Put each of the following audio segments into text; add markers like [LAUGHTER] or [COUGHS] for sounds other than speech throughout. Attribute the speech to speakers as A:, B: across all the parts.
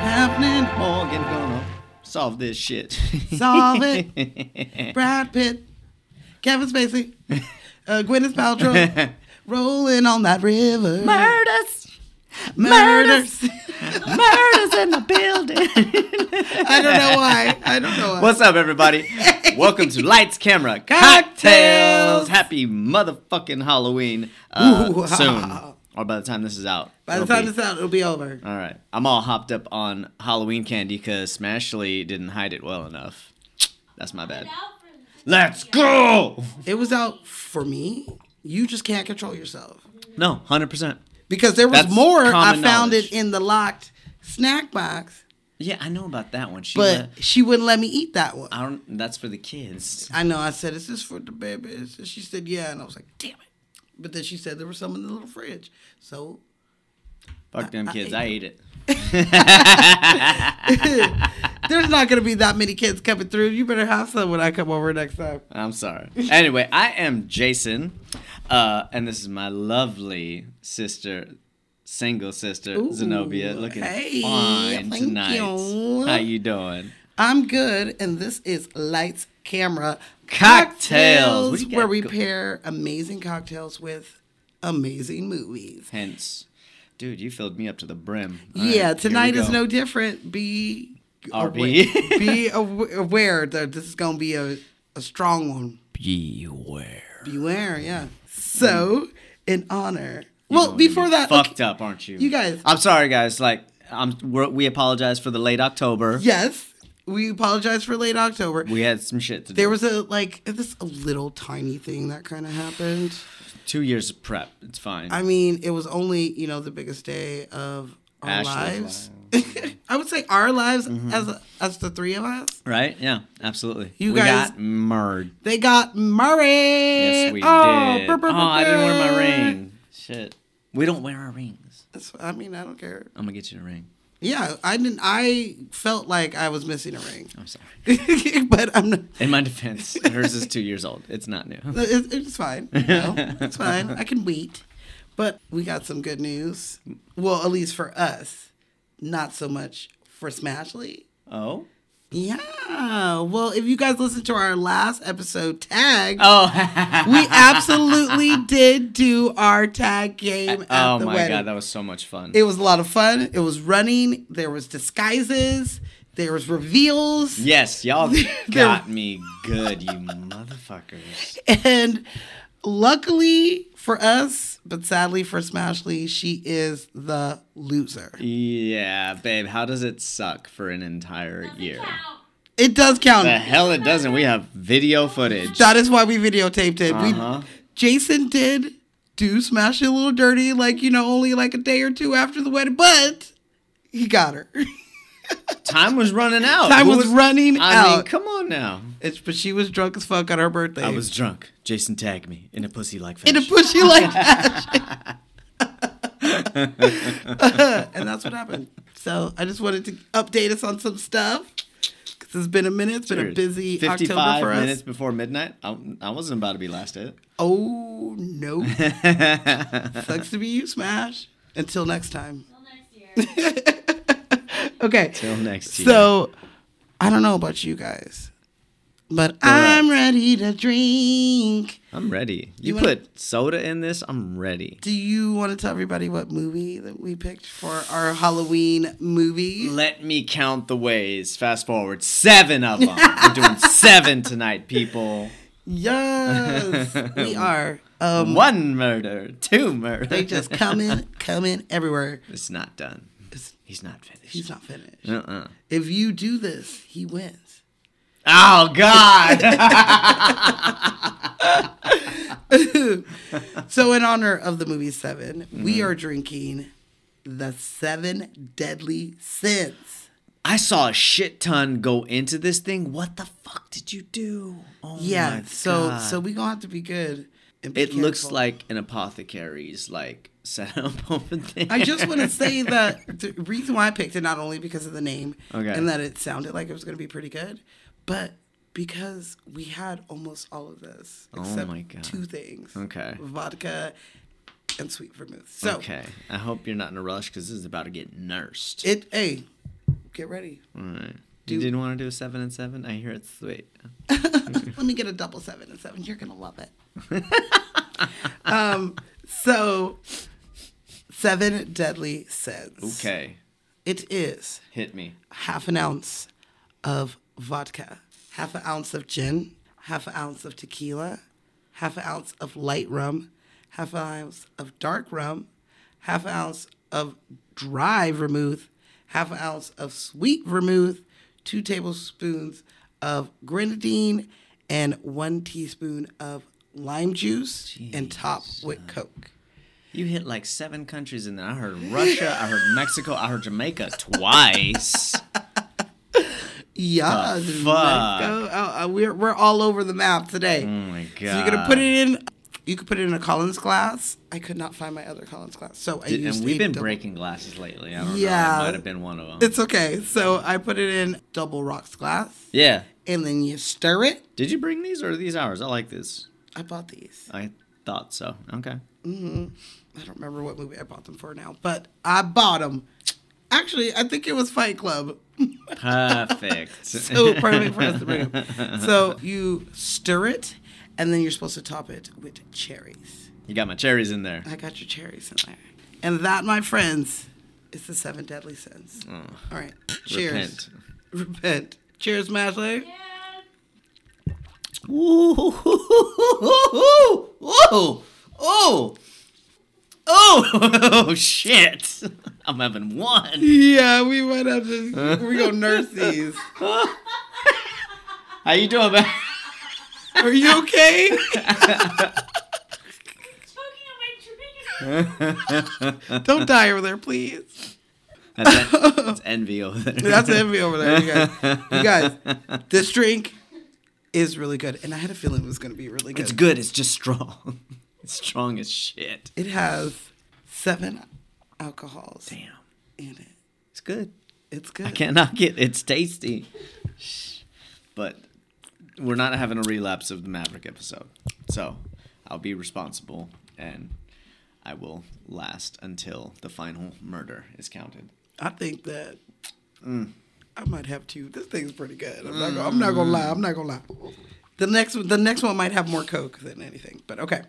A: Captain Morgan gonna solve this shit.
B: Solve
A: [LAUGHS]
B: it. Brad Pitt, Kevin Spacey, uh, Gwyneth
A: [LAUGHS]
B: Paltrow, rolling on that river.
C: Murders.
B: Murders.
C: Murders in the building.
B: I don't know why. I don't know why.
A: What's up, everybody? Welcome to Lights, Camera, Cocktails.
B: Cocktails.
A: Happy motherfucking Halloween uh,
B: Ooh, ha,
A: soon,
B: ha.
A: or by the time this is out.
B: By the
A: it'll
B: time
A: be.
B: this out, it'll be over.
A: All right, I'm all hopped up on Halloween candy because Smashly didn't hide it well enough. That's my bad. Let's go.
B: It was out for me. You just can't control yourself.
A: No, hundred percent.
B: Because there was
A: That's
B: more. I
A: common
B: found
A: knowledge.
B: it in the locked snack box,
A: Yeah, I know about that one. She
B: but
A: let-
B: she wouldn't let me eat that one.
A: I don't. That's for the kids.
B: I know. I said, "Is this for the babies?" And she said, "Yeah." And I was like, "Damn it!" But then she said there was some in the little fridge. So
A: Fuck them kids. I ate it.
B: [LAUGHS] there's not gonna be that many kids coming through. You better have some when I come over next time.
A: I'm sorry. Anyway, I am Jason, uh, and this is my lovely sister, single sister Zenobia, looking
B: hey,
A: fine
B: thank
A: tonight.
B: you.
A: How you doing?
B: I'm good, and this is lights, camera,
A: Cocktails. What do you got
B: where we
A: go-
B: pair amazing cocktails with amazing movies.
A: Hence, dude, you filled me up to the brim. All right,
B: Yeah,
A: here we
B: tonight is
A: go.
B: no different. Be
A: RP. [LAUGHS]
B: aware, be aw- aware that this is gonna be a, a strong one.
A: beware.
B: Beware, yeah. So, in honor. Well, before that, okay,
A: fucked up, aren't you?
B: You guys-
A: I'm sorry, guys. Like, I'm. We're, we apologize for the late October.
B: yes, we apologize for late October.
A: We had some shit to do.
B: there was a like this a little tiny thing that kind of happened.
A: two years of prep. It's fine.
B: I mean, it was only you know the biggest day of our
A: Ashley's Mm-hmm.
B: lives. [LAUGHS] I would say our lives as as the three of us.
A: right? Yeah, absolutely.
B: You
A: we
B: guys-
A: got murdered.
B: They got Murray.
A: Yes, we did.
B: brr, brr,
A: oh, I didn't wear my
B: brr.
A: ring. Shit. We don't wear our rings.
B: That's- I mean, I don't care.
A: I'm gonna get you a ring.
B: Yeah, I didn't. I felt like I was missing a ring, [LAUGHS]
A: I'm sorry.
B: but I'm not.
A: In my
B: [LAUGHS]
A: defense, hers is two years old. It's not new.
B: It, it's fine. You
A: [LAUGHS]
B: know, it's fine. I can wait. But we got some good news. Well, at least for us, not so much for Smashly.
A: Oh.
B: Yeah. Well, if you guys listened to our last episode tag,
A: Oh. [LAUGHS]
B: we absolutely did do our tag game at
A: oh
B: the
A: my
B: wedding.
A: god, that was so much fun.
B: it was a lot of fun. It was running. There was disguises. There was reveals.
A: yes,
B: [LAUGHS]
A: y'all got me good, you motherfuckers.
B: And luckily for us, but sadly for Smashly, she is the loser.
A: Yeah, babe. How does it suck for an entire year?
B: It does count.
A: The hell it doesn't. We have video footage.
B: That is why we videotaped it.
A: Uh-huh.
B: We Jason did do Smashly a little dirty, like you know, only like a day or two after the wedding, but he got her. [LAUGHS]
A: Time was running out.
B: Time
A: Uh, Who
B: was running
A: I mean,
B: out.
A: come on now.
B: It's, but she was drunk as fuck on her birthday.
A: I was drunk. Jason tagged me in a pussy like
B: in
A: fashion.
B: a pushy like that. [LAUGHS] and that's what happened. So I just wanted to update us on some stuff because it's been a minute. It's been a
A: Dude,
B: busy
A: 55
B: October for us.
A: minutes before midnight. I, I wasn't about to be last at
B: Oh
A: [LAUGHS]
B: no!
A: it.
B: Sucks to be you, Smash. Until next time.
C: Murders.
B: [LAUGHS] Okay.
A: [LAUGHS] Till next year.
B: So I don't know about you guys, but I'm ready to drink.
A: I'm ready. You,
B: You wanna-
A: put soda in this, I'm ready.
B: Do you want to tell everybody what movie that we picked for our Halloween movie?
A: Let me count the ways. Fast forward. Seven of them. We're
B: [LAUGHS]
A: doing seven tonight, people.
B: Yes, [LAUGHS] we are. Um,
A: One murder, two murder.
B: they just coming, coming everywhere.
A: It's not done.
B: It's-
A: He's not finished.
B: He's not finished.
A: Uh-uh.
B: If you do this, he wins. [LAUGHS]
A: Oh, God.
B: So, in honor of the movie 7
A: Mm-hmm.
B: we are drinking the seven deadly sins.
A: I saw a shit ton go into this thing. What the fuck did you do? Oh,
B: Yeah.
A: my
B: so,
A: God.
B: so we gonna have to be good. and be
A: It looks
B: careful.
A: like an apothecary's like [LAUGHS] setup over there.
B: I just want to say that the reason why I picked it not only because of the name
A: Okay.
B: and that it sounded like it was going to be pretty good, but because we had almost all of this except
A: Oh my God.
B: two things:
A: Okay.
B: vodka and sweet vermouth. So
A: okay. I hope you're not in a rush because this is about to get nursed.
B: it, hey, get ready.
A: All right.
B: Do-
A: You didn't want to do a seven and seven? I hear it's sweet.
B: Let me get a double seven and seven. You're
A: [LAUGHS]
B: gonna love it. um, so seven deadly sins.
A: Okay.
B: It is
A: Hit me.
B: half an ounce of vodka, half an ounce of gin, half an ounce of tequila, half an ounce of light rum, half an ounce of dark rum, half an ounce of dry vermouth, half an ounce of sweet vermouth, two tablespoons of grenadine, and one teaspoon of lime juice, and top with Coke.
A: You hit like seven countries in there. I heard Russia, I heard Mexico, I heard Jamaica twice.
B: Yeah,
A: The
B: dude,
A: fuck?
B: let's go. Uh, uh, we're we're all over the map today.
A: Oh my god.
B: So you're gonna put it in. You could put it in a Collins glass. I could not find my other Collins glass, so I
A: Did-
B: used.
A: and we've
B: a
A: been
B: double-
A: breaking glasses lately. I don't know.
B: Yeah.
A: It might have been one of them.
B: It's okay. So I put it in double rocks glass,
A: yeah.
B: and then you stir it.
A: Did you bring these or are these ours? I like this.
B: I bought these.
A: I thought so. Okay.
B: I don't remember what movie I bought them for now, but I bought them. Actually, I think it was Fight Club. [LAUGHS]
A: Perfect.
B: so perfect for us to bring [LAUGHS] them. So you stir it, and then you're supposed to top it with cherries.
A: you got my cherries in there.
B: I got your cherries in there. And that, my friends, is the seven deadly sins.
A: Oh,
B: All right.
A: Repent.
B: Cheers.
A: [LAUGHS]
B: Repent. Cheers, Mashley.
C: Yes.
A: Ooh, oh, oh, oh, shit. [LAUGHS] I'm having one.
B: [LAUGHS] Yeah, we went up to we go nurse these.
A: How you doing, man? [LAUGHS]
B: Are you okay? [LAUGHS]
C: Choking on my drink.
B: Don't die over there, please.
A: That's, en- that's envy over there.
B: That's envy over there, you guys. You guys, this drink is really good, and I had a feeling it was going to be really
A: [LAUGHS]
B: good.
A: It's good. It's just strong. [LAUGHS] It's strong as shit.
B: It has seven alcohols
A: Damn.
B: in it.
A: It's good.
B: It's good.
A: I can't knock it. It's tasty. But we're not having a relapse of the Maverick episode. So I'll be responsible and I will last until the final murder is counted.
B: I think that I might have two. This thing's pretty good. I'm not, gonna, I'm not gonna lie. I'm not gonna lie. The next one, the next one might have more coke than anything. But okay.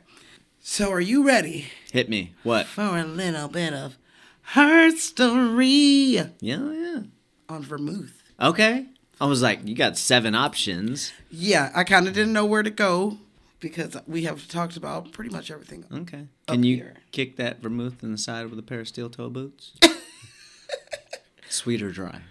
B: So are you ready
A: Hit me. What?
B: for a little bit of her story
A: Yeah, yeah.
B: on vermouth?
A: Okay. I was like, you got seven options.
B: Yeah, I kind of didn't know where to go because we have talked about pretty much everything.
A: Okay.
B: Up
A: Can you
B: here.
A: kick that vermouth in the side with a pair of steel toe boots?
B: [LAUGHS]
A: Sweet or dry?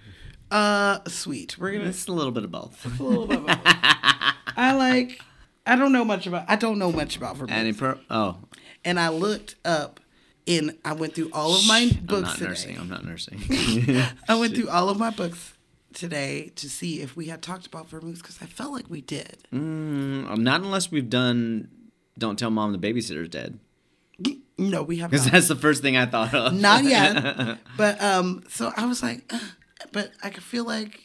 B: Uh, sweet. We're gonna
A: It's a little bit of both.
B: a little bit. of [LAUGHS] both. I like. I don't know much about. I don't know much about vermouth.
A: Any pro? Oh,
B: and I looked up and I went through all of my
A: shh, I'm
B: books
A: not
B: today.
A: nursing. [LAUGHS] Mm, I'm not
B: [LAUGHS]
A: nursing.
B: I went through all of my books today to see if we had talked about vermouth because I felt like we did.
A: Mm, um, not unless we've done Don't Tell Mom the Babysitter's Dead.
B: No, we have
A: Because
B: not.
A: that's the first thing I thought of.
B: [LAUGHS]
A: [LAUGHS]
B: Not yet. but um, so I was like, "Ugh," but I could feel like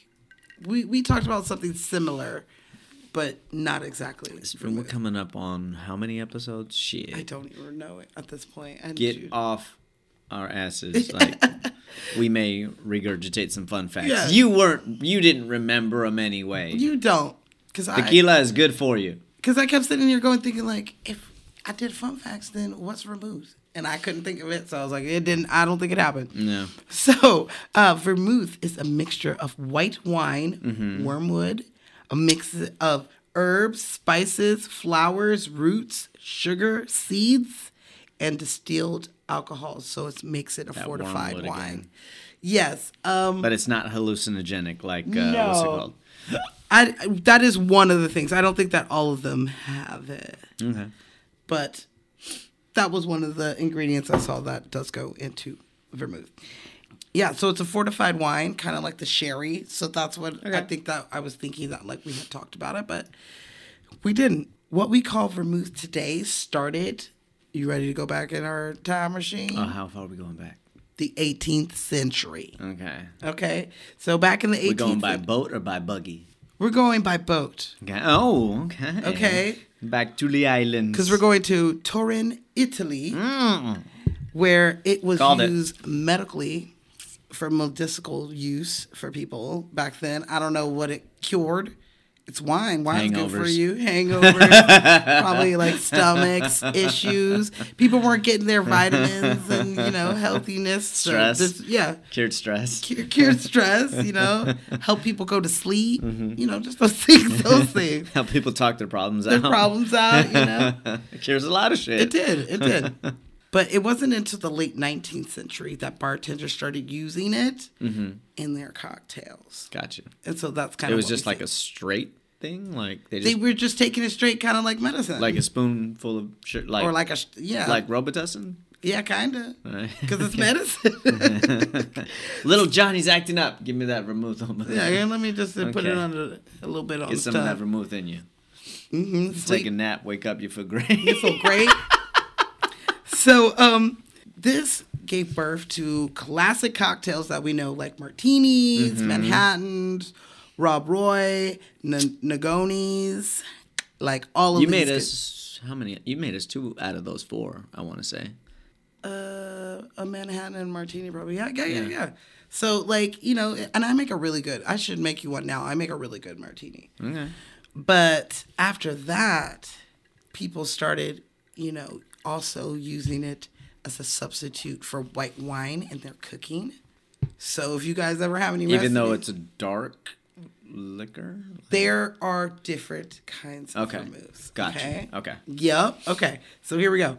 B: we we talked about something similar, but not exactly.
A: We're
B: vermouth.
A: coming up on how many episodes? Shit.
B: I don't even know it at this point. I
A: Get
B: do-
A: off our
B: [LAUGHS]
A: asses. Like, we may regurgitate some fun facts.
B: Yeah.
A: You weren't, you didn't remember them anyway.
B: you don't because I
A: Tequila is good for you.
B: Because I kept sitting here going, thinking like, if I did fun facts, then what's vermouth? And I couldn't think of it, so I was like, it didn't. I don't think it happened.
A: No.
B: So uh, vermouth is a mixture of white wine,
A: Mm-hmm.
B: wormwood, a mix of herbs, spices, flowers, roots, sugar, seeds, and distilled alcohol. So it makes it a fortified
A: wormwood
B: wine.
A: again.
B: Yes. Um,
A: But it's not hallucinogenic like, uh, what's it
B: No.
A: called?
B: I that is one of the things. I don't think that all of them have it.
A: Okay.
B: but that was one of the ingredients I saw that does go into vermouth. Yeah, so it's a fortified wine, kind of like the sherry. So that's what I
A: Okay.
B: think that I was thinking that like we had talked about it, but we didn't. What we call vermouth today started. You ready to go back in our time machine?
A: Oh, how far are we going back?
B: the 18th century.
A: Okay.
B: Okay, so back in the 18th,
A: We're going by
B: cen-
A: boat or by buggy?
B: we're going by boat
A: Okay. Oh, okay.
B: Okay.
A: Back to the islands. [LAUGHS]
B: because we're going to Turin, Italy,
A: Mm.
B: where it was
A: Called it.
B: used medically for medicinal use for people back then. I don't know what it cured. It's wine. Wine's good for
A: Hangovers. [LAUGHS]
B: you. Hangovers, probably like stomachs issues. People weren't getting their vitamins and you know healthiness. So
A: Stress.
B: this- yeah,
A: Cured stress.
B: cure, cure stress. You know, help people go to sleep.
A: Mm-hmm.
B: You know, just those things. Those
A: [LAUGHS]
B: things.
A: Help people talk their problems [LAUGHS]
B: Their
A: out.
B: problems out. You know.
A: [LAUGHS] it cures a lot of shit.
B: It did. It
A: [LAUGHS]
B: did. but it wasn't until the late 19th century that bartenders started using it in their cocktails.
A: Gotcha.
B: And so that's
A: Mm-hmm.
B: kind
A: It
B: of
A: was
B: what we
A: just like
B: see.
A: a straight thing. Like they
B: They
A: just
B: were just taking it straight, kind of like medicine,
A: like a spoonful of shit. Like
B: or like a sh- yeah,
A: like Robitussin. [LAUGHS]
B: yeah, kind of,
A: Right.
B: because
A: [LAUGHS]
B: it's medicine.
A: Little Johnny's acting up. Give me that vermouth. On
B: yeah, here, let me just uh, put it
A: Okay.
B: on a, a little bit on
A: Get
B: the
A: some of that
B: stuff.
A: vermouth in you.
B: Mhm, sleep.
A: Take a nap. Wake up. You feel great. [LAUGHS]
B: You feel great. so um, this gave birth to classic cocktails that we know, like martinis,
A: Mm-hmm.
B: Manhattans, Rob Roy, N- Nagonis, like all of
A: you
B: these
A: made
B: good-
A: us how many? You made us two out of those four. I want to say.
B: uh, a Manhattan and martini, probably. Yeah, yeah, yeah,
A: Yeah.
B: yeah. So like you know, and I make a really good. I should make you one now. I make a really good martini.
A: Okay.
B: But after that, people started, you know, also using it as a substitute for white wine in their cooking. So if you guys ever have any
A: Even though
B: recipes,
A: it's a dark liquor.
B: there are different kinds of
A: Okay.
B: vermouths.
A: Gotcha. Okay.
B: Yep. Okay. So here we go.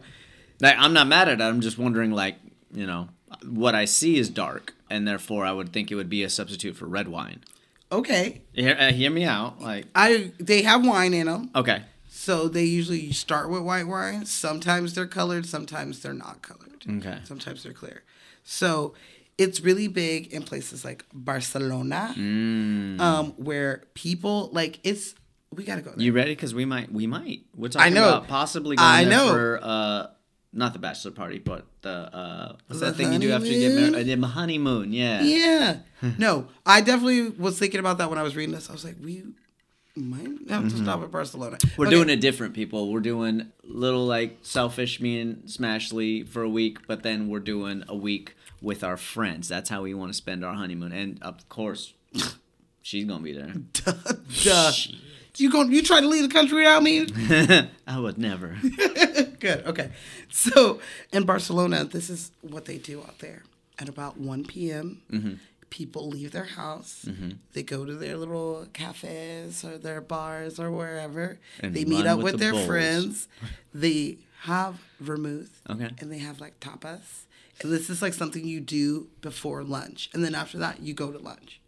A: Like, I'm not mad at it. I'm just wondering, like, you know, what I see is dark, and therefore I would think it would be a substitute for red wine.
B: Okay.
A: Hear, uh, hear me out. Like,
B: I they have wine in them,
A: okay,
B: so they usually start with white wine. Sometimes they're colored, sometimes they're not colored.
A: Okay.
B: Sometimes they're clear. So it's really big in places like Barcelona,
A: Mm.
B: um, where people like it's. We gotta go. There.
A: you ready? Because we might, we might. We're talking
B: know.
A: about possibly going
B: I
A: there
B: know.
A: for uh, not the bachelor party, but the uh, what's
B: The
A: that thing you do after you get
B: honeymoon?
A: married? Uh, The honeymoon. Yeah.
B: yeah.
A: [LAUGHS]
B: no, I definitely was thinking about that when I was reading this. I was like, we might have to stop at Barcelona.
A: Mm-hmm. We're doing it different, people. We're doing little like selfish me and Smashly for a week, but then we're doing a week with our friends. That's how we want to spend our honeymoon. And of course, [LAUGHS] she's gonna be there.
B: Duh. You going? You trying to leave the country without me?
A: [LAUGHS] I would never.
B: Good. Okay. So in Barcelona, this is what they do out there. At about 1 p.m.,
A: Mm-hmm.
B: people leave their house. They go to their little cafes or their bars or wherever.
A: And
B: they meet
A: run
B: up
A: with
B: with,
A: the
B: their
A: bulls.
B: friends.
A: [LAUGHS]
B: They have vermouth.
A: Okay.
B: And they have like tapas. And this is like something you do before lunch. And then after that, you go to lunch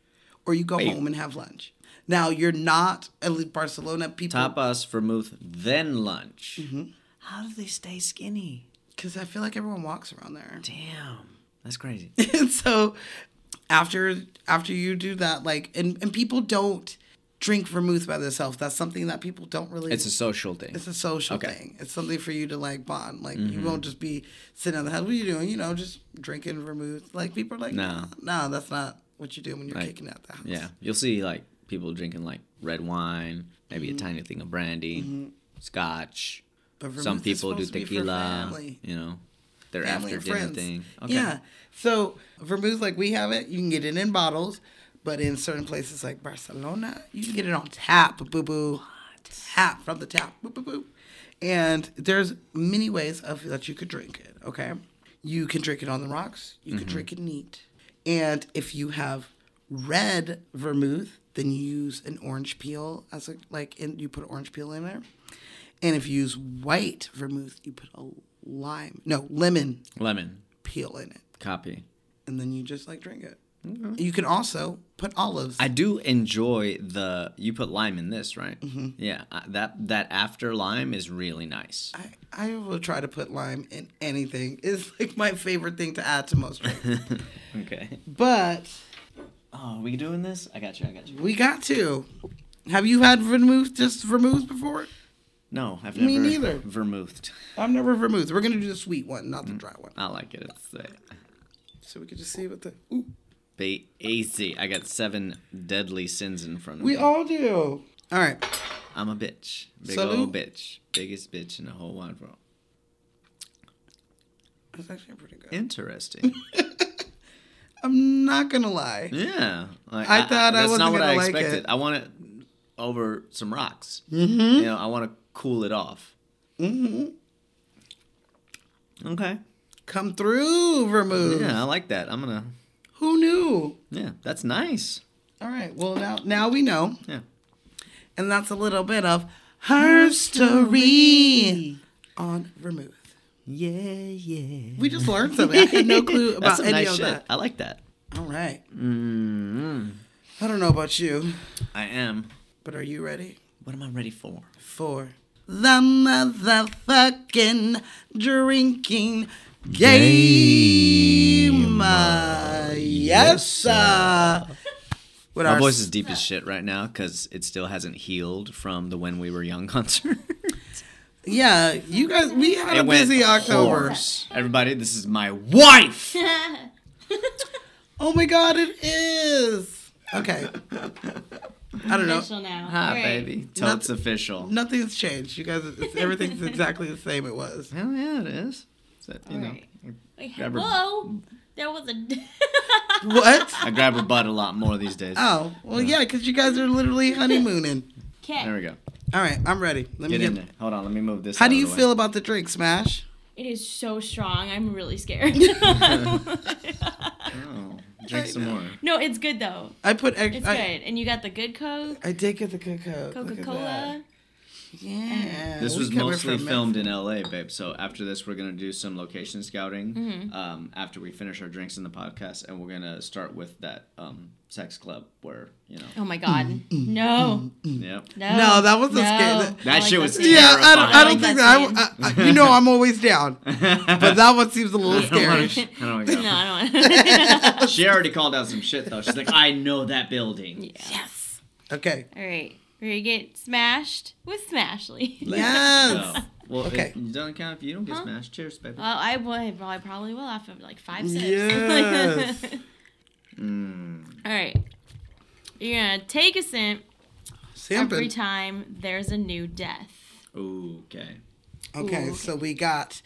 B: or you go home and have lunch. Now, you're not, at least Barcelona, people.
A: Tapas, vermouth, then lunch.
B: Mm-hmm.
A: How do they stay skinny?
B: Because I feel like everyone walks around there.
A: Damn, that's crazy.
B: [LAUGHS] and so after after you do that like and, and people don't drink vermouth by themselves that's something that people don't really
A: It's a social thing.
B: it's a social
A: Okay. Mm-hmm.
B: thing it's something for you to like bond like you won't just be sitting on the house what are you doing you know just drinking vermouth like people are like no
A: No.
B: no that's not what you do when you're kicking out the house
A: Yeah, you'll see like people drinking like red wine, maybe a tiny thing of brandy, scotch.
B: But
A: Some
B: vermouth is
A: people do
B: supposed to be Mm-hmm. for
A: tequila.
B: family.
A: You know, their
B: family
A: after
B: and
A: dinner
B: friends.
A: thing.
B: Yeah. So vermouth, like we have it, you can get it in bottles, but in certain places like Barcelona, you can get it on tap, boo boo. Tap from the tap, boo boo boo. And there's many ways of that you could drink it. Okay, you can drink it on the rocks. You can drink it neat. And if you have red vermouth, then you use an orange peel as a like, and you put orange peel in there. And if you use white vermouth, you put a lime, no lemon
A: Lemon.
B: peel in it,
A: Copy.
B: and then you just like drink it. You can also put olives.
A: I do enjoy the you put lime in this, right?
B: Mm-hmm.
A: Yeah, I- that that after lime is really nice.
B: I, I will try to put lime in anything. [LAUGHS] It's like my favorite thing to add to most drinks.
A: [LAUGHS] Okay.
B: but
A: Oh, are we doing this? I got you. I got you.
B: we got to. Have you had vermouth, just vermouth before?
A: No, I've never
B: Me neither.
A: [LAUGHS] vermouthed.
B: I've never vermouth. We're going to do the sweet one, not
A: Mm.
B: the dry one.
A: I like it. It's uh,
B: So we can just see what the. Ooh,
A: be easy. I got seven deadly sins in front of
B: we
A: me.
B: all do. All right.
A: I'm a bitch. Big
B: Salute.
A: old bitch. Biggest bitch in the whole wide
B: [LAUGHS]
A: world.
B: That's actually pretty good.
A: Interesting.
B: I'm not gonna lie.
A: Yeah, like,
B: I thought I
A: that's
B: wasn't
A: not what
B: gonna
A: I
B: like
A: expected.
B: it.
A: I want it over some rocks. Mm-hmm. You know, I want to cool it off. Mm-hmm. Okay.
B: Come through, vermouth.
A: Yeah, I like that. I'm gonna.
B: Who knew?
A: Yeah, that's nice.
B: All right. Well, now now we know,
A: Yeah.
B: and that's a little bit of herstory on vermouth.
A: Yeah, yeah.
B: We just learned something. I
A: [LAUGHS]
B: had no clue about
A: That's some
B: any
A: nice
B: of
A: shit.
B: that.
A: I like that.
B: All right.
A: mm
B: I don't know about you,
A: I am.
B: but are you ready
A: What am I ready for?
B: for the motherfucking drinking game? Uh, yes, sir. With
A: My
B: our
A: voice is deep as shit right now because it still hasn't healed from the When We Were Young [LAUGHS] concert.
B: Yeah, you guys, we had a busy October.
A: hoarse. Everybody, this is my [LAUGHS] wife.
B: Oh my God, it is. Okay. I
C: [LAUGHS]
B: don't know.
C: Official now.
A: Hi,
C: Great.
A: baby. Till
B: Noth-
A: it's official.
B: Nothing's changed. You guys, it's, everything's exactly the same it was.
A: Hell yeah, it is. So, you know,
C: Right. Wait,
A: Grab her-
C: Whoa! There was a. [LAUGHS]
B: What?
A: I grab her butt a lot more these days.
B: Oh, well, yeah, because you guys are literally honeymooning.
C: Okay.
A: There we go.
B: All right, I'm ready. Let me
A: Get
B: get.
A: in there. Hold on, let me move this.
B: How
A: out
B: do
A: of
B: you
A: the way.
B: feel about the drink, Smash?
C: It is so strong. I'm
B: [LAUGHS]
C: really scared.
A: Oh, drink
B: I
A: some
B: know.
A: more.
C: no, it's good though.
B: I put. Ex-
C: It's
B: I,
C: good, and you got the good Coke,
B: I did get the cocoa.
C: Coca Cola.
B: Yeah.
A: This
B: we
A: was
B: coming
A: mostly
B: from-
A: filmed in LA, babe. So after this, we're gonna do some location scouting.
C: Mm-hmm.
B: Mm-hmm.
A: Um, after we finish our drinks in the podcast, and we're gonna start with that um, sex club where you know.
C: Oh my God! No,
A: Yep.
C: no,
B: Hmm. No, that was a
C: no.
B: scare-
C: I
B: that-
A: That shit was scary.
C: scene.
B: Mm, Yeah, I don't. I
C: I
B: don't
C: like
B: think
C: that
B: that. I, I, you know, I'm always down, but
A: [LAUGHS]
B: that one seems a little
A: I don't wanna-
B: scary.
A: I don't wanna
C: [LAUGHS]
B: [LAUGHS]
C: No,
A: go.
C: I don't want. [LAUGHS]
A: She already called out some shit though. She's like, I know that building.
C: yes.
B: Okay.
C: All right, we're gonna get smashed with Smashly.
A: Let
B: Yes.
A: go. Well,
B: Okay.
A: okay. It doesn't count if you don't get
C: Huh?
A: smashed. Cheers, baby.
C: Well, I would. Well, I probably will after like five sips.
B: Yes.
A: Mm.
C: [LAUGHS] All right. You're going to take a sip every
B: Simping.
C: time there's a new death.
A: Ooh, okay.
B: Okay,
C: Ooh.
B: so we got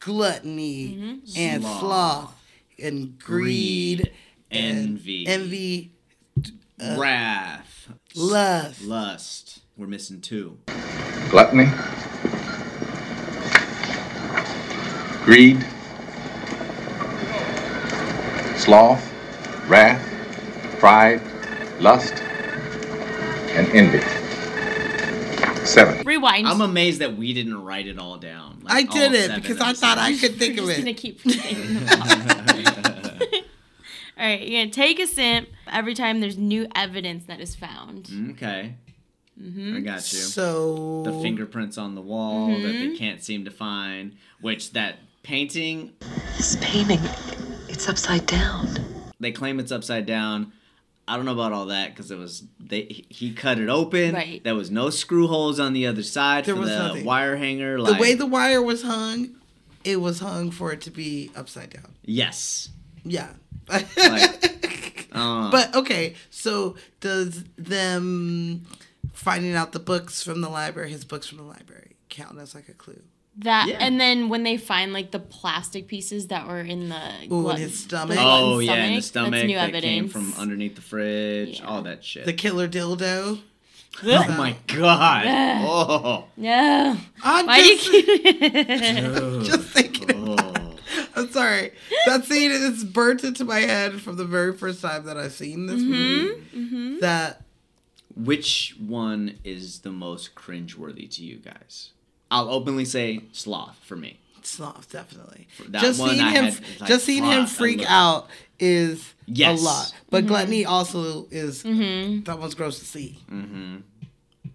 B: gluttony and
A: Sloth.
B: sloth and greed,
A: envy,
B: envy, Uh.
A: wrath,
B: lust.
A: lust. We're missing two.
D: gluttony, greed, sloth, wrath, pride, lust, and envy. Seven.
C: Rewind. [LAUGHS]
A: I'm amazed that we didn't write it all down.
B: I
A: like, all
B: did it
A: seven
B: because
A: of
B: I
A: us.
B: thought I could
C: We're
B: think of
C: just
B: it.
C: going to keep [LAUGHS]
A: [LAUGHS]
C: thinking about it. All right. You're going to take a sip every time there's new evidence that is
A: Mm.
C: found.
A: Okay.
C: Mm-hmm.
A: I got you.
B: So
A: the fingerprints on the wall that
C: Mm-hmm.
A: they can't seem to find, which that painting,
E: This painting, it's upside down.
A: they claim it's upside down. I don't know about all that because it was they he- he cut it open.
C: Right.
A: There was no screw holes on the other side
B: There
A: for
B: was
A: the
B: nothing.
A: wire hanger.
B: the
A: Like,
B: way the wire was hung, it was hung for it to be upside down.
C: [LAUGHS]
A: yes,
B: Yeah.
A: uh,
B: [LAUGHS] but okay, so does them finding out the books from the library, his books from the library, count as like a clue?
C: That
A: Yeah.
C: And then when they find like the plastic pieces that were in the.
B: Ooh,
C: glut-
B: in his stomach.
C: the
A: oh
C: glutton's
A: yeah, in the stomach
C: That's new
A: that came
C: evidence.
A: from underneath the fridge,
C: Yeah.
A: all that shit.
B: The killer dildo.
A: oh my
C: [LAUGHS]
A: god! Oh,
C: No.
B: I'm
C: Why do you [LAUGHS]
B: just,
C: keep.
B: just [LAUGHS] thinking.
A: oh.
B: I'm sorry. That scene is burnt into my head from the very first time that I've seen this movie. That
A: Which one is the most cringeworthy to you guys? I'll openly say sloth for me.
B: sloth, definitely.
A: That
B: just
A: one
B: seeing
A: I
B: him,
A: had, like,
B: just seeing him
A: froth a
B: freak
A: little.
B: out is
A: Yes.
B: a lot. But gluttony also is that one's gross to see. Mm-hmm.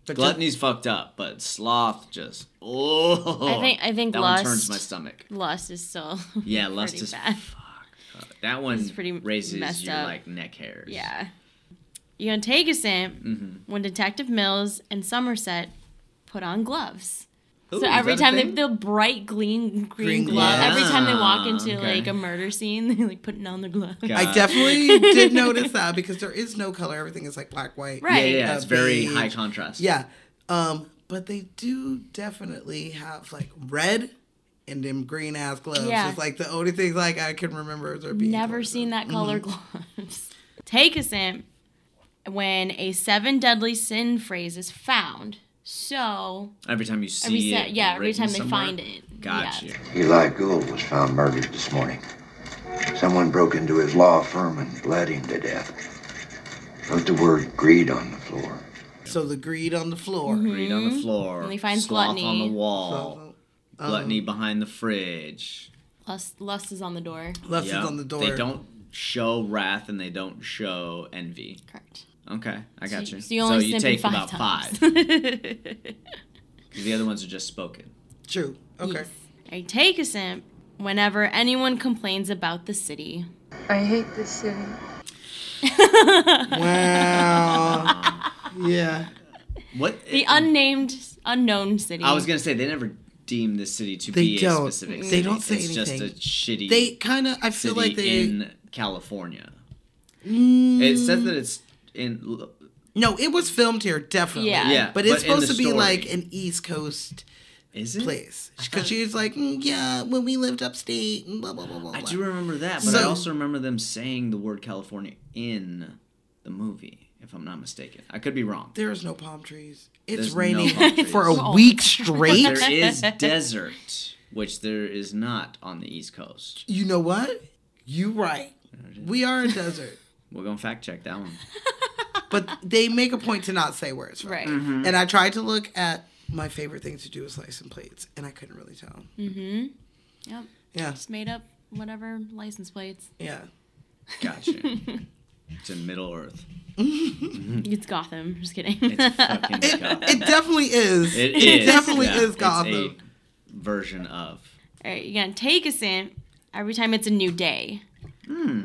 B: But
A: Gluttony's fucked up, but sloth just oh.
C: I think- I think
A: that one turns
C: lust-
A: my stomach.
C: Lust is still. [LAUGHS]
A: Yeah, lust
C: pretty
A: is
C: bad.
A: that one
C: pretty messed
A: raises your
C: up.
A: like neck hairs.
C: Yeah. You're going to take a sip
A: Mm-hmm.
C: when Detective Mills and Somerset put on gloves.
A: Ooh,
C: so
A: is
C: every
A: that a
C: time they,
A: thing?
C: they'll bright green green,
B: Green
C: gloves.
B: gloves.
C: Every time they walk
A: Yeah,
C: into
A: okay.
C: like a murder scene, [LAUGHS] they're like putting on their gloves.
A: God.
B: I definitely did notice that because there is no color. Everything is like black, white.
A: yeah,
C: Right.
A: yeah, yeah,
B: Uh,
A: it's very
B: beige.
A: high contrast.
B: Yeah. Um, but they do definitely have like red in them green ass gloves.
C: Yeah.
B: It's like the only thing like I can remember is her being
C: Never seen that color
A: Mm-hmm.
C: gloves. [LAUGHS] Take a simp when a seven deadly sin phrase is found. So
A: Every time you see
C: every se-
A: it.
C: yeah, every
A: written
C: time they
A: somewhere?
C: find it.
A: Gotcha.
C: Yeah.
F: Eli Gould was found murdered this morning. Someone broke into his law firm and bled him to death. Wrote the word greed on the floor.
B: So the greed on the floor.
C: Mm-hmm.
A: Read on the floor.
C: And he finds
A: sloth on
C: gluttony.
A: the wall.
B: So,
A: Oh. gluttony behind the fridge.
C: Lust, lust is on the door.
B: lust
A: Yep.
B: is on the door.
A: They don't show wrath and they don't show envy.
C: Correct.
A: Okay, I got you.
C: So you only simp
A: take
C: five
A: about
C: times.
A: five.
C: [LAUGHS]
A: 'cause the other ones are just spoken.
B: True. Okay.
C: I take a simp whenever anyone complains about the city.
G: I hate this city.
B: Wow.
A: [LAUGHS]
B: yeah.
A: What?
C: The unnamed, unknown city.
A: Mm-hmm. I was gonna say they never deem this city to
B: They
A: be
B: don't.
A: a specific.
B: They
A: city.
B: don't say
A: it's
B: anything.
A: just a shitty
B: They kind of. I
A: city
B: feel like they. Mm.
A: in California. It says that it's in.
B: no, it was filmed here definitely.
C: Yeah.
A: Yeah,
B: But it's
A: but in the
B: supposed to be
A: story.
B: like an East Coast
A: Is it?
B: place because she's like, "Mm, yeah, when we lived upstate, and blah blah blah blah.
A: I
B: blah."
A: do remember that, but I
B: So-
A: also remember them saying the word California in the movie, if I'm not mistaken. I could be wrong.
B: There is no palm trees.
A: There's
B: It's
A: no
B: raining
A: palm trees.
B: [LAUGHS] for a
A: No. [LAUGHS]
B: week straight.
A: There is desert, which there is not on the East Coast.
B: you know what? You right. We are a desert,
A: We're gonna fact check that one.
B: but they make a point to not say where it's from.
C: Right.
A: Mm-hmm.
B: And I tried to look at my favorite thing to do is license plates, and I couldn't really tell.
C: Yep.
B: Yeah,
C: Just made up whatever license plates.
B: yeah.
A: Gotcha. it's in Middle Earth.
C: It's Gotham. [LAUGHS] Just kidding.
A: Hmm. It's fucking
B: It,
A: Gotham.
B: it definitely is.
A: It is.
B: definitely is
A: it's a
B: Gotham.
A: version of.
C: All right, you're gonna take a simp every time it's a new day. Hmm.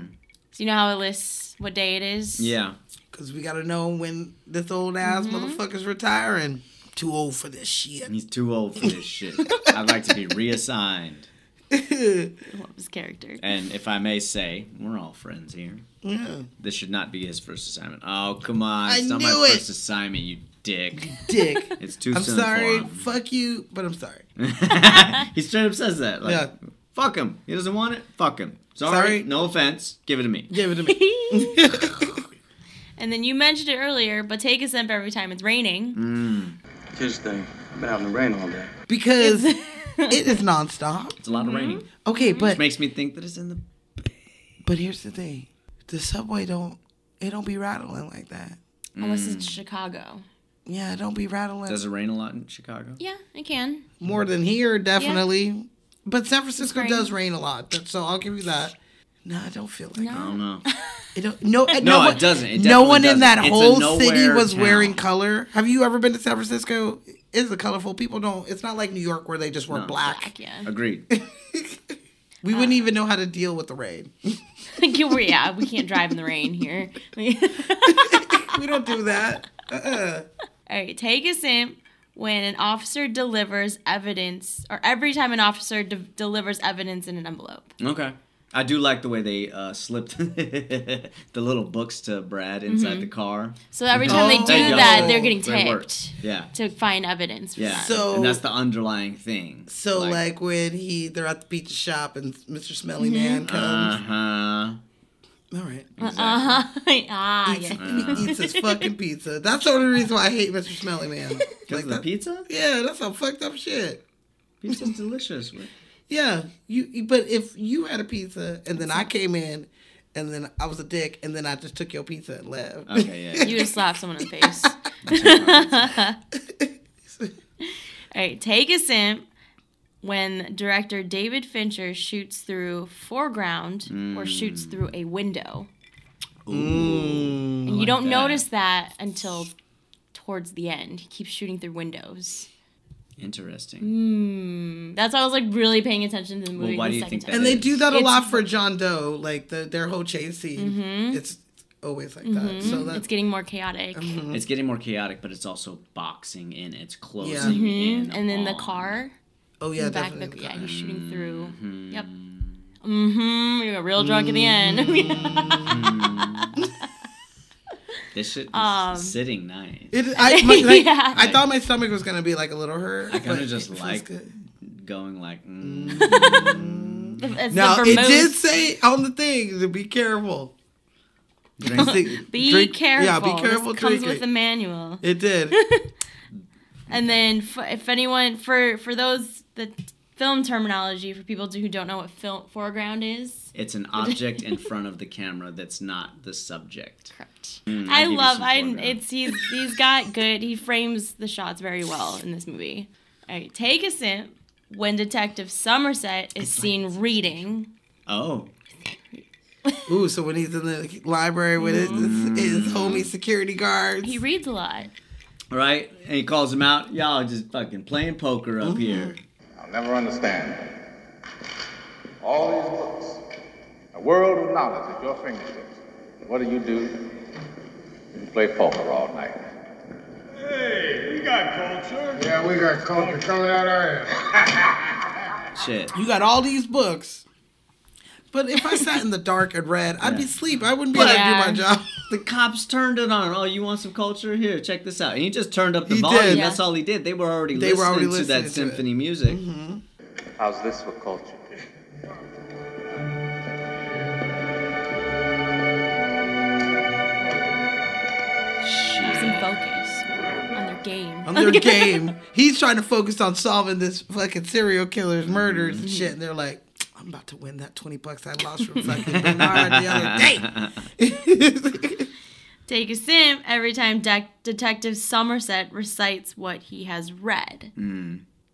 C: So you know how it lists what day it is.
A: Yeah.
B: Because we got to know when this old ass motherfucker's retiring. Too old for this shit.
A: He's too old for this shit. I'd like to be reassigned.
C: I love his
A: [LAUGHS]
C: character.
A: And if I may say, we're all friends here.
B: [LAUGHS] Yeah.
A: This should not be his first assignment. Oh, come on.
B: I
A: It's not
B: knew
A: my
B: it.
A: first assignment, you dick.
B: Dick.
A: It's too
B: I'm
A: soon
B: sorry.
A: for him.
B: Fuck you, but I'm sorry.
A: [LAUGHS] he straight up says that. Like,
B: Yeah.
A: fuck him. He doesn't want it. Fuck him. Sorry.
B: Sorry.
A: No offense. Give it to me.
B: Give it to me.
C: and then you mentioned it earlier, but take a simp every time it's raining.
H: Here's the thing. I've been out in the rain all day.
B: Because [LAUGHS] it is nonstop.
A: It's a lot of
B: Mm-hmm.
A: raining.
B: Okay, but
A: Makes me think that it's in the.
B: but here's the thing. The subway don't it don't be rattling like that.
C: Unless it's Chicago.
B: Yeah, it don't be rattling
A: Does it rain a lot in Chicago?
C: Yeah, it can.
B: more than here, definitely. But San Francisco
C: rain.
B: does rain a lot, that- so I'll give you that. No, I don't feel like
A: I don't know.
B: it.
A: [LAUGHS]
B: Don't, no, no,
A: No,
B: one-
A: it doesn't. It
B: no
A: definitely
B: one in
A: doesn't.
B: that
A: It's a
B: whole
A: nowhere
B: city was
A: town.
B: wearing color. Have you ever been to San Francisco? It's a colorful. People don't. It's not like New York where they just wear
A: No.
B: black. Uh.
C: Heck yeah.
A: Agreed.
B: We wouldn't even know how to deal with the rain. [LAUGHS]
C: Like, you- yeah, we can't drive in the rain here. [LAUGHS]
B: we don't do that.
C: All right, take a simp when an officer delivers evidence, or every time an officer de- delivers evidence in an envelope.
A: Okay. I do like the way they uh, slipped [LAUGHS] the little books to Brad inside the car.
C: Mm-hmm. So every time they
B: Oh.
C: do
B: There you go.
C: that, they're getting
A: That worked.
C: tipped
A: Yeah.
C: to find evidence. for
A: Yeah.
C: that.
B: So-
A: and that's the underlying thing.
B: So like, when he they're at the pizza shop and Mr. Smelly
C: Mm-hmm.
B: Man
A: uh
B: comes.
A: huh.
B: All right.
C: Uh-huh. [LAUGHS] ah,
B: Eats,
C: yeah.
A: Uh.
B: he eats his fucking pizza. That's the only reason why I hate Mr.
A: [LAUGHS]
B: Smelly Man.
A: Because the
B: that-
A: pizza?
B: [LAUGHS] Yeah, that's some fucked up shit.
A: Pizza's
B: [LAUGHS]
A: delicious.
B: Yeah, you. you- But if you had a pizza and then I came in, and then I was a dick, and then I just took your pizza and left.
A: Okay, yeah.
C: You just slap someone in the face.
A: [LAUGHS]
C: All right, take a simp when director David Fincher shoots through foreground or shoots
A: Mm.
C: through a window.
B: Mm.
C: and you don't
A: that.
C: notice that until towards the end. He keeps shooting through windows. Mm.
A: Interesting.
C: That's why I was like really paying attention to the movie.
A: why
C: the
A: do you
C: second
A: think
C: time.
A: that
B: [LAUGHS] and they do that a
C: It's-
B: lot for John Doe, like the their whole chase scene. It's always like that. Mm-hmm. So that's
C: Mm-hmm. It's getting more chaotic.
A: It's getting more chaotic, but it's also boxing in. It's closing
B: Yeah.
A: in.
C: Mm-hmm. And then the
A: on-
C: car.
B: oh yeah,
C: the back of the
B: definitely.
C: yeah, he's shooting through. Yep. Mm-hmm. You're real drunk at the end.
A: Mm-hmm. This shit is
C: Um,
A: sitting nice.
B: It, I, my, like,
C: [LAUGHS] Yeah.
B: I thought my stomach was gonna be like a little hurt.
A: I kind
B: but
A: of just
B: it feels
A: like
B: good.
A: going like, mm,
C: [LAUGHS] [LAUGHS] It's
B: Now
C: the
B: it
C: vermouth.
B: did say on the thing to be careful. Drink-
C: [LAUGHS] Be
B: drink-
C: careful.
B: Yeah, be careful
C: This comes
B: drinking.
C: with a manual.
B: it
C: [LAUGHS]
B: did.
C: And then f- if anyone for for those the film terminology for people who don't know what film foreground is.
A: it's an object in front of the camera that's not the subject.
C: Correct.
A: Mm,
C: I
A: give you
C: love
A: some
C: I
A: foreground.
C: it's he's he's got good he frames the shots very well in this movie. All right, take a sip when Detective Somerset is seen reading.
A: oh,
B: Ooh, so when he's in the library with his, his homie security guards,
C: He reads a lot.
A: right, and he calls him out. Y'all just fucking playing poker
B: Mm-hmm.
A: up here.
D: I'll never understand. All these books, a world of knowledge at your fingertips. What do you do? You play poker all night.
G: Hey, we got culture.
I: Yeah, we got culture coming out our ass.
A: Shit.
B: you got all these books. But if I sat in the dark and read, I'd be asleep. I wouldn't be able
C: Yeah.
B: to do my job.
A: The cops turned it on. Oh, you want some culture? Here, check this out. And he just turned up the
B: He
A: volume.
B: did.
A: That's
C: Yeah.
A: all he did. They were already,
B: They were
A: listening,
B: already
A: to that
B: listening to it. Mm-hmm.
A: symphony music.
D: How's this for culture?
C: Keeps him focused on their game.
B: on
C: [LAUGHS]
B: their game. He's trying to focus on solving this fucking serial killer's murders and shit. And they're like, I'm about to win that 20 bucks I lost from fucking Bernard the other day.
C: Take a sip every time Dec- Detective Somerset recites what he has read.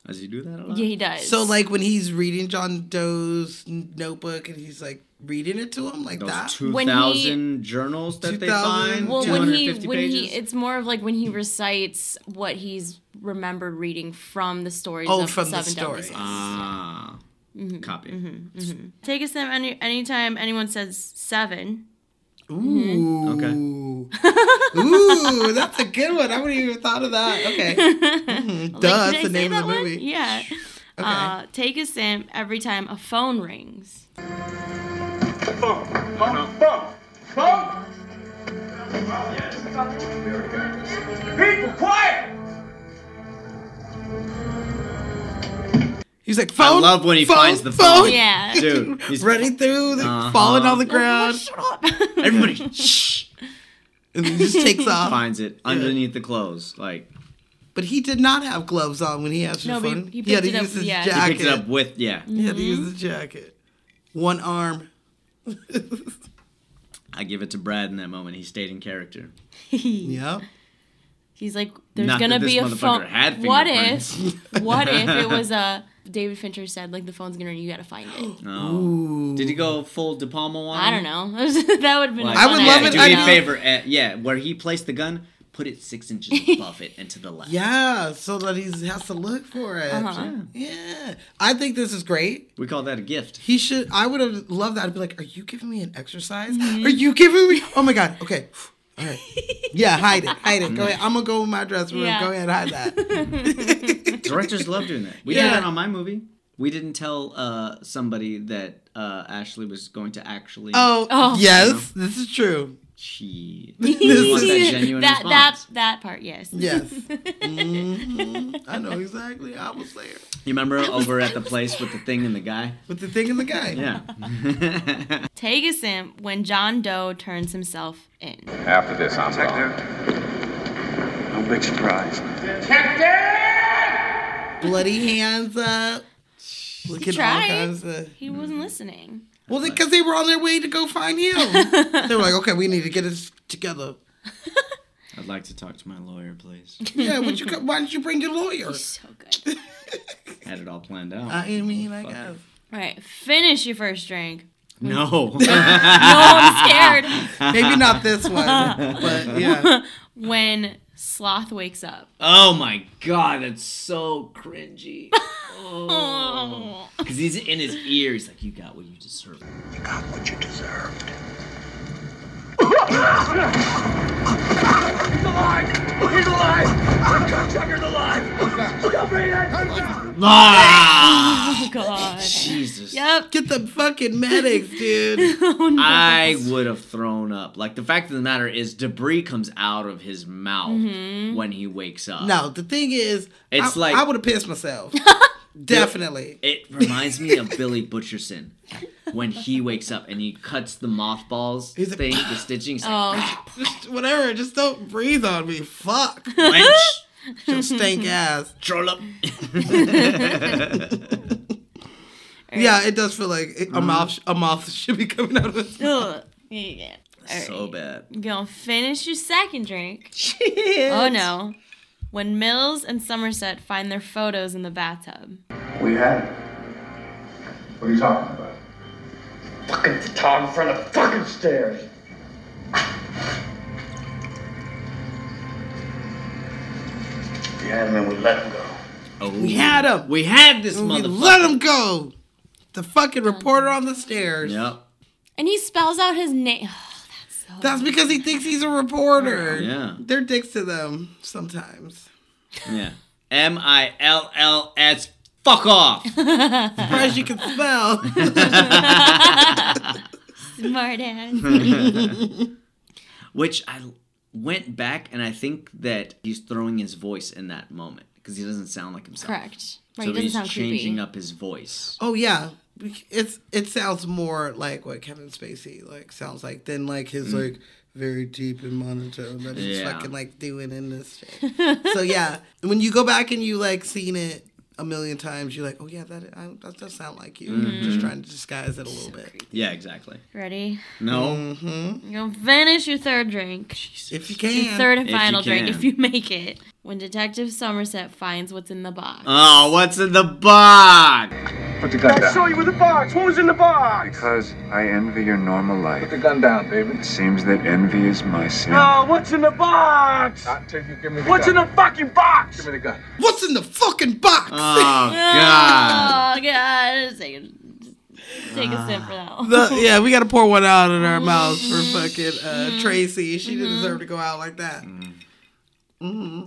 A: Does he do that a lot?
C: Yeah, he does.
B: Mm. so, like, when he's reading John Doe's notebook and he's like reading it to him, like that.
A: Those
C: When he-
A: 2,000 journals that they
B: 2,000
A: find?
C: well, when he
A: 250
C: when he
A: pages?
C: it's more of like when he recites what he's remembered reading from the stories.
B: Oh,
C: of
B: from the
C: the, seven Deadly
B: stories.
C: Sins.
A: Ah.
C: Mm-hmm.
A: Copy.
C: Take a sip any anytime anyone says seven. Mm-hmm.
B: Ooh. Okay. [LAUGHS]
C: [LAUGHS]
B: Ooh, that's a good one. I wouldn't even thought of that. Okay. Mhm. Duh,
C: Like,
B: that's
C: did I
B: the
C: say
B: name of
C: that
B: the
C: one?
B: movie.
C: Yeah. Uh, take a sip every time a phone rings.
G: Bump, bump, bump, bump. People, quiet!
B: He's like, phone.
A: love when he
B: phone,
A: finds the
B: Oh,
A: phone.
B: [LAUGHS]
C: Yeah.
A: Dude, he's
B: Running through, the,
A: Uh-huh.
B: falling on the ground,
C: Shut up. [LAUGHS]
A: Everybody shh,
B: and then just takes off.
A: finds it underneath the clothes. Like,
B: But he did not have gloves on when he had his
C: No, but he-
B: phone.
C: he
B: had to
C: picked it up-
B: use his
C: yeah. Mm-hmm. He
A: he
B: jacket.
A: picked it up with, yeah.
B: He had to use his jacket. One arm.
A: I give it to Brad in that moment. He stayed in character.
B: Yep.
C: He's like, there's
A: Not that
C: gonna
A: this
C: be a
A: motherfucker
C: phone.
A: had
C: What
A: fingerprints.
C: if? [LAUGHS] What if it
A: [LAUGHS]
C: was a David Fincher said like the phone's gonna ring, you gotta find
B: Oh,
C: it.
A: No.
B: Ooh.
A: Oh. Did he go full De Palma on?
C: I don't know. [LAUGHS] that would have been.
A: Like,
B: I would
A: yeah,
B: love it-
A: Do
B: I
A: me a
B: know.
A: favor. uh, yeah, where he placed the gun, put it six
C: [LAUGHS]
A: inches above it and to the left.
B: Yeah, so that he has to look for it.
C: Uh-huh.
B: Yeah. I think this is great.
A: We call that a gift.
B: He should. I would have loved that. I'd be like, "Are you giving me an exercise?
C: Mm-hmm.
B: Are you giving
C: [LAUGHS]
B: me? Oh my god. Okay. All right. Yeah. Hide it. Hide
A: Mm-hmm.
B: it. Go ahead. I'm gonna go in my dressing room.
C: Yeah.
B: Go ahead. Hide that.
C: [LAUGHS]
A: Directors love doing that. We
B: Yeah.
A: did that on my movie. We didn't tell uh, somebody that uh, Ashley was going to actually.
B: Oh,
C: Oh.
B: yes. This is true. [LAUGHS]
A: She.
B: This
A: [LAUGHS] want that
B: is-
A: genuine
C: that
A: response.
C: [LAUGHS] that that part, yes.
B: Yes. Mhm. I know exactly. I was there
A: You remember over at the place with the thing and the guy?
C: [LAUGHS]
B: with the thing and the guy.
A: Yeah.
C: Take a simp when John Doe turns himself in.
D: After this, I'm gone.
H: No big surprise.
B: Bloody hands up. Look at all
C: tried.
B: kinds of.
C: He wasn't listening.
B: Well, because they were on their way to go find him. they were like, okay, we need to get us together.
A: I'd like to talk to my lawyer, please.
B: Yeah, what you, co- why didn't you bring your lawyer?
C: So good.
A: Had it all planned out.
B: I mean, I guess.
C: All right, finish your first drink.
B: [LAUGHS]
A: no.
C: No,
A: [LAUGHS]
C: I'm scared.
B: Maybe not this one, but yeah.
C: When Sloth wakes up.
A: oh my god, that's so cringy. Oh. Because he's in his ear. He's like, you got what you deserve.
F: You got what you deserved.
G: He's alive! He's alive! The cocksucker's alive! Don't bring that!
A: Ah!
C: Oh God.
A: Jesus.
C: yep.
B: Get the fucking medics, dude.
C: Oh, no.
A: I would have thrown up. Like the fact of the matter is, debris comes out of his mouth when he wakes up.
B: No, the thing is,
A: It's
B: I,
A: like-
B: I would have pissed myself. Definitely.
A: It reminds me of Billy Butcherson when he wakes up and he cuts the mothballs
B: He's like,
A: thing, the stitching. He's like,
C: Oh,
B: Just whatever. Just don't breathe on me. Fuck.
A: "Wench,
B: Your stink ass.
A: troll
C: [LAUGHS]
A: up.
B: Yeah, it does feel like it, a mouth sh- a mouth [LAUGHS] should be coming out of his mouth.
C: Ugh. yeah. All right.
A: So bad.
C: You gonna finish your second drink. Oh no. When Mills and Somerset find their photos in the bathtub.
F: We had it.
I: What are you talking about?
G: Fucking Tom in front of fucking stairs.
F: We had him and we let him go.
A: Oh,
B: We had him.
A: We had this
B: We
A: motherfucker.
B: let him go. The fucking reporter on the stairs.
A: Yep.
C: And he spells out his [SIGHS] oh, name.
A: [LAUGHS]
B: That's because he thinks he's a reporter.
A: Yeah.
B: They're dicks to them sometimes.
A: Yeah. M I L L S. Fuck
C: [LAUGHS]
A: off.
B: Surprised you can spell.
C: Smart ass.
A: Which I l- went back and I think that he's throwing his voice in that moment because he doesn't sound like himself.
C: Correct. Right,
A: so
C: he doesn't
A: he's
C: sound
A: changing
C: creepy.
A: up his voice.
B: oh yeah. It's it sounds more like what Kevin Spacey like sounds like than like his like very deep and monotone that he's
A: Mm. Yeah.
B: fucking like doing in this shit. so yeah, when you go back and you like seen it a million times, you're like, oh yeah, that I, that does sound like you.
A: Mm-hmm.
B: Just trying to disguise it a little bit.
A: Yeah, exactly.
C: Ready?
B: Mm.
A: No.
C: You're gonna finish your third drink.
B: If you
C: Your
B: can.
C: third and
A: If you
C: final drink
A: can.
C: if you make it. When Detective Somerset finds what's in the box.
A: Oh, what's in the box?
J: Put the gun
G: I
J: down.
G: saw you with the box. What was in the box?
F: Because I envy your normal
J: Put
F: life.
J: the gun down, baby.
F: It seems that envy is my sin.
G: No, what's in the box?
J: Not until you give me the
G: What's in
J: gun.
G: the fucking box?
J: Give me the gun.
B: What's in the fucking box?
A: [LAUGHS] Oh God.
C: Oh, God. Just take a, just take a sip for that one.
B: The- yeah, we gotta pour one out in our
C: Mm.
B: mouths for fucking uh, Tracy. She didn't deserve to go out like that.
C: Mm-hmm.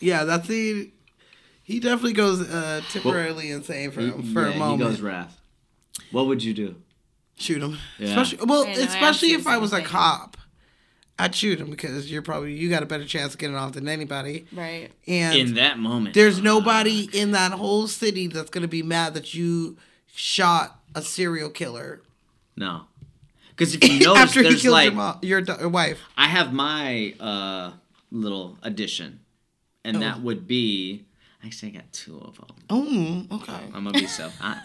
B: Yeah, that's the. He definitely goes uh, temporarily insane for for
A: yeah,
B: a
A: he
B: moment.
A: goes wrath. What would you do?
B: shoot him.
A: Yeah.
B: Especially, well,
C: I know, I
B: especially
C: absolutely
B: if I was a
C: think.
B: cop, I'd shoot him because you're probably you got a better chance of getting off than anybody.
C: right.
B: And
A: In that moment.
B: there's nobody in that whole city that's gonna be mad that you shot a serial killer
A: No. Because
B: [LAUGHS]
A: if you notice,
B: after he
A: there's
B: killed
A: like
B: your mom, your, da- your wife.
A: I have my uh, little addition, and that would be actually I got two of them.
B: Oh, okay.
A: I'm gonna be self. I,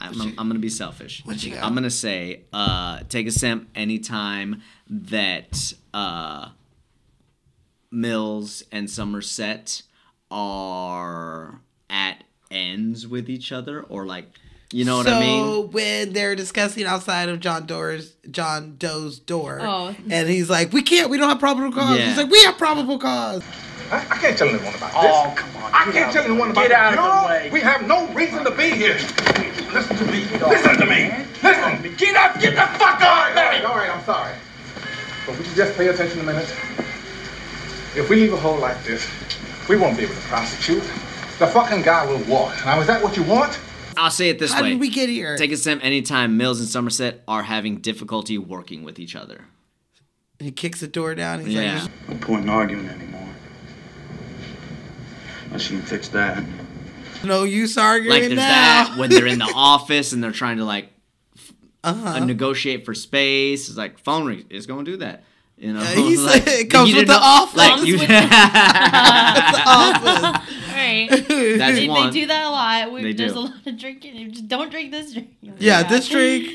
A: I'm, I'm gonna be selfish.
B: What you got?
A: I'm gonna say, uh, take a simp anytime that uh, Mills and Somerset are at ends with each other, or like, you know what I mean?
B: So when they're discussing outside of John Doe's John Doe's door,
C: Oh.
B: and he's like, "We can't. We don't have probable cause."
A: Yeah.
B: He's like, "We have probable cause."
I: I, I can't tell anyone about this.
G: Oh, come on.
I: I
G: get
I: can't
G: out
I: tell
G: of the-
I: anyone about
G: Get
I: this.
G: out of
I: no,
G: the way.
I: we have no reason to be here. Listen to me. Listen to me. Listen. to me.
G: Get up. Get the fuck out
I: All
G: of
I: right,
G: there.
I: all right, I'm sorry. But would you just pay attention a minute? If we leave a hole like this, we won't be able to prosecute. The fucking guy will walk. Now, is that what you want?
A: I'll say it this
B: How
A: way:
B: did we get here?
A: take a simp anytime Mills and Somerset are having difficulty working with each other.
B: And he kicks the door down. He's
A: Yeah.
B: like,
F: No point in arguing anymore. Unless you can fix that.
B: "No use arguing
A: like there's
B: now."
A: that when they're in the office and they're trying to like
B: [LAUGHS] uh-huh.
A: uh, negotiate for space. It's like phone ring is going to do that. You know,
B: Yeah, he said
A: [LAUGHS] like,
B: it comes
A: you
B: with
A: didn't
B: the
A: know-
B: office.
A: Like [LAUGHS] you,
C: With
B: Office.
C: All right.
A: that's
B: [LAUGHS]
C: They, they
A: one.
C: do that a lot. We,
A: They
C: there's
A: do.
C: a lot of drinking. You Just don't drink this drink.
B: Yeah, this drink.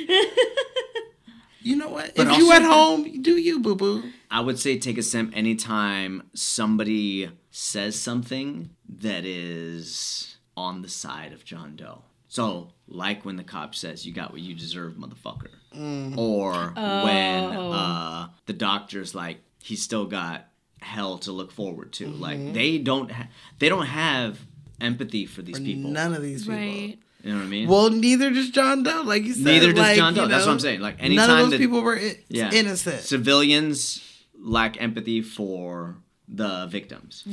B: You know what?
A: But
B: if you
A: also-
B: at home, do you boo boo?
A: I would say take a simp anytime somebody says something that is on the side of John Doe. So, like when the cop says, "You got what you deserve, motherfucker,"
B: Mm.
A: or when uh, the doctor's like, "He's still got hell to look forward to."
B: Mm-hmm.
A: Like they don't, ha- they don't have empathy for these people.
B: None of these people.
C: [LAUGHS] Right.
A: You know what I mean?
B: Well, neither does John Doe. Like you said,
A: Neither does
B: like,
A: John
B: you
A: Doe. That's
B: know,
A: what I'm saying. Like
B: None
A: anytime
B: of those
A: that-
B: people were in- innocent.
A: Civilians lack empathy for the victims.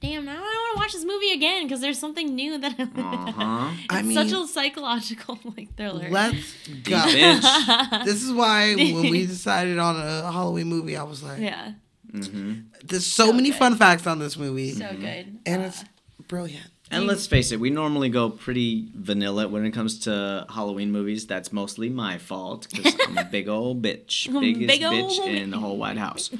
C: Damn, now I want to watch this movie again because there's something new that I [LAUGHS]
B: [LAUGHS]
A: Uh-huh.
C: it's
B: I
C: such
B: mean-
C: a psychological [LAUGHS] like thriller.
B: Let's go.
A: Bitch.
B: This is why when we decided on a Halloween movie, I was like,
C: yeah,
B: there's so, many fun facts on this movie,
C: so good.
B: and it's brilliant.
A: And let's face it, we normally go pretty vanilla when it comes to Halloween movies. That's mostly my fault because I'm a big old bitch, biggest
C: Big ol'
A: bitch
C: woman.
A: in the whole White House.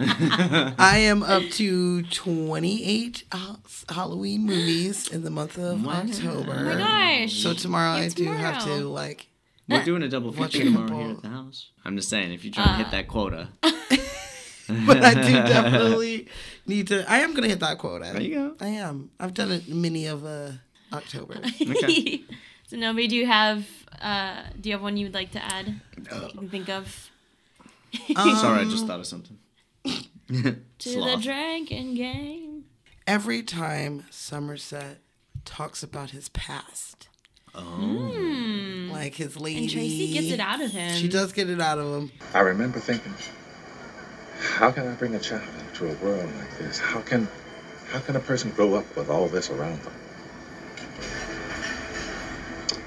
B: I am up to 28 ha- Halloween movies in the month of October.
A: Oh my
C: gosh.
B: So tomorrow I
C: It's
B: do have to
C: tomorrow.
B: like [LAUGHS]
A: We're doing a double
B: Watch
A: feature tomorrow
B: people.
A: here at the house. I'm just saying, if you're trying to hit that quota,
B: but I do definitely need to I am going to hit that quota.
A: there you go.
B: I am. I've done it many of uh October.
A: Okay.
C: [LAUGHS] so Nobi, do you have uh, do you have one you'd like to add?
A: Uh,
C: that you can think of
A: Sorry, I just thought of something.
C: to
A: Sloth.
C: the Dragon Game.
B: Every time Somerset talks about his past, like his lady
C: And
A: Mm.
C: Tracy gets it out of him.
B: She does get it out of him.
I: I remember thinking, how can I bring a child into a world like this? How can, how can a person grow up with all this around them?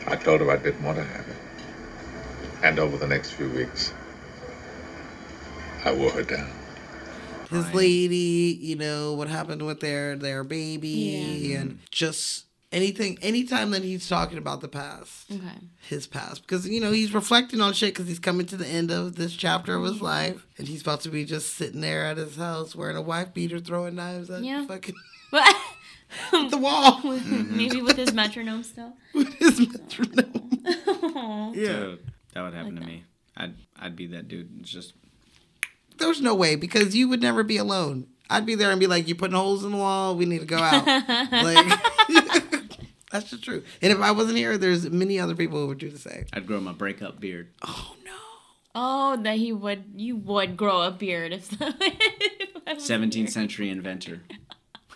I: I told her I didn't want to have it. And over the next few weeks, I wore her down.
B: His lady, you know, what happened with their their baby
C: Yeah.
B: and just anything anytime that he's talking about the past.
C: Okay. [LAUGHS]
B: his past because you know he's reflecting on shit because he's coming to the end of this chapter of his life and he's about to be just sitting there at his house wearing a wife beater throwing knives at
C: Yeah.
B: fucking [LAUGHS]
C: But
B: the wall
A: Mm-hmm.
C: maybe with his metronome still.
B: with
C: [LAUGHS]
B: his metronome.
C: Aw.
A: Yeah. That would happen to me. I'd I'd be that dude. It's just
B: There's no way because you would never be alone. I'd be there and be like, "You putting holes in the wall? We need to go [LAUGHS] out." like [LAUGHS] that's the truth. And if I wasn't here, there's many other people who would do the same.
A: I'd grow my breakup beard.
B: Oh no.
C: Oh, that he would you would grow a beard if, [LAUGHS] so, if I was
A: 17th century inventor.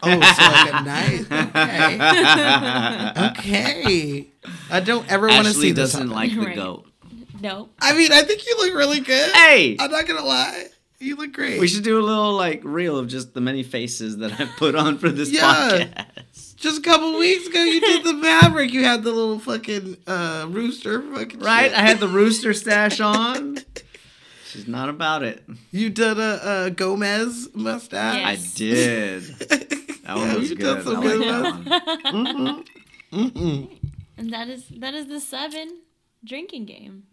B: Oh, so like
A: [LAUGHS]
B: a [LAUGHS] knife. Okay. okay. I don't ever want to
A: Ashley
B: see this.
A: doesn't
B: happen.
A: like the
C: Right.
A: goat.
C: No.
B: I mean, I think you look really good.
A: Hey!
B: I'm not gonna lie, you look great.
A: We should do a little like reel of just the many faces that I've put on for this
B: Yeah.
A: podcast.
B: Just a couple weeks ago, you did [LAUGHS] the Maverick. You had the little fucking uh, rooster, fucking
A: Right?
B: shit.
A: I had the rooster stash on. She's not about it.
B: You did a, a Gomez mustache.
A: I
C: Yes.
A: did. That one
B: Yeah,
A: was
B: you
A: good.
B: done some
A: I
B: good
A: like that
B: ones.
A: one.
C: And that is that is the seven drinking game.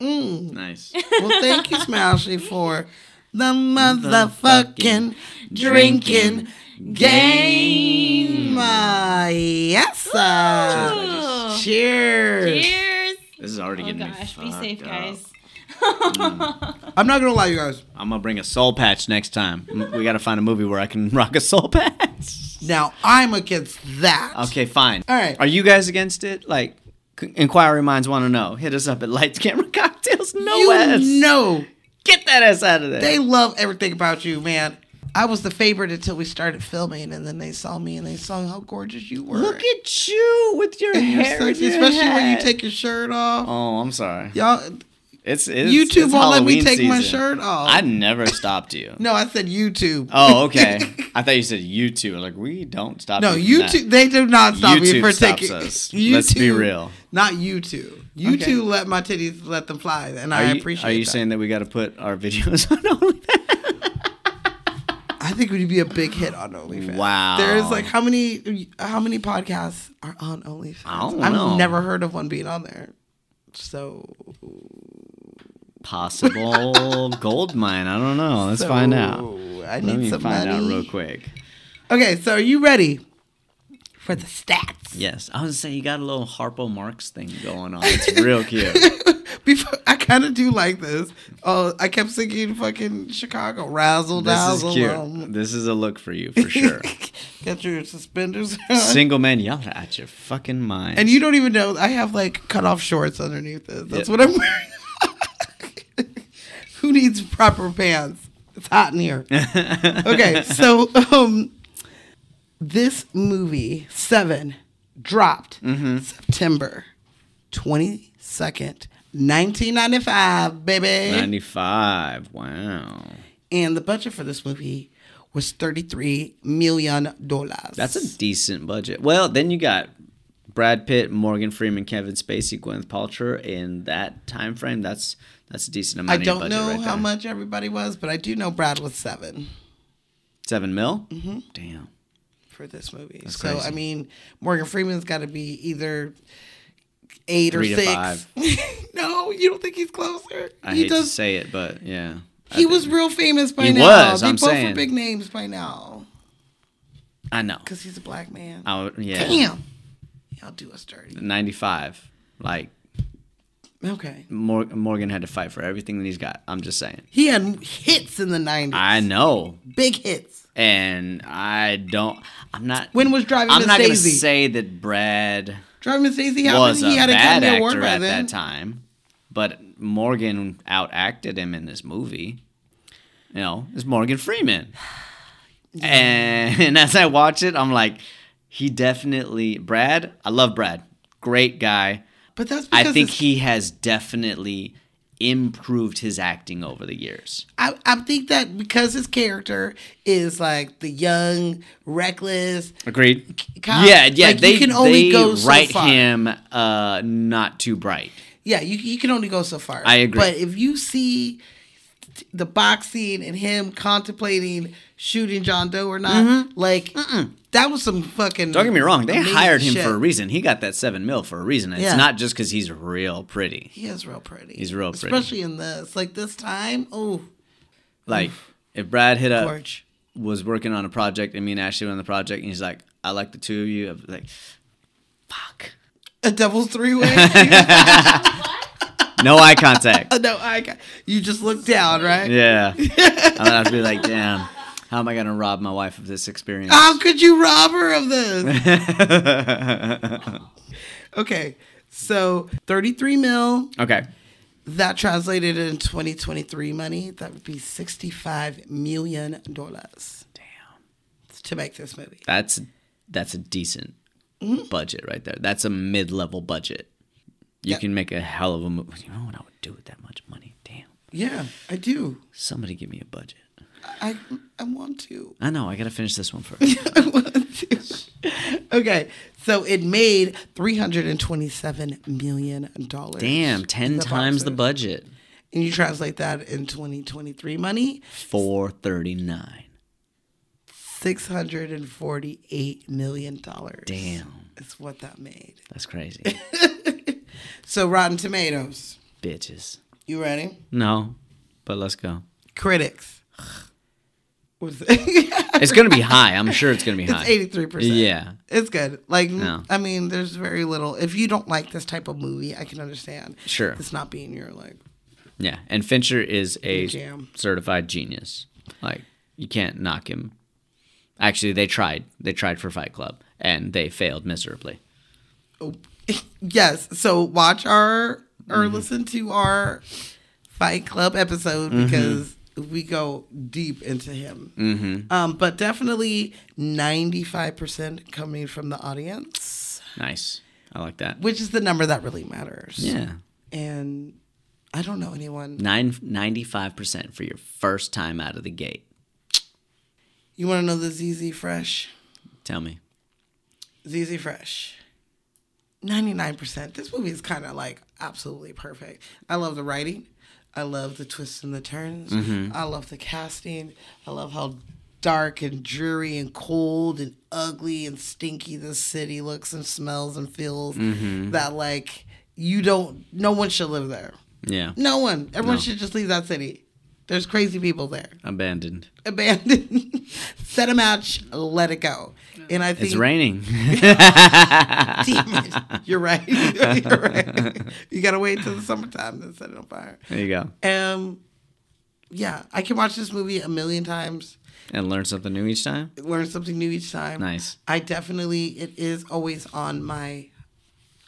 B: Mm.
A: Nice.
B: Well, thank you, Smashy, for the motherfucking drinking game. Uh, yes, sir.
C: Ooh.
B: Cheers.
C: Cheers.
A: This is already
C: Oh
A: getting
C: gosh,
A: me
C: be safe,
A: fucked
C: guys.
A: up.
B: I'm not gonna lie, you guys.
A: I'm gonna bring a soul patch next time. we gotta find a movie where I can [LAUGHS] rock a soul patch.
B: Now I'm against that.
A: Okay, fine.
B: All right.
A: Are you guys against it? Like, c- inquiry minds want to know. Hit us up at Lights Camera Cocktails No
B: you
A: West.
B: know
A: Get that ass out of there.
B: they love everything about you, man. I was the favorite until we started filming, and then they saw me and they saw how gorgeous you were.
A: Look at you with your
B: And you're
A: hair,
B: sexy,
A: and your
B: especially when you
A: hat.
B: take your shirt off.
A: Oh, I'm sorry.
B: Y'all,
A: It's, it's
B: YouTube
A: it's
B: won't let me
A: Halloween
B: take my
A: season.
B: shirt off.
A: I never stopped you.
B: no, I said YouTube.
A: Oh, okay. I thought you said you two. Like we don't stop.
B: [LAUGHS] No,
A: you from that.
B: YouTube. They do not stop me
A: YouTube
B: for
A: stops
B: taking. [LAUGHS]
A: us. Let's be real.
B: Not you two. You
A: Okay.
B: two let my titties let them fly, and
A: Are
B: I
A: you,
B: appreciate.
A: Are you
B: that.
A: saying that we got to put our [LAUGHS] videos on OnlyFans?
B: I think we'd be a big hit on OnlyFans.
A: Wow.
B: There's like how many how many podcasts are on OnlyFans?
A: I don't
B: I've
A: know.
B: never heard of one being on there. So [LAUGHS]
A: Possible gold mine. I don't know. Let's find out.
B: So, I
A: Let
B: need
A: me
B: some
A: find out
B: money.
A: real quick.
B: Okay, so are you ready for the stats?
A: Yes, I was saying you got a little Harpo Marx thing going on. It's real
B: [LAUGHS]
A: cute.
B: Before I kind of do like this. Oh, I kept thinking fucking Chicago razzle
A: this is
B: dazzle.
A: cute.
B: um,
A: This is a look for
B: [LAUGHS]
A: you for sure.
B: Get your suspenders on.
A: Single man, y'all are out your fucking mind.
B: and you don't even know I have like cut off shorts underneath this. That's
A: Yeah.
B: what I'm wearing. [LAUGHS] Who needs proper pants? It's hot in
A: [LAUGHS]
B: here. okay, so um this movie, Seven, dropped
A: Mm-hmm.
B: September 22nd, 1995, baby.
A: ninety five. Wow,
B: And the budget for this movie was 33 million dollars.
A: that's a decent budget. Well, then you got Brad Pitt, Morgan Freeman, Kevin Spacey, Gwyneth Paltrow in that time frame. That's that's a decent
B: I
A: amount. of
B: don't
A: budget
B: know
A: right
B: how
A: there.
B: much everybody was, but I do know Brad was seven.
A: Seven mil. Mm-hmm. Damn.
B: for this movie.
A: That's
B: so
A: crazy.
B: I mean, Morgan Freeman's got to be either eight
A: Three
B: or
A: to
B: six.
A: five.
B: [LAUGHS] no, you don't think he's closer?
A: I
B: he
A: hate
B: does.
A: to say it, but yeah.
B: he
A: I,
B: was real famous by
A: He
B: now.
A: was,
B: They
A: I'm
B: both
A: saying.
B: are big names by now
A: I know.
B: because he's a black man.
A: I, would- Oh, yeah.
B: Damn, y'all do us dirty.
A: 95. Like
B: Okay,
A: Mor- Morgan had to fight for everything that he's got. I'm just saying.
B: he had hits in the nineties.
A: I know.
B: big hits.
A: And I don't I'm not
B: When was Driving
A: I'm
B: Miss
A: not
B: Daisy?
A: gonna say that Brad
B: Driving Miss Daisy. How
A: was
B: many? He
A: a
B: had an
A: bad
B: Academy Award
A: actor
B: by
A: at
B: then.
A: that time, but Morgan outacted him in this movie. You know, it's Morgan
B: [SIGHS]
A: Freeman. And [LAUGHS] as I watch it, I'm like, he definitely Brad. I love Brad. Great guy.
B: But that's because
A: I think
B: it's-
A: he has definitely improved his acting over the years.
B: I, I think that because his character is like the young, reckless,
A: Agreed.
B: cop,
A: Yeah, yeah.
B: like, you
A: they
B: can only
A: they
B: go so
A: write
B: far.
A: him uh, not too bright.
B: yeah, you, you can only go so far.
A: I agree.
B: But if you see the boxing and him contemplating shooting John Doe or not, like that was some fucking.
A: Mm-hmm. Don't get me wrong. They
B: amazing
A: hired him
B: shit.
A: for a reason. He got that seven mil for a reason. It's
B: Yeah.
A: not just because he's real pretty.
B: He is real pretty.
A: He's real pretty.
B: especially in this. Like this time, oh,
A: Like if Brad hit up
B: Gorge.
A: was working on a project and me and Ashley went on the project and he's like, I like the two of you. I'm like, fuck.
B: a devil's three way.
A: [LAUGHS] No eye contact.
B: [LAUGHS] no, I got you. Just look down, right?
A: yeah. And I'd be like, damn, how am I gonna rob my wife of this experience?
B: How could you rob her of [LAUGHS] this? okay, so 33 mil,
A: okay.
B: that translated in 2023 money, that would be 65 million dollars. Damn. To make this movie.
A: That's that's a decent
B: Mm-hmm.
A: budget right there. That's a mid level budget. You
B: Yeah.
A: can make a hell of a movie. You know what I would do with that much money? Damn.
B: Yeah, I do.
A: Somebody give me a budget.
B: I I want to. [LAUGHS]
A: I know. I gotta finish this one first.
B: I want to. Okay, so it made 327 million dollars.
A: Damn, ten times the
B: budget.
A: budget.
B: And you translate that in 2023 money,
A: Four thirty nine.
B: six hundred and forty-eight million dollars.
A: Damn.
B: is what that made.
A: That's crazy.
B: [LAUGHS] So Rotten Tomatoes,
A: Bitches.
B: you ready?
A: No, but let's go.
B: Critics, [SIGHS] was [LAUGHS] it's
A: It's gonna be high. I'm sure it's gonna be high.
B: eighty-three percent.
A: Yeah.
B: it's good. Like,
A: No.
B: I mean, there's very little. If you don't like this type of movie, I can understand.
A: Sure.
B: it's not being your like.
A: Yeah. And Fincher is a
B: Jam.
A: certified genius. Like you can't knock him. Actually, they tried. They tried for Fight Club and they failed miserably.
B: Oh. yes. So watch our or listen to our Fight Club episode because we go deep into him. Um, but definitely ninety five percent coming from the audience,
A: Nice. I like that.
B: which is the number that really matters.
A: Yeah.
B: And I don't know anyone.
A: Nine, 95% for your first time out of the gate.
B: You want to know the ZZ Fresh?
A: Tell me.
B: ZZ Fresh. 99%. This movie is kind of like absolutely perfect. I love the writing. I love the twists and the turns. I love the casting. I love how dark and dreary and cold and ugly and stinky the city looks and smells and feels. That, like, you don't, no one should live there.
A: Yeah.
B: No one. Everyone should just leave that city. There's crazy people there.
A: Abandoned.
B: Abandon. [LAUGHS] Set a match. Let it go. And I think
A: It's
B: [LAUGHS]
A: raining.
B: Damn it. You're right. [LAUGHS] You're right. You gotta wait till the summertime to set it on fire.
A: there you go.
B: Um, yeah, I can watch this movie a million times,
A: And learn something new each time.
B: learn something new each time.
A: Nice.
B: I definitely it is always on my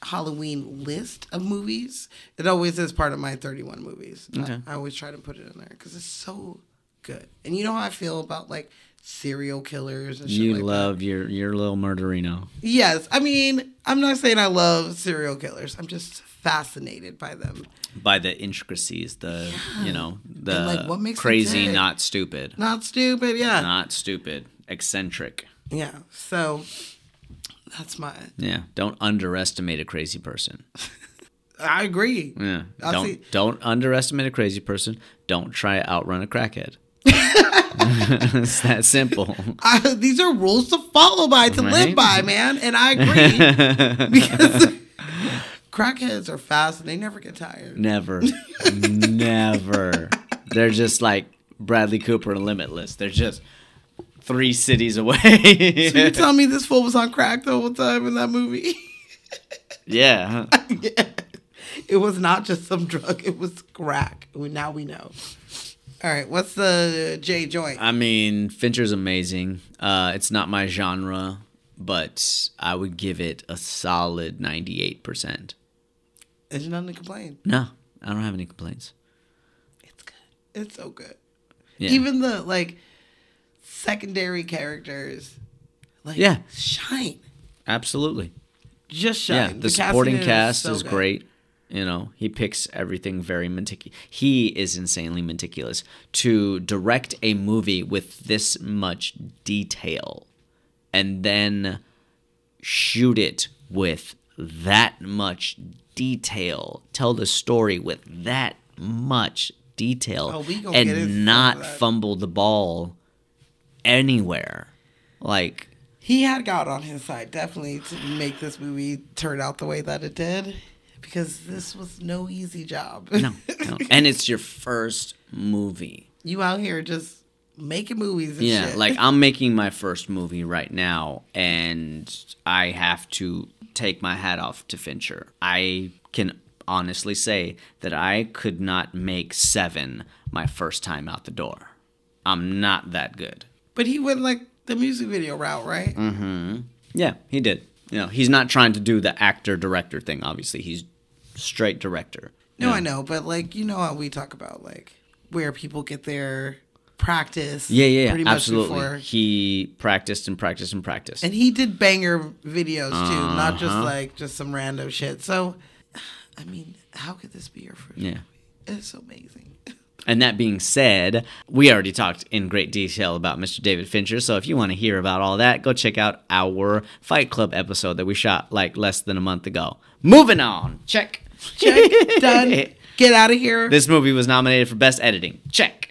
B: Halloween list of movies. It always is part of my 31 movies. I-
A: Okay.
B: I, always try to put it in there because it's so good. And you know how I feel about like serial killers and shit
A: You
B: like that.
A: love your your little murderino.
B: Yes, I mean, I'm not saying I love serial killers. I'm just fascinated by them.
A: By the intricacies, the you know, the
B: And, like, what makes them
A: crazy,
B: tick?
A: not stupid.
B: Not stupid, yeah.
A: Not stupid. Eccentric.
B: Yeah. So that's my
A: Yeah. Don't underestimate a crazy person.
B: I agree.
A: Yeah.
B: I'll
A: don't
B: see- [LAUGHS]
A: don't underestimate a crazy person. Don't try to outrun a crackhead. [LAUGHS] it's that simple. [LAUGHS]
B: I, these are rules to follow by, to live
A: Right?
B: by, man. And
A: [LAUGHS]
B: I agree because crackheads are fast and they never get tired.
A: Never. Never. They're just like Bradley Cooper and Limitless. They're just three cities away. [LAUGHS]
B: So you tell me this fool was on crack the whole time in that movie? [LAUGHS]
A: yeah. huh?
B: It was not just some drug; it was crack. We- Now we know. All right, what's the J joint?
A: I mean, Fincher's amazing. Uh, it's not my genre, but I would give it a solid 98%.
B: There's nothing to complain.
A: No, I don't have any complaints.
B: It's good. It's so good.
A: Yeah.
B: Even the like secondary characters, like
A: Yeah.
B: shine,
A: Absolutely.
B: just
A: Yeah,
B: shine.
A: the,
B: casting
A: supporting cast
B: so
A: is
B: good.
A: great. You know, he picks everything very meticulous. He is insanely meticulous to direct a movie with this much detail and then shoot it with that much detail. Tell the story with that much detail
B: Oh, we gonna get into some of
A: and not
B: that.
A: fumble the ball anywhere. Like
B: He had God on his side, definitely, to make this movie turn out the way that it did, because this was no easy job.
A: no, no. and it's your first movie.
B: [LAUGHS] you out here just making movies. And
A: Yeah,
B: shit.
A: like I'm making my first movie right now, and I have to take my hat off to Fincher. I can honestly say that I could not make seven my first time out the door. I'm not that good.
B: [LAUGHS] But he went like the music video route, right?
A: Mm, Yeah, he did. You know, he's not trying to do the actor director thing, obviously. He's straight director.
B: No, I know, but like you know how we talk about like where people get their practice.
A: Yeah, yeah,
B: pretty
A: yeah
B: much
A: absolutely.
B: before-
A: He practiced and practiced and practiced.
B: And he did banger videos too, not just
A: Uh-huh.
B: like just some random shit. So, I mean, how could this be your first?
A: Yeah.
B: It's amazing. [LAUGHS]
A: And that being said, we already talked in great detail about Mr. David Fincher. So if you want to hear about all that, go check out our Fight Club episode that we shot like less than a month ago. Moving on. Check.
B: Check
A: [LAUGHS]
B: done. Get out of here.
A: This movie was nominated for Best Editing. Check.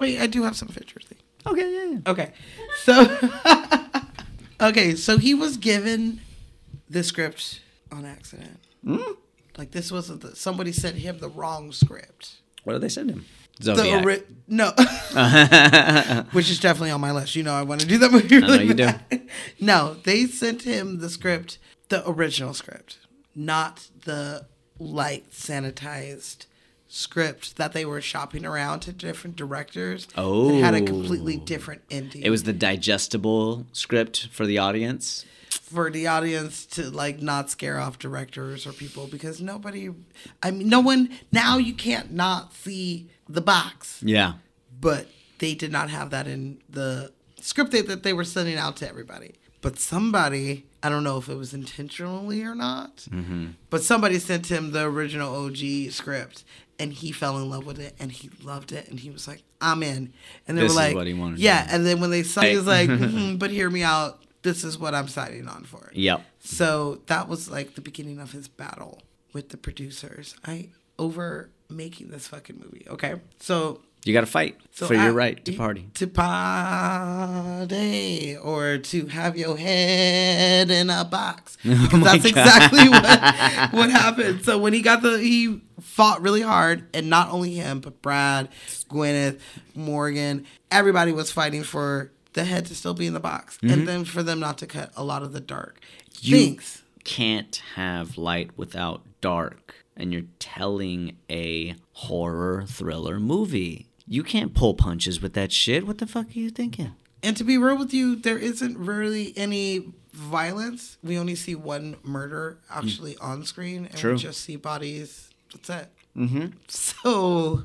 B: Wait, I do have some pictures. Thing.
A: Okay, yeah, yeah.
B: Okay. So [LAUGHS] Okay, so he was given the script on accident.
A: Hmm?
B: Like this wasn't the, somebody sent him the wrong script.
A: What did they send him?
B: The
A: Zodiac.
B: ori- no.
A: [LAUGHS]
B: Which is definitely on my list. You know I want to do that movie.
A: know you do.
B: [LAUGHS] no, they sent him the script, the original script, not the light sanitized script that they were shopping around to different directors. It had a completely
A: Oh.
B: different ending.
A: it was the digestible script for the audience.
B: for the audience to like not scare off directors or people because nobody I mean no one now you can't not see the box
A: Yeah.
B: but they did not have that in the script that, that they were sending out to everybody but somebody I don't know if it was intentionally or not
A: Mm-hmm.
B: but somebody sent him the original OG script and he fell in love with it and he loved it and he was like I'm in and they
A: This
B: were
A: is
B: like
A: what he wanted to
B: yeah
A: do.
B: and then when they signed he was like "Mhm, but hear me out this is what I'm signing on for
A: Yep.
B: so that was like the beginning of his battle with the producers. I over making this fucking movie. Okay. So,
A: You got to fight
B: so
A: for your
B: I-
A: right to party.
B: To party or to have your head in a
A: [LAUGHS]
B: box.
A: Oh
B: Because that's exactly what what happened. So when he got the he fought really hard and not only him, but Brad, Gwyneth, Morgan, everybody was fighting for the head to still be in the box. And then for them not to cut a lot of the dark
A: Mm-hmm. You-
B: things.
A: can't have light without dark and you're telling a horror thriller movie you can't pull punches with that shit what the fuck are you thinking
B: And to be real with you, there isn't really any violence. We only see one murder actually on screen, and
A: Mm. True.
B: we just see bodies. That's it. Mm-hmm. So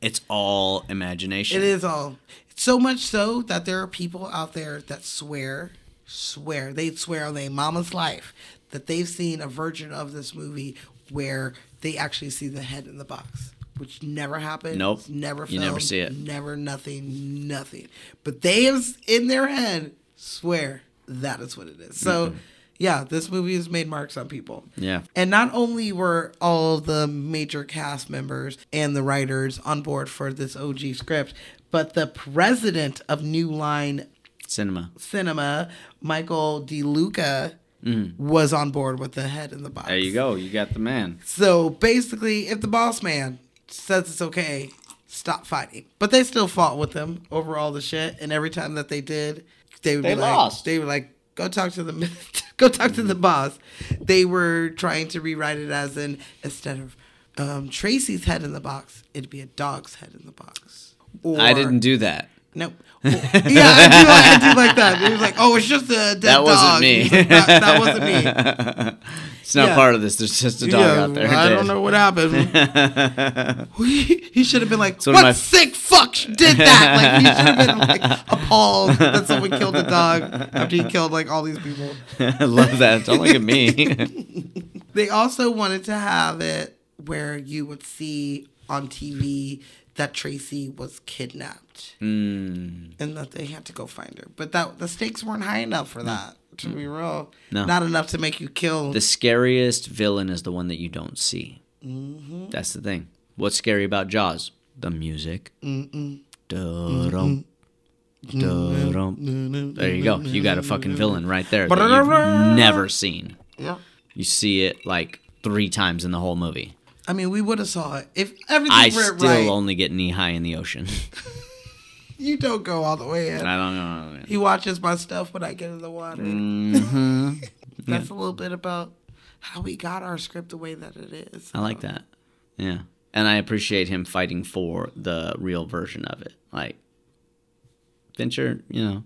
A: it's all imagination
B: it is all. So much so that there are people out there that swear, swear, they swear on their mama's life that they've seen a version of this movie where they actually see the head in the box, which never happened.
A: Nope.
B: It's Never filmed.
A: You never see it.
B: Never nothing, nothing. But they have s- in their head swear that is what it is. So yeah, this movie has made marks on people.
A: Mm-hmm. Yeah.
B: And not only were all the major cast members and the writers on board for this OG script, But the president of New Line
A: Cinema.
B: Cinema, Michael DeLuca,
A: Mm.
B: was on board with the head in the box.
A: There you go. You got the man.
B: So basically, if the boss man says it's okay, stop fighting. But they still fought with him over all the shit, and every time that they did, they would
A: They
B: be
A: lost.
B: like, they were like, go talk to the [LAUGHS] go talk to the boss. They were trying to rewrite it as in instead of um, Tracy's head in the box, it'd be a dog's head in the box. Or,
A: I
B: [LAUGHS]
A: didn't do that.
B: Nope. Or- yeah, I do, like, I do like that. It was like, oh, it's just a dead
A: That wasn't
B: dog.
A: me.
B: He's like, that, that wasn't me.
A: It's not
B: Yeah.
A: part of this. There's just a dog
B: Yeah,
A: out there. [LAUGHS]
B: I don't know what happened.
A: happened.
B: he, he should have been like,
A: So
B: "What
A: my-
B: sick fuck did that?" Like he should have
A: [LAUGHS]
B: been like appalled that someone killed a dog after he killed like all these people.
A: I love that. Don't look at
B: [LAUGHS]
A: me.
B: They also wanted to have it where you would see on TV that Tracy was kidnapped
A: mm,
B: and that they had to go find her, but that the stakes weren't high enough for that. To be real,
A: No.
B: not enough to make you kill.
A: the scariest villain is the one that you don't see.
B: Mm-hmm.
A: That's the thing. What's scary about Jaws? The music. Dum-dum. Dum-dum. There you go. You got a fucking villain right there that you've never seen.
B: Yeah.
A: You see it like three times in the whole movie.
B: I mean, we would have saw it if everything
A: I
B: went
A: still
B: right.
A: only get knee high in the ocean. [LAUGHS]
B: You don't go all the way in.
A: I don't know. man.
B: He watches my stuff when I get in the water. [LAUGHS] That's a little bit about how we got our script the way that it is.
A: I like that. Yeah. And I appreciate him fighting for the real version of it. Like Venture, you know,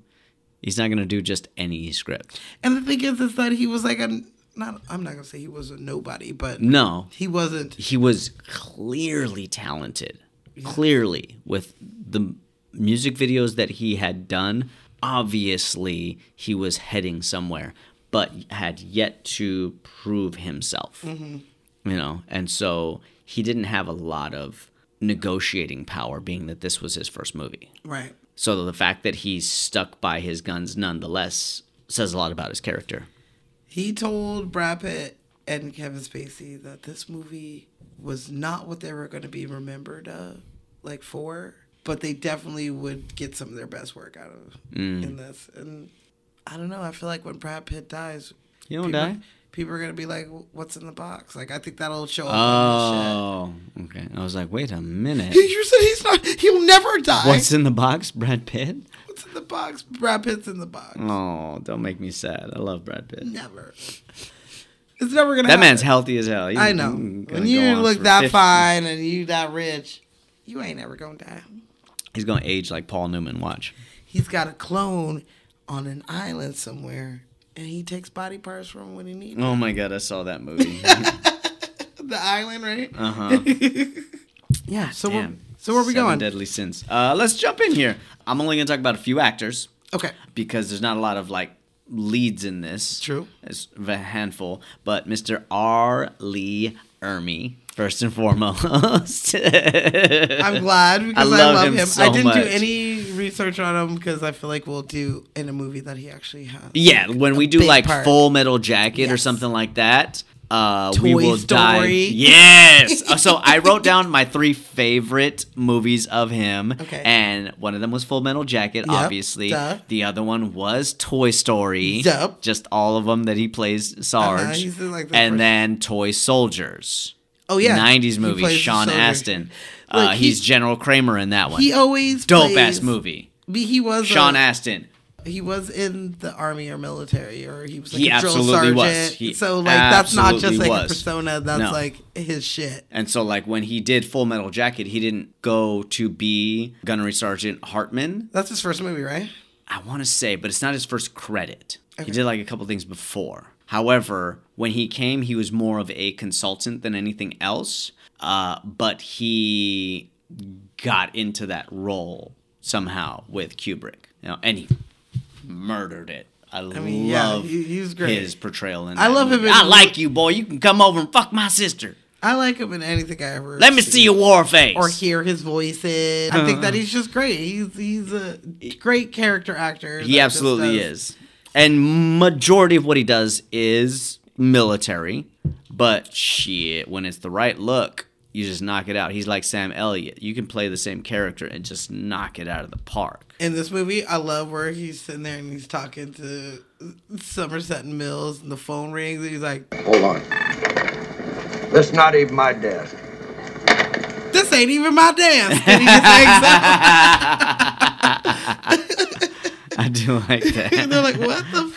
A: he's not gonna do just any script.
B: And the thing is, is that he was like a not. I'm not gonna say he was a nobody, but
A: No.
B: he wasn't.
A: He was clearly talented. Clearly with the music videos that he had done, obviously he was heading somewhere, but had yet to prove himself. you know and so he didn't have a lot of negotiating power being that this was his first movie
B: Right.
A: so the fact that he's stuck by his guns nonetheless says a lot about his character
B: He told Brad Pitt and Kevin Spacey that this movie was not what they were going to be remembered uh, like for, but they definitely would get some of their best work out of
A: Mm.
B: in this. And I don't know. I feel like when Brad Pitt dies,
A: He don't
B: people,
A: die?
B: People are gonna be like, "What's in the box?" Like I think that'll show up. Oh.
A: oh okay i was like wait a
B: [LAUGHS]
A: minute
B: You said he's not. He'll never die.
A: what's in the box brad pitt
B: What's in the box? Brad Pitt's in the box.
A: oh don't make me sad i love brad pitt
B: Never. It's never gonna.
A: that man's
B: happen.
A: healthy as hell He's
B: I know.
A: gonna go
B: When you
A: on
B: look
A: for
B: that
A: 50.
B: fine and you that rich, you ain't ever gonna die.
A: he's gonna age like paul newman watch
B: He's got a clone on an island somewhere, and he takes body parts from when he needs.
A: oh my god i saw that [LAUGHS] movie
B: The island, right?
A: Mm. uh-huh
B: [LAUGHS] Yeah. So we're,
A: Damn.
B: so where are we
A: Seven
B: going?
A: Deadly sins. Uh, let's jump in here. I'm only going to talk about a few actors
B: Okay.
A: because there's not a lot of like leads in this.
B: True.
A: It's a handful. But Mr. R. Lee Ermey, first and foremost. [LAUGHS]
B: I'm glad because [LAUGHS] I love,
A: love him
B: him.
A: so
B: I didn't
A: much.
B: do any research on him because I feel like we'll do in a movie that he actually has.
A: yeah, when we do
B: big
A: like
B: part.
A: Full Metal Jacket or
B: Yes.
A: something like that. Uh, we
B: Toy
A: will die.
B: Story.
A: Yes. Uh, so
B: [LAUGHS]
A: I wrote down my three favorite movies of him.
B: Okay.
A: And one of them was Full Metal Jacket,
B: Yep,
A: obviously.
B: duh.
A: The other one was Toy Story.
B: Yep.
A: Just all of them that he plays Sarge.
B: Uh-huh, he's in, like, the
A: and
B: first-
A: then Toy Soldiers.
B: Oh yeah.
A: 90s
B: He
A: movie.
B: plays the
A: Sean
B: soldier.
A: Astin.
B: Like,
A: uh,
B: he-
A: he's General Kramer in that one.
B: He always
A: Dope
B: plays-
A: ass movie.
B: He he was
A: Sean
B: a-
A: Astin.
B: he was in the army or military or he was like
A: He
B: a drill
A: absolutely
B: sergeant.
A: was. He
B: so like that's not just
A: absolutely
B: like a
A: was.
B: persona. That's
A: No.
B: like his shit.
A: And so, like, when he did Full Metal Jacket, he didn't go to be Gunnery Sergeant Hartman,
B: That's his first movie, right?
A: I want to say, but it's not his first credit. He
B: Okay.
A: did, like, a couple things before. However, when he came, he was more of a consultant than anything else, uh, but he got into that role somehow with Kubrick. You know, and he murdered it. I,
B: mean, yeah,
A: love
B: he- he was great.
A: his portrayal in
B: I
A: that
B: love him
A: movie.
B: in-
A: I like you, boy. You can come over and fuck my sister.
B: I like him in anything I ever.
A: Let me see your Uh-huh. war face.
B: or hear his voice in. I think that he's just great. He's he's a great character actor.
A: He absolutely is. And majority of what he does is military, but shit, when it's the right look, you just knock it out. He's like Sam Elliott. You can play the same character and just knock it out of the park. [LAUGHS]
B: In this movie, I love where he's sitting there and he's talking to Somerset and Mills, and the phone rings. And he's like,
F: Hold on. That's not even my desk.
B: "This ain't even my dance." And he just hangs up. [LAUGHS]
A: I do like that.
B: and they're like, "What the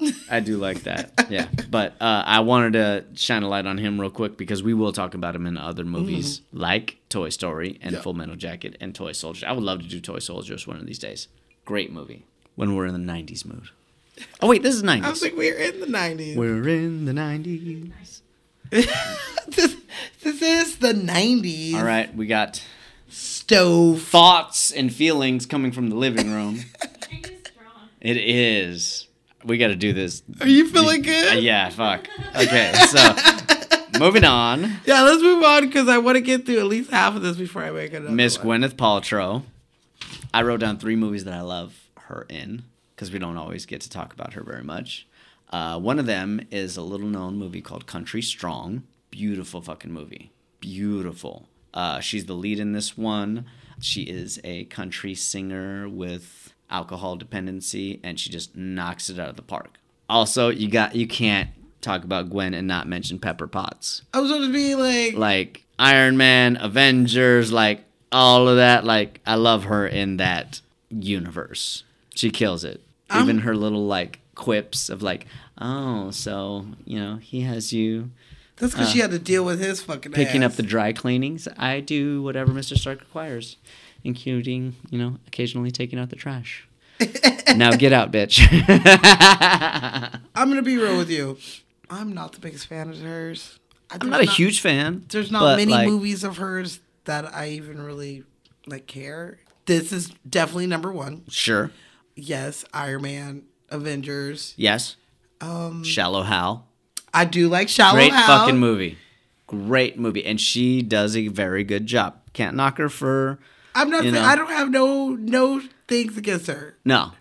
B: fuck?"
A: I do like that. Yeah. But uh, I wanted to shine a light on him real quick because we will talk about him in other movies like Toy Story and
B: Yeah.
A: Full Metal Jacket and Toy Soldier. I would love to do Toy Soldiers one of these days. Great movie. When we're in the 90s mood. Oh, wait, this is 90s.
B: I was like, "We're in the '90s.
A: we're in the 90s.
B: this, this is the '90s."
A: All right, we got
B: Stove.
A: thoughts and feelings coming from the living room. it is. We got to do this.
B: Are you feeling good?
A: [LAUGHS] Yeah, fuck. Okay, so moving on.
B: Yeah, let's move on because I want to get through at least half of this before I wake up.
A: Miss Gwyneth Paltrow. I wrote down three movies that I love her in because we don't always get to talk about her very much. Uh, one of them is a little known movie called Country Strong. Beautiful fucking movie. Beautiful. Uh, she's the lead in this one. She is a country singer with alcohol dependency and she just knocks it out of the park. Also, you got you can't talk about Gwen and not mention Pepper Potts
B: I was going to be like,
A: like Iron Man, Avengers, like all of that. Like I love her in that universe. She kills it.
B: Oh.
A: Even her little like quips of like, oh, so you know he has you
B: that's because she had to deal with his fucking
A: uh, picking
B: ass.
A: up the dry cleanings. I do whatever Mister Stark requires, including you know occasionally taking out the
B: [LAUGHS]
A: trash. now get out, bitch.
B: I'm gonna be real with you. I'm not the biggest fan of hers. I,
A: I'm not a huge fan.
B: There's not
A: but,
B: many
A: like,
B: movies of hers that I even really like care. This is definitely number one.
A: Sure.
B: Yes, Iron Man, Avengers.
A: Yes.
B: Um,
A: Shallow Hal.
B: I do like Shallow
A: Great
B: Hal.
A: fucking movie. Great movie. And she does a very good job. Can't knock her for
B: I'm not.
A: you
B: saying-
A: know.
B: I don't have no no things against her.
A: no.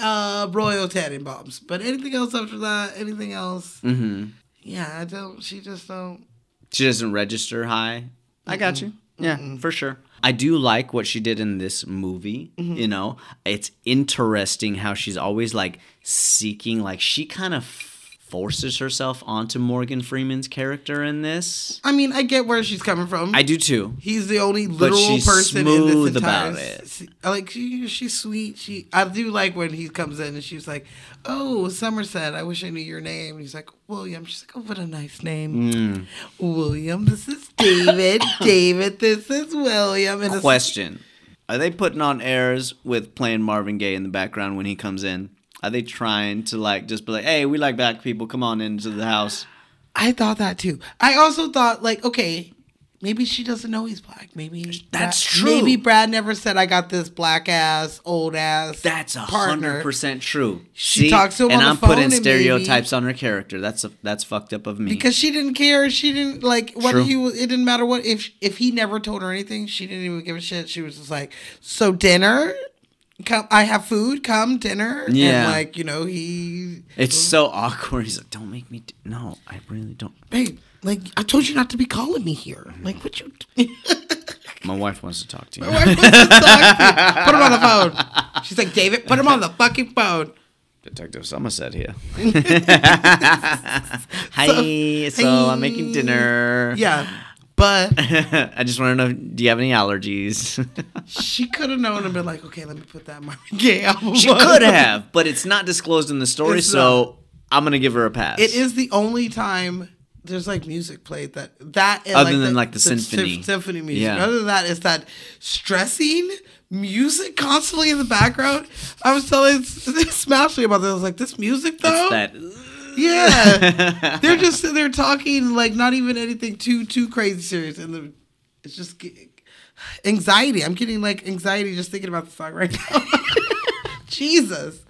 B: Uh, Royal Tannenbaums, but anything else after that, anything else? Mm-hmm. Yeah, I don't. She just don't.
A: She doesn't register high. I got you. Yeah, for sure. I do like what she did in this movie. You know, it's interesting how she's always like seeking, like, she kind of forces herself onto Morgan Freeman's character in this.
B: I mean, I get where she's coming from.
A: I do too.
B: He's the only literal
A: she's
B: person in this
A: smooth
B: entire.
A: about
B: s-
A: it.
B: s- Like she, she's sweet. She, I do like when he comes in and she's like, "Oh, Somerset, I wish I knew your name." And he's like, "William." She's like, "Oh, what a nice name,
A: Mm.
B: William." This is
A: [COUGHS]
B: David. David, this is William. And it's-
A: Question Are they putting on airs with playing Marvin Gaye in the background when he comes in? Are they trying to like just be like, hey, we like black people, come on into the house?
B: I thought that too. I also thought like, okay, maybe she doesn't know he's black. Maybe
A: That's
B: Brad-
A: true.
B: Maybe Brad never said, "I got this black ass, old ass."
A: That's a hundred percent true.
B: She talks to him
A: and
B: on the
A: I'm
B: phone
A: putting
B: and
A: stereotypes on her character. That's a, that's fucked up of me.
B: because she didn't care. She didn't like what
A: True.
B: he was. It didn't matter what if if he never told her anything. She didn't even give a shit. She was just like, so dinner. Come, I have food. Come dinner.
A: Yeah.
B: and like you know he.
A: it's so awkward. He's like, "Don't make me. Do- no, I really don't."
B: Babe, like I told you not to be calling me here. Like what you. Put
A: My wife wants to talk to you.
B: him on the phone. She's like David. Put him on the fucking phone.
A: [LAUGHS] Detective Somerset here. [LAUGHS] hi. So, I'm making dinner.
B: Yeah, but
A: [LAUGHS] I just want to know. Do you have any allergies? [LAUGHS]
B: she could have known and been like, okay, let me put that Marvin [LAUGHS] Gaye album.
A: she
B: on.
A: could have, but it's not disclosed in the story,
B: It's
A: so I'm gonna give her a pass.
B: It is the only time there's like music played that that and,
A: Other than, like, the
B: sym-
A: symphony.
B: symphony music.
A: Yeah.
B: Other than that, it's that stressing music constantly in the background. I was telling [LAUGHS] Smashley about this. I was like, this music though,
A: that. [LAUGHS]
B: [LAUGHS] yeah, they're just sitting there talking like not even anything too too crazy serious, and the, it's just ge- anxiety. I'm getting like anxiety just thinking about the song right now. [LAUGHS] Jesus,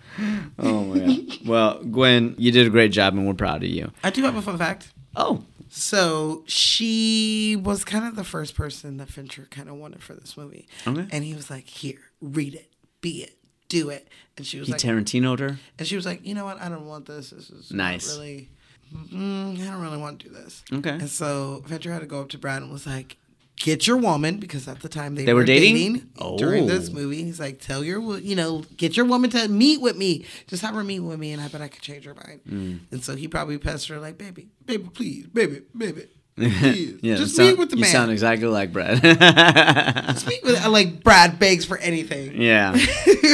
A: Oh my god. Well, Gwen, you did a great job, and we're proud of you.
B: I do have a fun fact.
A: Oh,
B: So she was kind of the first person that Fincher kind of wanted for this movie.
A: Okay.
B: And he was like, "Here, read it, be it, do it." And she was
A: he
B: like,
A: Tarantino'd her.
B: "And she was like, you know what? I don't want this. This is not
A: Nice.
B: really." mm, I don't really want to do this.
A: Okay.
B: And so Venture had to go up to Brad and was like, get your woman because at the time they,
A: They were dating?
B: during this
A: Oh.
B: movie. He's like, tell your, wo- you know, get your woman to meet with me. Just have her meet with me, and I bet I could change her mind.
A: Mm.
B: And so he probably pestered her like, baby, baby, please, baby, baby. Please,
A: [LAUGHS] Yeah,
B: just
A: you sound-
B: meet with the
A: you
B: man.
A: sound exactly like Brad. [LAUGHS]
B: Speak with [LAUGHS] like Brad begs for anything,
A: yeah,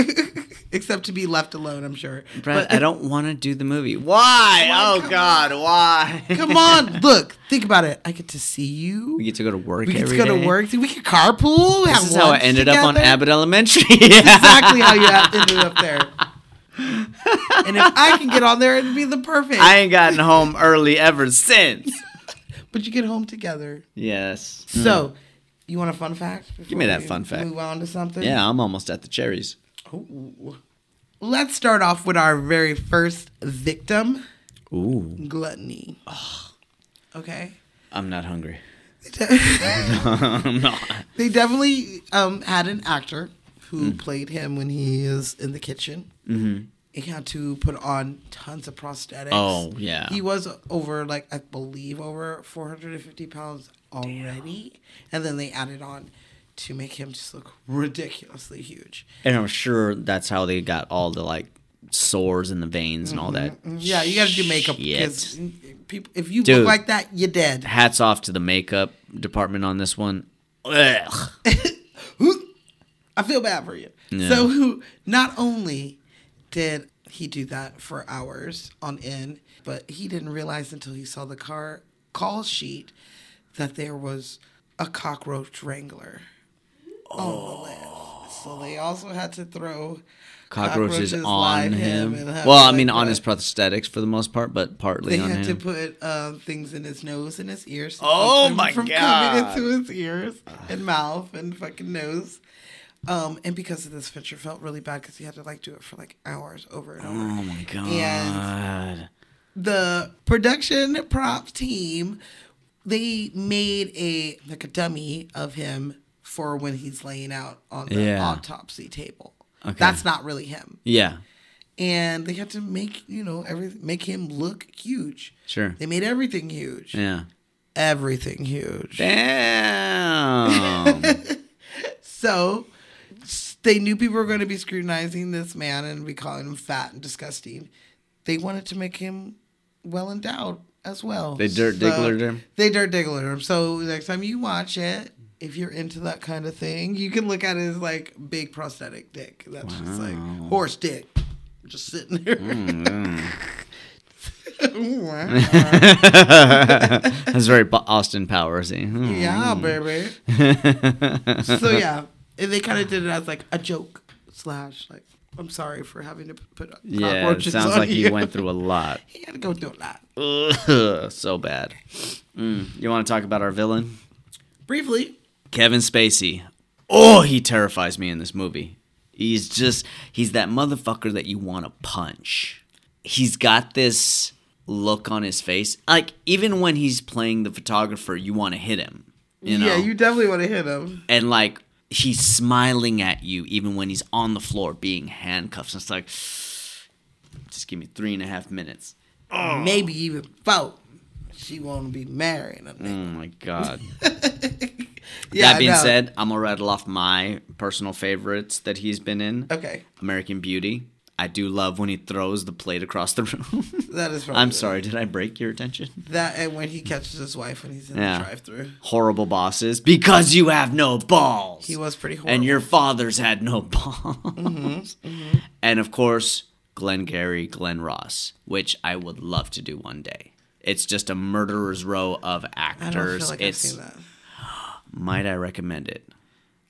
B: [LAUGHS] except to be left alone. I'm sure.
A: [LAUGHS] Brad,
B: But-
A: I don't want to do the movie. Why?
B: Why,
A: oh
B: come
A: God, why? [LAUGHS]
B: Come on, look, think about it. I get to see you.
A: We get to go to work.
B: We get to
A: every
B: go
A: day.
B: to work. We could carpool. have
A: This is how I
B: lunch
A: ended up on
B: together.
A: Abbott Elementary. [LAUGHS] Yeah.
B: [LAUGHS] Exactly how you have ended up there. and if I can get on there, it'd be the perfect.
A: I ain't gotten home early ever
B: [LAUGHS]
A: since.
B: but you get home together.
A: Yes.
B: So, you want a fun fact?
A: Mm. Give me
B: before
A: that
B: we
A: fun fact.
B: Move on to something.
A: Yeah, I'm almost at the cherries.
B: Ooh. Let's start off with our very first victim,
A: Ooh.
B: gluttony. Okay.
A: I'm not hungry. I'm not.
B: They definitely um, had an actor who
A: Mm.
B: played him when he is in the kitchen. Mm-hmm. He had to put on tons of prosthetics.
A: Oh, yeah.
B: He was over, like, I believe, over 450 pounds already. And then they added on to make him just look ridiculously huge.
A: And I'm sure that's how they got all the like sores and the veins and all that.
B: Mm-hmm. Yeah, you got to do makeup because
A: Shit.
B: people, if you
A: Dude.
B: look like that, you're dead.
A: Hats off to the makeup department on this one. Ugh.
B: I feel bad for you.
A: Yeah.
B: So [LAUGHS] not only did he do that for hours on end, but he didn't realize until he saw the car call sheet that there was a cockroach wrangler
A: Oh.
B: on the list. So they also had to throw
A: Cockroaches,
B: Cockroaches
A: on
B: live him
A: him.
B: and have
A: well, I
B: like
A: mean, on
B: that.
A: his prosthetics for the most part, but partly
B: they
A: on
B: had
A: him.
B: to put uh, things in his nose and his ears. to stop
A: Oh
B: him
A: my
B: from
A: God. Ah.
B: coming into his ears and mouth and fucking nose. Um, and because of this, Fincher felt really bad because he had to like do it for like hours over and over.
A: oh my god.
B: And- The production props team they made a like a dummy of him for when he's laying out on the
A: Yeah.
B: autopsy table.
A: Okay.
B: That's not really him,
A: yeah.
B: and they had to make you know every make him look huge.
A: Sure.
B: They made everything huge.
A: Yeah.
B: everything huge. [LAUGHS]
A: Damn.
B: So s- they knew people were going to be scrutinizing this man and be calling him fat and disgusting. They wanted to make him well endowed as well.
A: They dirt digglered him?
B: They dirt digglered him. So next time you watch it, if you're into that kind of thing, you can look at it as like big prosthetic dick. That's just like horse dick. Just sitting there.
A: Mm,
B: [LAUGHS]
A: That's very Bo- Austin Powersy. Hmm.
B: Yeah, baby.
A: Mm. [LAUGHS]
B: so yeah, and they kind of did it as like a joke slash like I'm sorry for having to put
A: Yeah, it
B: cockroaches
A: sounds
B: on
A: like he
B: you.
A: went through a lot.
B: [LAUGHS] He had to go through a lot.
A: Ugh, [LAUGHS] so bad. Mm, you want to talk about our villain?
B: Briefly,
A: Kevin Spacey. Oh, he terrifies me in this movie. He's just, he's that motherfucker that you want to punch. He's got this look on his face. Like, even when he's playing the photographer, you want to hit him. You know?
B: yeah, you definitely want to hit him.
A: and like he's smiling at you even when he's on the floor being handcuffed. And it's like, just give me three and a half minutes.
B: Maybe even vote. She want to be married. I think.
A: Oh my god.
B: Yeah,
A: that being
B: no.
A: said, I'm gonna rattle off my personal favorites that he's been in.
B: okay,
A: American Beauty. I do love when he throws the plate across the room. [LAUGHS]
B: that is.
A: I'm
B: probably-
A: sorry, did I break your attention?
B: That and when he catches his wife when he's in
A: Yeah.
B: the drive-through,
A: Horrible bosses because you have no balls.
B: he was pretty horrible. Mm-hmm,
A: and your fathers had no [LAUGHS] balls. And of course, Glenn Gary, Glenn Ross, which I would love to do one day. It's just a murderer's row of
B: I don't feel
A: actors.
B: like
A: it's
B: I've seen that.
A: might I recommend it?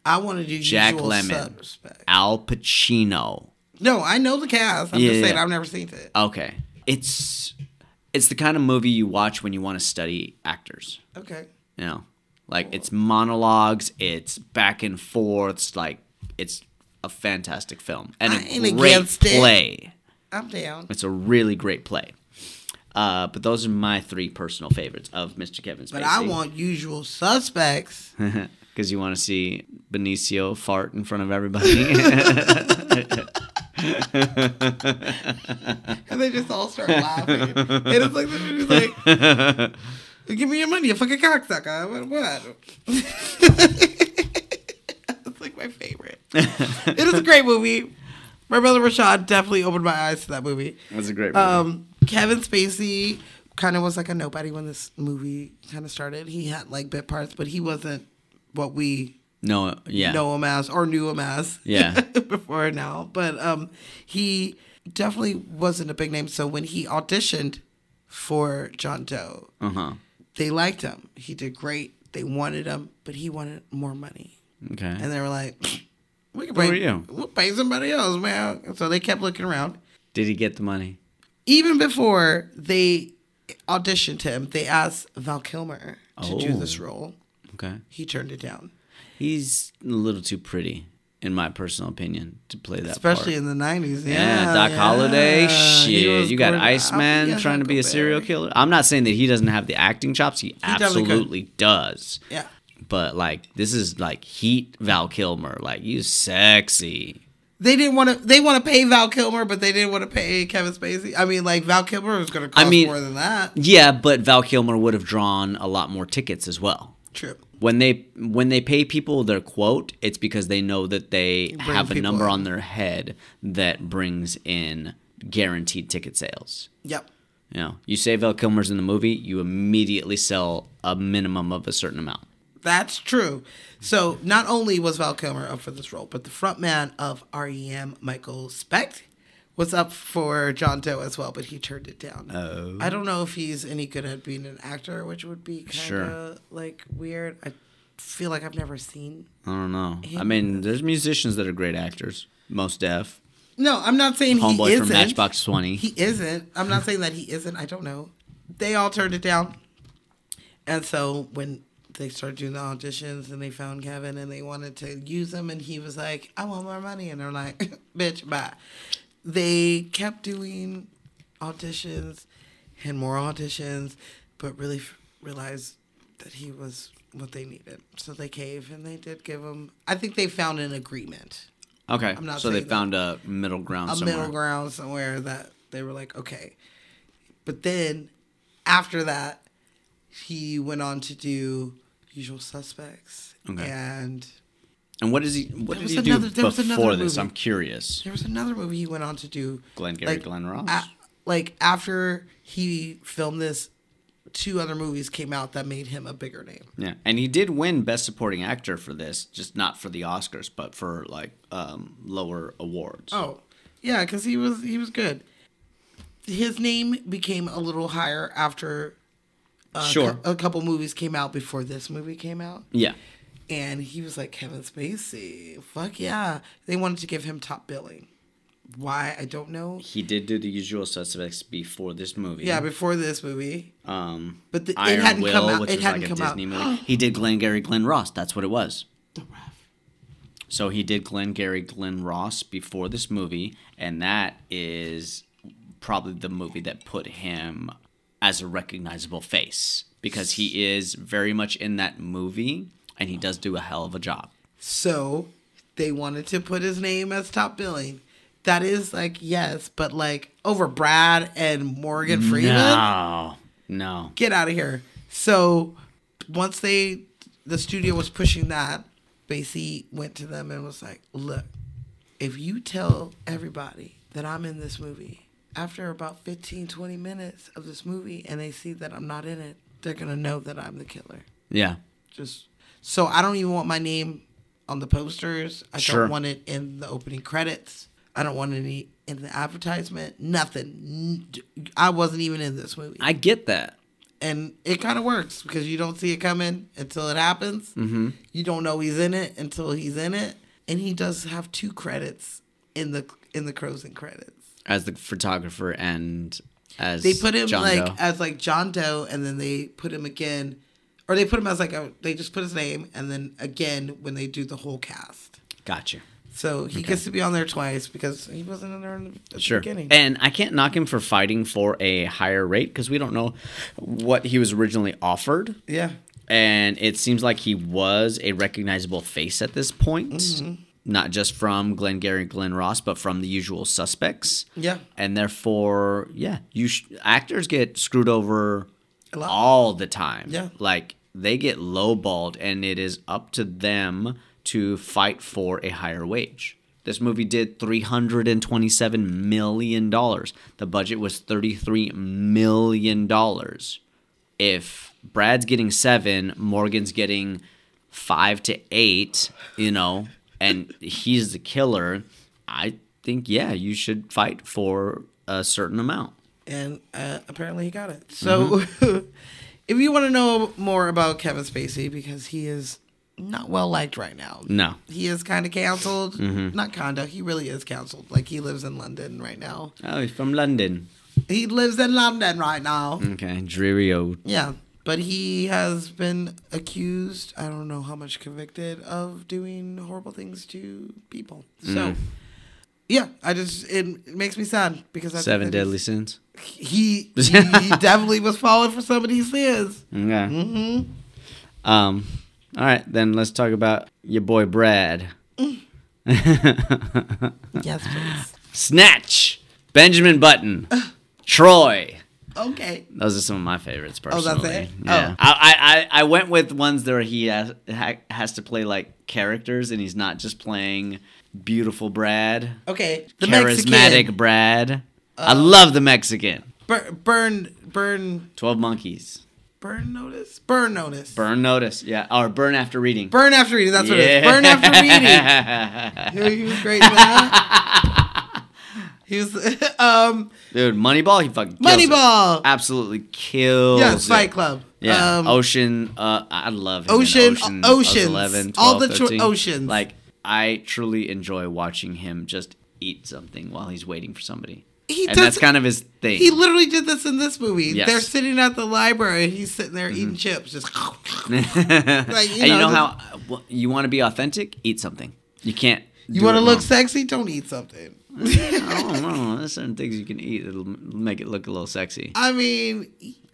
B: I want to do
A: Jack
B: usual
A: Lemmon,
B: suspect.
A: Al Pacino.
B: No, I know the cast. I'm
A: Yeah,
B: just
A: yeah,
B: saying
A: yeah.
B: I've never seen it.
A: Okay, it's it's the kind of movie you watch when you want to study actors.
B: Okay.
A: You know, like it's monologues, it's back and forths. Like it's a fantastic film and
B: I
A: a
B: ain't
A: great
B: against it.
A: play.
B: I'm down.
A: It's a really great play. Uh, but those are my three personal favorites of Mr. Kevin Spacey.
B: But I want usual suspects.
A: because you want to see Benicio fart [LAUGHS]
B: [LAUGHS]
A: in front of everybody.
B: And they just all start laughing. and it's like, the dude's like, give me your money, you fucking cocksucker. What? what? it's like my favorite. it is a great movie. My brother Rashad definitely opened my eyes to that movie.
K: That's a great movie.
B: Um, Kevin Spacey kind of was like a nobody when this movie kind of started. He had like bit parts, but he wasn't what we
A: No, yeah.
B: know him as or knew him as [LAUGHS]
A: Yeah.
B: before now. But um, he definitely wasn't a big name. So when he auditioned for John Doe,
A: Uh huh.
B: they liked him. He did great. They wanted him, but he wanted more money.
A: Okay.
B: And they were like, we can
A: Who
B: pay,
A: are you?
B: We'll pay somebody else, man. And so they kept looking around.
A: Did he get the money?
B: Even before they auditioned him, they asked Val Kilmer to do
A: Oh.
B: this role.
A: Okay.
B: He turned it down,
A: He's a little too pretty, in my personal opinion, to play that
B: especially
A: part.
B: in the 90s.
A: yeah, Doc
B: yeah.
A: Holliday.
B: He
A: Shit,
B: was
A: you got
B: going-
A: Iceman
B: Yeah,
A: trying to be a serial
B: Huckleberry.
A: killer. I'm not saying that he doesn't have the acting chops. He,
B: definitely could.
A: absolutely does.
B: Yeah.
A: But like, this is like heat Val Kilmer. Like, you sexy.
B: They didn't want to. They want to pay Val Kilmer, but they didn't want to pay Kevin Spacey. I mean, like Val Kilmer was going to cost
A: mean-
B: more than that.
A: Yeah, but Val Kilmer would have drawn a lot more tickets as well.
B: True.
A: When they when they pay people their quote, it's because they know that they have a
B: people
A: number
B: in.
A: on their head that brings in guaranteed ticket sales.
B: Yep.
A: You know, you say Val Kilmer's in the movie, you immediately sell a minimum of a certain amount.
B: That's true. So not only was Val Kilmer up for this role, but the frontman of REM, Michael Specht, was up for John Doe as well, but he turned it down. Oh. I don't know if he's any good at being an actor, which would be kind of
A: Sure.
B: like weird. I feel like I've never seen.
A: I don't know. I mean, there's musicians that are great actors. Most Def,
B: No, I'm not saying he
A: Homeboy
B: isn't.
A: from Matchbox Twenty.
B: He isn't. I'm not saying that he isn't. I don't know. They all turned it down. And so when they started doing the auditions and they found Kevin and they wanted to use him and he was like, I want more money. And they're like, [LAUGHS] bitch, bye. They kept doing auditions and more auditions, but really f- realized that he was what they needed. So they cave and they did give him, I think they found an agreement
A: okay,
B: I'm not
A: so they
B: saying that.
A: found a middle ground
B: a
A: somewhere.
B: middle ground somewhere that they were like, okay. But then after that, he went on to do Usual Suspects.
A: Okay.
B: And
A: And what does he? What
B: There
A: did he
B: was
A: do
B: another- there was another
A: before this?
B: movie.
A: I'm curious.
B: there was another movie he went on to do.
A: Glengarry Glen Ross?
B: like after he filmed this, two other movies came out that made him a bigger name.
A: Yeah, and he did win Best Supporting Actor for this, just not for the Oscars, but for like um, lower awards.
B: Oh, yeah, because he was he was good. His name became a little higher after a, cou-
A: Sure.
B: a couple movies came out before this movie came out.
A: yeah,
B: And he was like, Kevin Spacey, fuck yeah. They wanted to give him top billing. Why? I don't know.
A: he did do The Usual Suspects before this movie.
B: Yeah, before this movie.
A: Hmm. um,
B: But the, it
A: Iron
B: hadn't
A: Will,
B: come out.
A: which
B: It
A: was
B: hadn't
A: like a
B: come out.
A: Disney movie. He did Glengarry Glen Ross. That's what it was.
B: The ref.
A: So he did Glengarry Glen Ross before this movie, and that is probably the movie that put him as a recognizable face because he is very much in that movie, and he does do a hell of a job.
B: [GASPS] So they wanted to put his name as top billing. That is like, yes, but like over Brad and Morgan Freeman?
A: No, no.
B: get out of here. So once they, the studio was pushing that, Basie went to them and was like, look, if you tell everybody that I'm in this movie, after about 15, 20 minutes of this movie and they see that I'm not in it, they're going to know that I'm the killer.
A: Yeah.
B: Just so I don't even want my name on the posters. I
A: Sure.
B: don't want it in the opening credits. I don't want any in the advertisement. Nothing. N- I wasn't even in this movie
A: I get that.
B: and it kind of works because you don't see it coming until it happens. Mm-hmm. You don't know he's in it until he's in it, and he does have two credits in the in the closing credits.
A: As the photographer and as
B: They put him
A: John
B: like
A: Doe.
B: as like John Doe, and then they put him again, or they put him as like a they just put his name, and then again when they do the whole cast.
A: gotcha.
B: So he gets to be on there twice because he wasn't in there in the, at
A: Sure.
B: the beginning.
A: And I can't knock him for fighting for a higher rate because we don't know what he was originally offered.
B: yeah. Mm-hmm.
A: And it seems like he was a recognizable face at this point. not just from Glengarry and Glenn Ross, but from the usual suspects.
B: Yeah.
A: And therefore, yeah, you sh- actors get screwed over
B: A lot.
A: all the time.
B: Yeah.
A: Like they get lowballed, and it is up to them to fight for a higher wage. This movie did $327 million. The budget was $33 million. If Brad's getting seven, Morgan's getting five to eight, you know, and he's the killer, I think, yeah, you should fight for a certain amount.
B: and uh, apparently he got it. So,
A: Mm-hmm.
B: [LAUGHS] if you want to know more about Kevin Spacey, because he is not well liked right now,
A: No. Mm-hmm.
B: he is kind of canceled. Not kinda, he really is canceled. Like he lives in London right now.
A: Oh, he's from London.
B: He lives in London right now.
A: Okay, dreary old.
B: Yeah, but he has been accused. I don't know how much convicted of doing horrible things to people.
A: Mm.
B: So. Yeah, I just it, it makes me sad because I think
A: Seven
B: that he's-
A: deadly sins. [LAUGHS]
B: He, he he definitely was falling for somebody's sins.
A: Okay. Mm-hmm. Um, all right, then let's talk about your boy Brad.
B: Yes, please.
A: Snatch! Benjamin Button.
B: Uh.
A: Troy.
B: Okay.
A: Those are some of my favorites
B: Oh,
A: personally.
B: that's it?
A: Yeah.
B: Oh.
A: I, I, I I went with ones where he has, ha, has to play like characters and he's not just playing beautiful Brad,
B: Okay.
A: charismatic
B: Mexican. Uh.
A: Brad. I love the Mexican.
B: Bur- burn, burn,
A: 12 Monkeys.
B: burn notice? Burn notice.
A: Burn Notice. Yeah. Or Burn After Reading.
B: Burn after reading. That's what it is.
A: Yeah.
B: Burn after reading.
A: [LAUGHS]
B: He was great for that. He was, [LAUGHS] um,
A: Dude, Moneyball, he fucking kills it.
B: Moneyball.
A: Absolutely kills.
B: Yes,
A: it.
B: Fight Club.
A: Yeah,
B: Um,
A: Ocean. Uh, I love him in
B: Ocean,
A: Ocean.
B: o-
A: I was
B: Oceans,
A: 11,
B: all
A: 12,
B: the cho-
A: 13.
B: Oceans.
A: Like I truly enjoy watching him just eat something while he's waiting for somebody.
B: He
A: and
B: does-
A: that's kind of his thing. [LAUGHS]
B: He literally did this in this movie.
A: Yes. Mm-hmm.
B: They're sitting at the library and he's sitting there eating
A: [LAUGHS]
B: chips. Just
A: and you know
B: know,
A: how well, you want to be authentic? Eat something. You can't.
B: you
A: do
B: want
A: it
B: to look [LAUGHS]
A: wrong.
B: sexy? Don't eat something.
A: I don't know. There's certain things you can eat that'll m- make it look a little sexy.
B: I mean,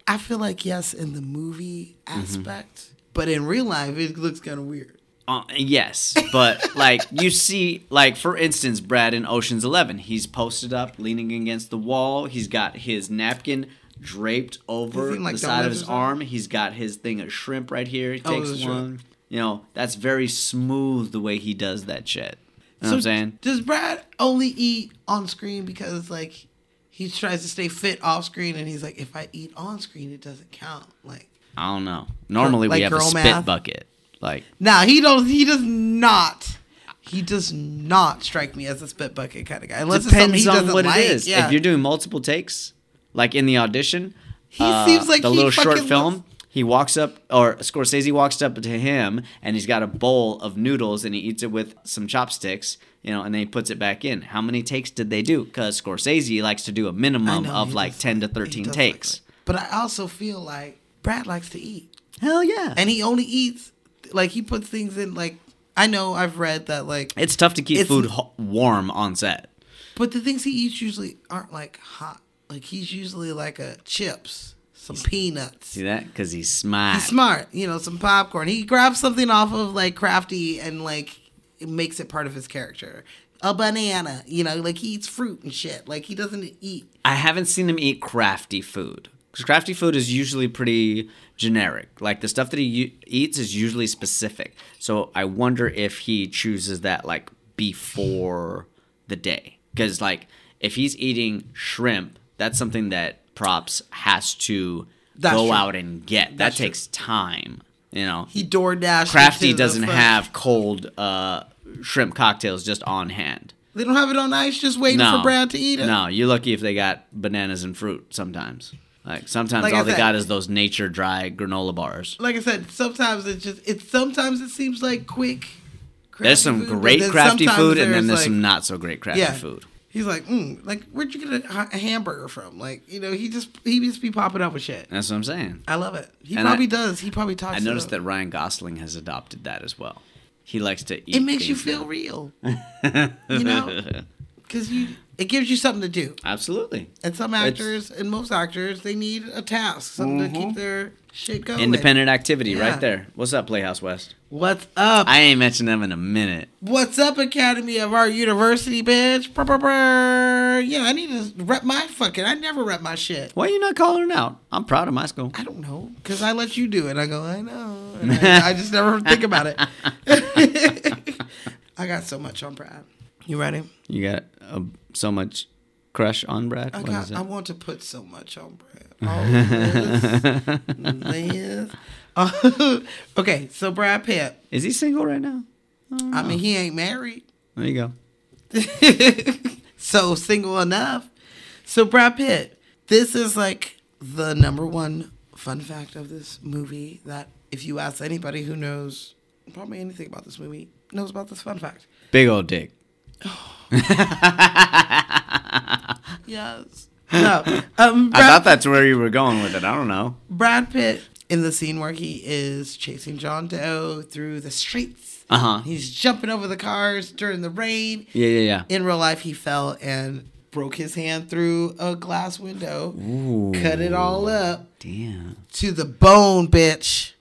B: I feel like yes in the movie
A: Mm-hmm.
B: aspect, but in real life it looks kind of weird.
A: Uh, yes, but like you see, like for instance, Brad in Ocean's Eleven, he's posted up, leaning against the wall. He's got his napkin draped over
B: Is he, like,
A: the side of
B: donuts or
A: his
B: something?
A: arm. He's got his thing of shrimp right here. He
B: Oh,
A: takes
B: that's
A: one.
B: right.
A: You know, that's very smooth the way he does that shit. You know what I'm saying?
B: Does Brad only eat on screen because like he tries to stay fit off screen, and he's like, if I eat on screen, it doesn't count. Like,
A: I don't know. Normally
B: like
A: we have a
B: girl
A: spit
B: math?
A: bucket. Like
B: nah, he don't. He does not. He does not strike me as a spit bucket kind of guy. Unless it's
A: depends
B: something he
A: on
B: doesn't
A: what
B: like.
A: it is.
B: Yeah.
A: If you're doing multiple takes, like in the audition,
B: He seems like
A: Uh, the
B: he
A: little short
B: fucking
A: film.
B: looks-
A: He walks up, or Scorsese walks up to him, and he's got a bowl of noodles, and he eats it with some chopsticks, you know, and then he puts it back in. How many takes did they do? Because Scorsese likes to do a
B: I
A: minimum
B: know,
A: um, of
B: he
A: like
B: does-
A: ten to
B: he
A: thirteen
B: does like
A: takes.
B: that. but I also feel like Brad likes to eat.
A: Hell yeah!
B: and he only eats like he puts things in like I know I've read that like
A: it's tough to keep
B: It's-
A: food ho- warm on set.
B: but the things he eats usually aren't like hot. Like he's usually like a chips, some peanuts.
A: See that? Because he's smart.
B: He's smart, you know, some popcorn. He grabs something off of like crafty and like it makes it part of his character. A banana, you know, like he eats fruit and shit. Like he doesn't eat.
A: I haven't seen him eat crafty food. 'Cause crafty food is usually pretty generic. Like the stuff that he u- eats is usually specific. So I wonder if he chooses that like before the day. Because like if he's eating shrimp, that's something that props has to
B: That's
A: go
B: true.
A: out and get.
B: That's
A: that
B: true.
A: takes time. You know,
B: He door dash.
A: crafty doesn't have cold uh, shrimp cocktails just on hand.
B: They don't have it on ice, just waiting for Brad to eat it.
A: No, you're lucky if they got bananas and fruit sometimes. Like sometimes
B: Like
A: all
B: I
A: they
B: said-
A: got is those nature dry granola bars.
B: like I said, sometimes it just it sometimes it seems like quick. Crafty
A: There's some
B: food, but
A: great
B: then
A: crafty
B: sometimes
A: food, and then there's
B: like-
A: some not so great crafty
B: yeah.
A: food.
B: He's like, mm, like where'd you get a, ha- a hamburger from? Like you know, he just he just be popping up with shit.
A: That's what I'm saying.
B: I love it. He
A: And
B: probably
A: I-
B: does. He probably talks.
A: I
B: it
A: noticed
B: up.
A: that Ryan Gosling has adopted that as well. He likes to eat.
B: it makes you
A: things
B: feel
A: that-
B: real. you know, because you it gives you something to do.
A: [LAUGHS] Absolutely.
B: And some
A: It's-
B: actors and most actors they need a task, something to keep their shit going.
A: Mm-hmm. Independent activity
B: Yeah.
A: right there. What's up, Playhouse West?
B: What's up?
A: I ain't mentioned them in a minute.
B: What's up, Academy of Art University, bitch? Brr, brr, brr. Yeah, I need to rep my fucking. I never rep my shit.
A: Why are you not calling it out? I'm proud of my school.
B: I don't know because I let you do it. I go, I know. And I, I
A: [LAUGHS]
B: just never think about it. [LAUGHS] I got so much on Brad. You ready?
A: You got uh, so much crush on Brad.
B: I
A: What
B: got.
A: is it?
B: I want to put so much on Brad. Oh,
A: [LAUGHS]
B: this, this. [LAUGHS] okay, so Brad Pitt.
A: Is he single right now?
B: I mean, he ain't married.
A: There you go.
B: [LAUGHS] so single enough. So Brad Pitt, this is like the number one fun fact of this movie that if you ask anybody who knows probably anything about this movie knows about this fun fact.
A: Big old dick.
B: Yes. No. Um,
A: I thought
B: Brad,
A: that's where you were going with it. I don't know.
B: Brad Pitt in the scene where he is chasing John Doe through the streets.
A: Uh huh.
B: He's jumping over the cars during the rain.
A: Yeah, yeah, yeah.
B: in real life he fell and broke his hand through a glass window cut it all up
A: Damn.
B: to the bone bitch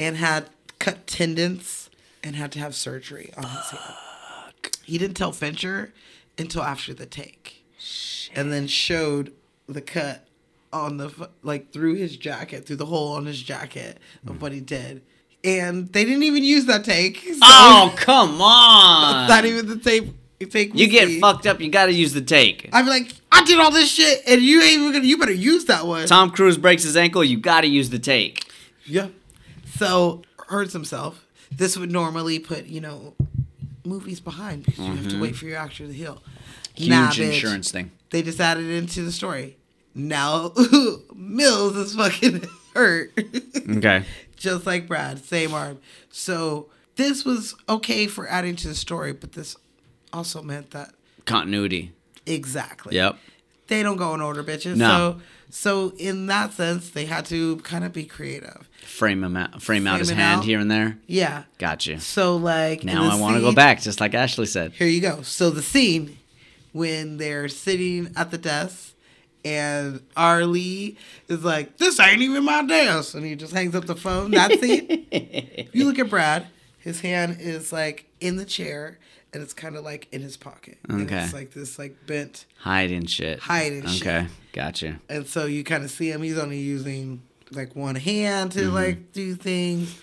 B: and had cut tendons and had to have surgery on his hand he didn't tell fincher until after the take and then showed the cut on the fu- like through his jacket through the hole on his jacket
A: Mm.
B: of what he did and they didn't even use that take [LAUGHS] so
A: Oh come [LAUGHS] on!
B: not even the tape take
A: you
B: we
A: get
B: see.
A: fucked up. You got to use the take.
B: I'd be like, I did all this shit, and you ain't even gonna. You better use that one.
A: Tom Cruise breaks his ankle. You got to use the take.
B: Yeah. So hurts himself. This would normally put you know movies behind because you have to wait for your actor to heal.
A: Mm-hmm. Huge
B: Nah, bitch.
A: insurance thing.
B: They just added it into the story. Now [LAUGHS] Mills is fucking [LAUGHS] hurt,
A: Okay.
B: just like Brad, same arm. So this was okay for adding to the story, but this also meant that
A: Continuity.
B: exactly.
A: Yep.
B: they don't go in order, bitches.
A: No.
B: So so in that sense, they had to kind of be creative.
A: Frame him out. Frame out his
B: Frame it
A: hand
B: out.
A: here and there.
B: Yeah.
A: Got you.
B: So like in
A: Now
B: the
A: I want to go
B: scene-
A: back, just like Ashley said.
B: Here you go. So the scene when they're sitting at the desk and Arlie is like, This ain't even my desk and he just hangs up the phone. That scene. If you look at Brad, his hand is like in the chair and it's kind of like in his pocket. And
A: Okay.
B: it's like this like bent
A: Hiding shit.
B: Hiding shit.
A: Okay. Got you.
B: and so you kind of see him. He's only using like one hand to
A: Mm-hmm.
B: like do things.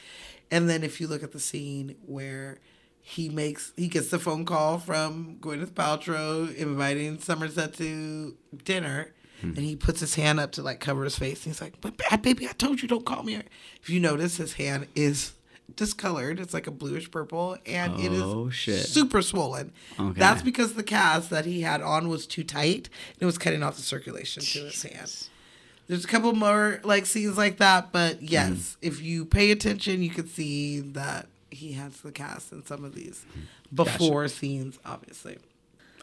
B: And then if you look at the scene where he makes he gets the phone call from Gwyneth Paltrow inviting Somerset to dinner,
A: Hmm.
B: and he puts his hand up to like cover his face. And he's like, "But ba- baby, I told you don't call me." If you notice, his hand is discolored. It's like a bluish purple, and it is
A: Oh, shit.
B: super swollen.
A: Okay.
B: That's because the cast that he had on was too tight and it was cutting off the circulation to his hand. There's a couple more like scenes like that,
A: Mm-hmm.
B: but yes, if you pay attention, you could see that he has the cast in some of these before scenes, obviously.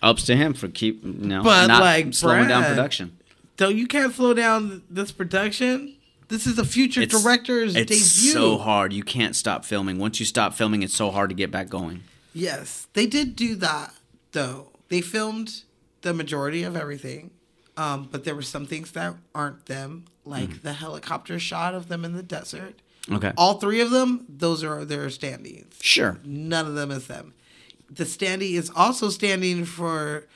A: Ups to him for keep you know,
B: But,
A: not
B: like,
A: slowing down
B: Brad-
A: production.
B: So you can't slow down this production. This is a future
A: It's-
B: director's
A: it's
B: debut.
A: so hard. You can't stop filming. Once you stop filming, it's so hard to get back going.
B: Yes, they did do that though. They filmed the majority of everything, um, but there were some things that aren't them, like the helicopter shot of them in the desert.
A: Okay.
B: All three of them, those are their standings.
A: Sure.
B: None of them is them. The standee is also standing for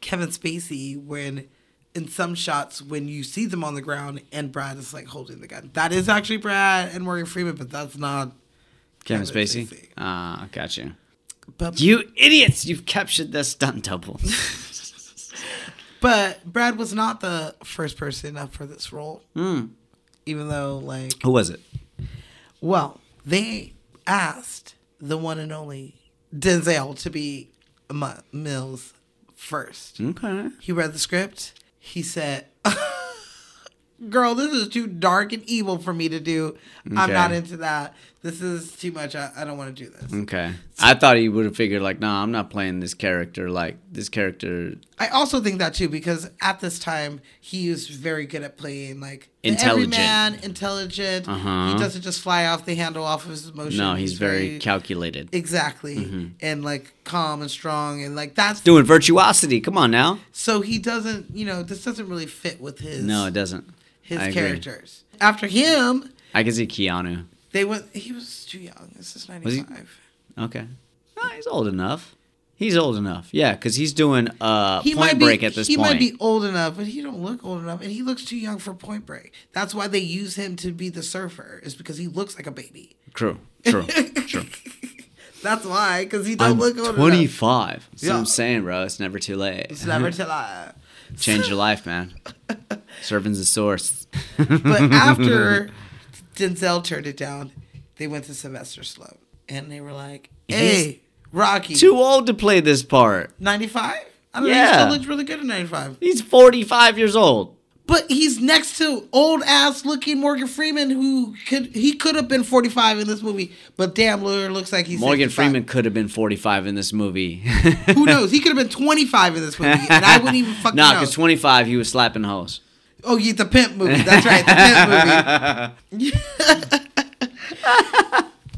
B: Kevin Spacey when, in some shots, when you see them on the ground and Brad is like holding the gun. That is actually Brad and Morgan Freeman, but that's not.
A: Kevin
B: Kevin
A: Spacey.
B: Spacey.
A: Ah, got you.
B: But
A: You idiots! You've captured the stunt double.
B: But Brad was not the first person up for this role. Even though, like,
A: [LAUGHS] Who was it?
B: well, they asked the one and only Denzel to be M- Mills first.
A: Okay.
B: He read the script. He said, [LAUGHS] girl, this is too dark and evil for me to do. I'm
A: Okay.
B: not into that. This is too much. I, I don't want to do this.
A: Okay. I thought he would have figured like, no, nah, I'm not playing this character. Like this character
B: I also think that too because at this time he is very good at playing like the
A: Intelligent.
B: everyman, intelligent.
A: Uh-huh.
B: He doesn't just fly off the handle off of his emotions.
A: No, he's very Mm-hmm. calculated.
B: exactly and like calm and strong and like that's
A: Doing virtuosity. Come on now.
B: so he doesn't you know this doesn't really fit with his
A: No, it doesn't.
B: his
A: I agree.
B: characters. After him,
A: I can see Keanu.
B: they went. He was too young. This is
A: Was he-
B: ninety five.
A: Okay. Ah, he's old enough. He's old enough. Yeah, because he's doing uh,
B: He
A: Point
B: might
A: Break
B: be,
A: at this
B: he
A: point.
B: might be old enough, but he don't look old enough, and he looks too young for Point Break. That's why they use him to be the surfer, is because he looks like a baby.
A: True.
B: [LAUGHS]
A: True. True.
B: That's why, because he don't
A: I'm
B: look old enough.
A: 25. That's what
B: oh, Yeah.
A: I'm saying, bro. It's never too late.
B: It's never
A: [LAUGHS]
B: till I.
A: Change your life,
B: [LAUGHS]
A: man. Serving's the source.
B: But after Denzel turned it down, they went to Sylvester Sloan, and they were like, "Hey, Rocky,
A: Too old to play this part.
B: 95? I don't know. He
A: Yeah.
B: still looks really good at 95.
A: He's 45 years old.
B: But he's next to old ass looking Morgan Freeman, who could he could have been forty five in this movie, but damn, Lawyer looks like he's
A: Morgan
B: 65.
A: Freeman could have been 45 in this movie. [LAUGHS]
B: Who knows? He could have been twenty five in this movie, and I wouldn't even fucking
A: nah,
B: know.
A: because 25, he was slapping hoes.
B: oh, yeah, the pimp movie. That's right, the pimp
A: [LAUGHS]
B: movie.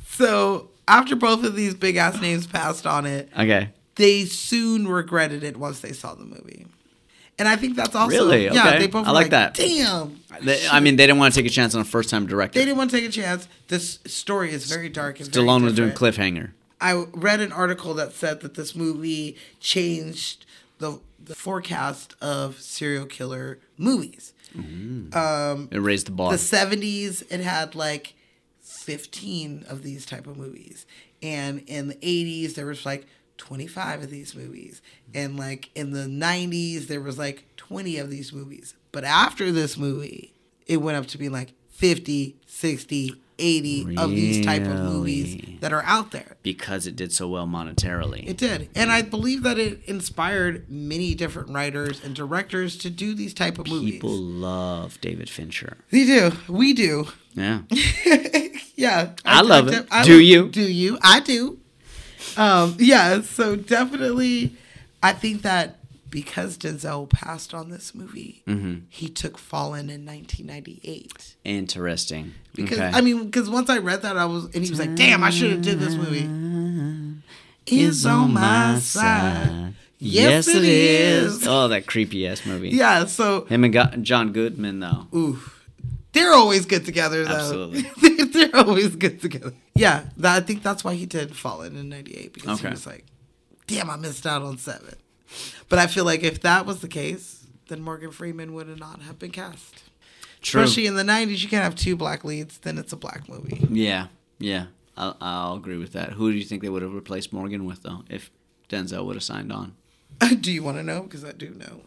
B: so after both of these big ass names passed on it,
A: Okay.
B: they soon regretted it once they saw the movie. And I think that's also
A: Really?
B: yeah.
A: Okay.
B: They both
A: I
B: were
A: like that.
B: Damn,
A: They- I mean, they didn't want to take a chance on a first time director.
B: they didn't want to take a chance. This story is very dark and very
A: DeLone was doing
B: different.
A: Cliffhanger.
B: I read an article that said that this movie changed the, the forecast of serial killer movies.
A: It raised the bar.
B: The 70s, it had like 15 of these type of movies. And in the 80s, there was like 25 of these movies. And like in the 90s, there was like 20 of these movies. But after this movie, it went up to be like 50, 60, 80 of these type of movies that are out there.
A: because it did so well monetarily.
B: It did, and I believe that it inspired many different writers and directors to do these type of movies.
A: People love David Fincher.
B: They do. We do. [LAUGHS]
A: Yeah.
B: Yeah,
A: I love it.
B: I
A: Do you?
B: Do you? I do. Um, yeah. So definitely, I think that because Denzel passed on this movie,
A: Mm-hmm.
B: he took Fallen in 1998.
A: Interesting.
B: Because
A: okay.
B: I mean, because once I read that, I was, and he was like, "Damn, I should have did this movie." Is on my side. Yes, it is.
A: Oh, that creepy ass movie.
B: Yeah. So
A: Him and Go- John Goodman, though.
B: They're always good together, though.
A: Absolutely.
B: [LAUGHS] they're, they're always good together. Yeah, that, I think that's why he did Fallen in '98 because
A: Okay.
B: he was like, "Damn, I missed out on seven. But I feel like if that was the case, then Morgan Freeman would not have been cast.
A: True.
B: Especially in the '90s, you can't have two black leads. Then it's a black movie. [LAUGHS]
A: yeah. Yeah. I'll, I'll agree with that. Who do you think they would have replaced Morgan with, though, if Denzel would have signed on?
B: do you want to know? Because I do know.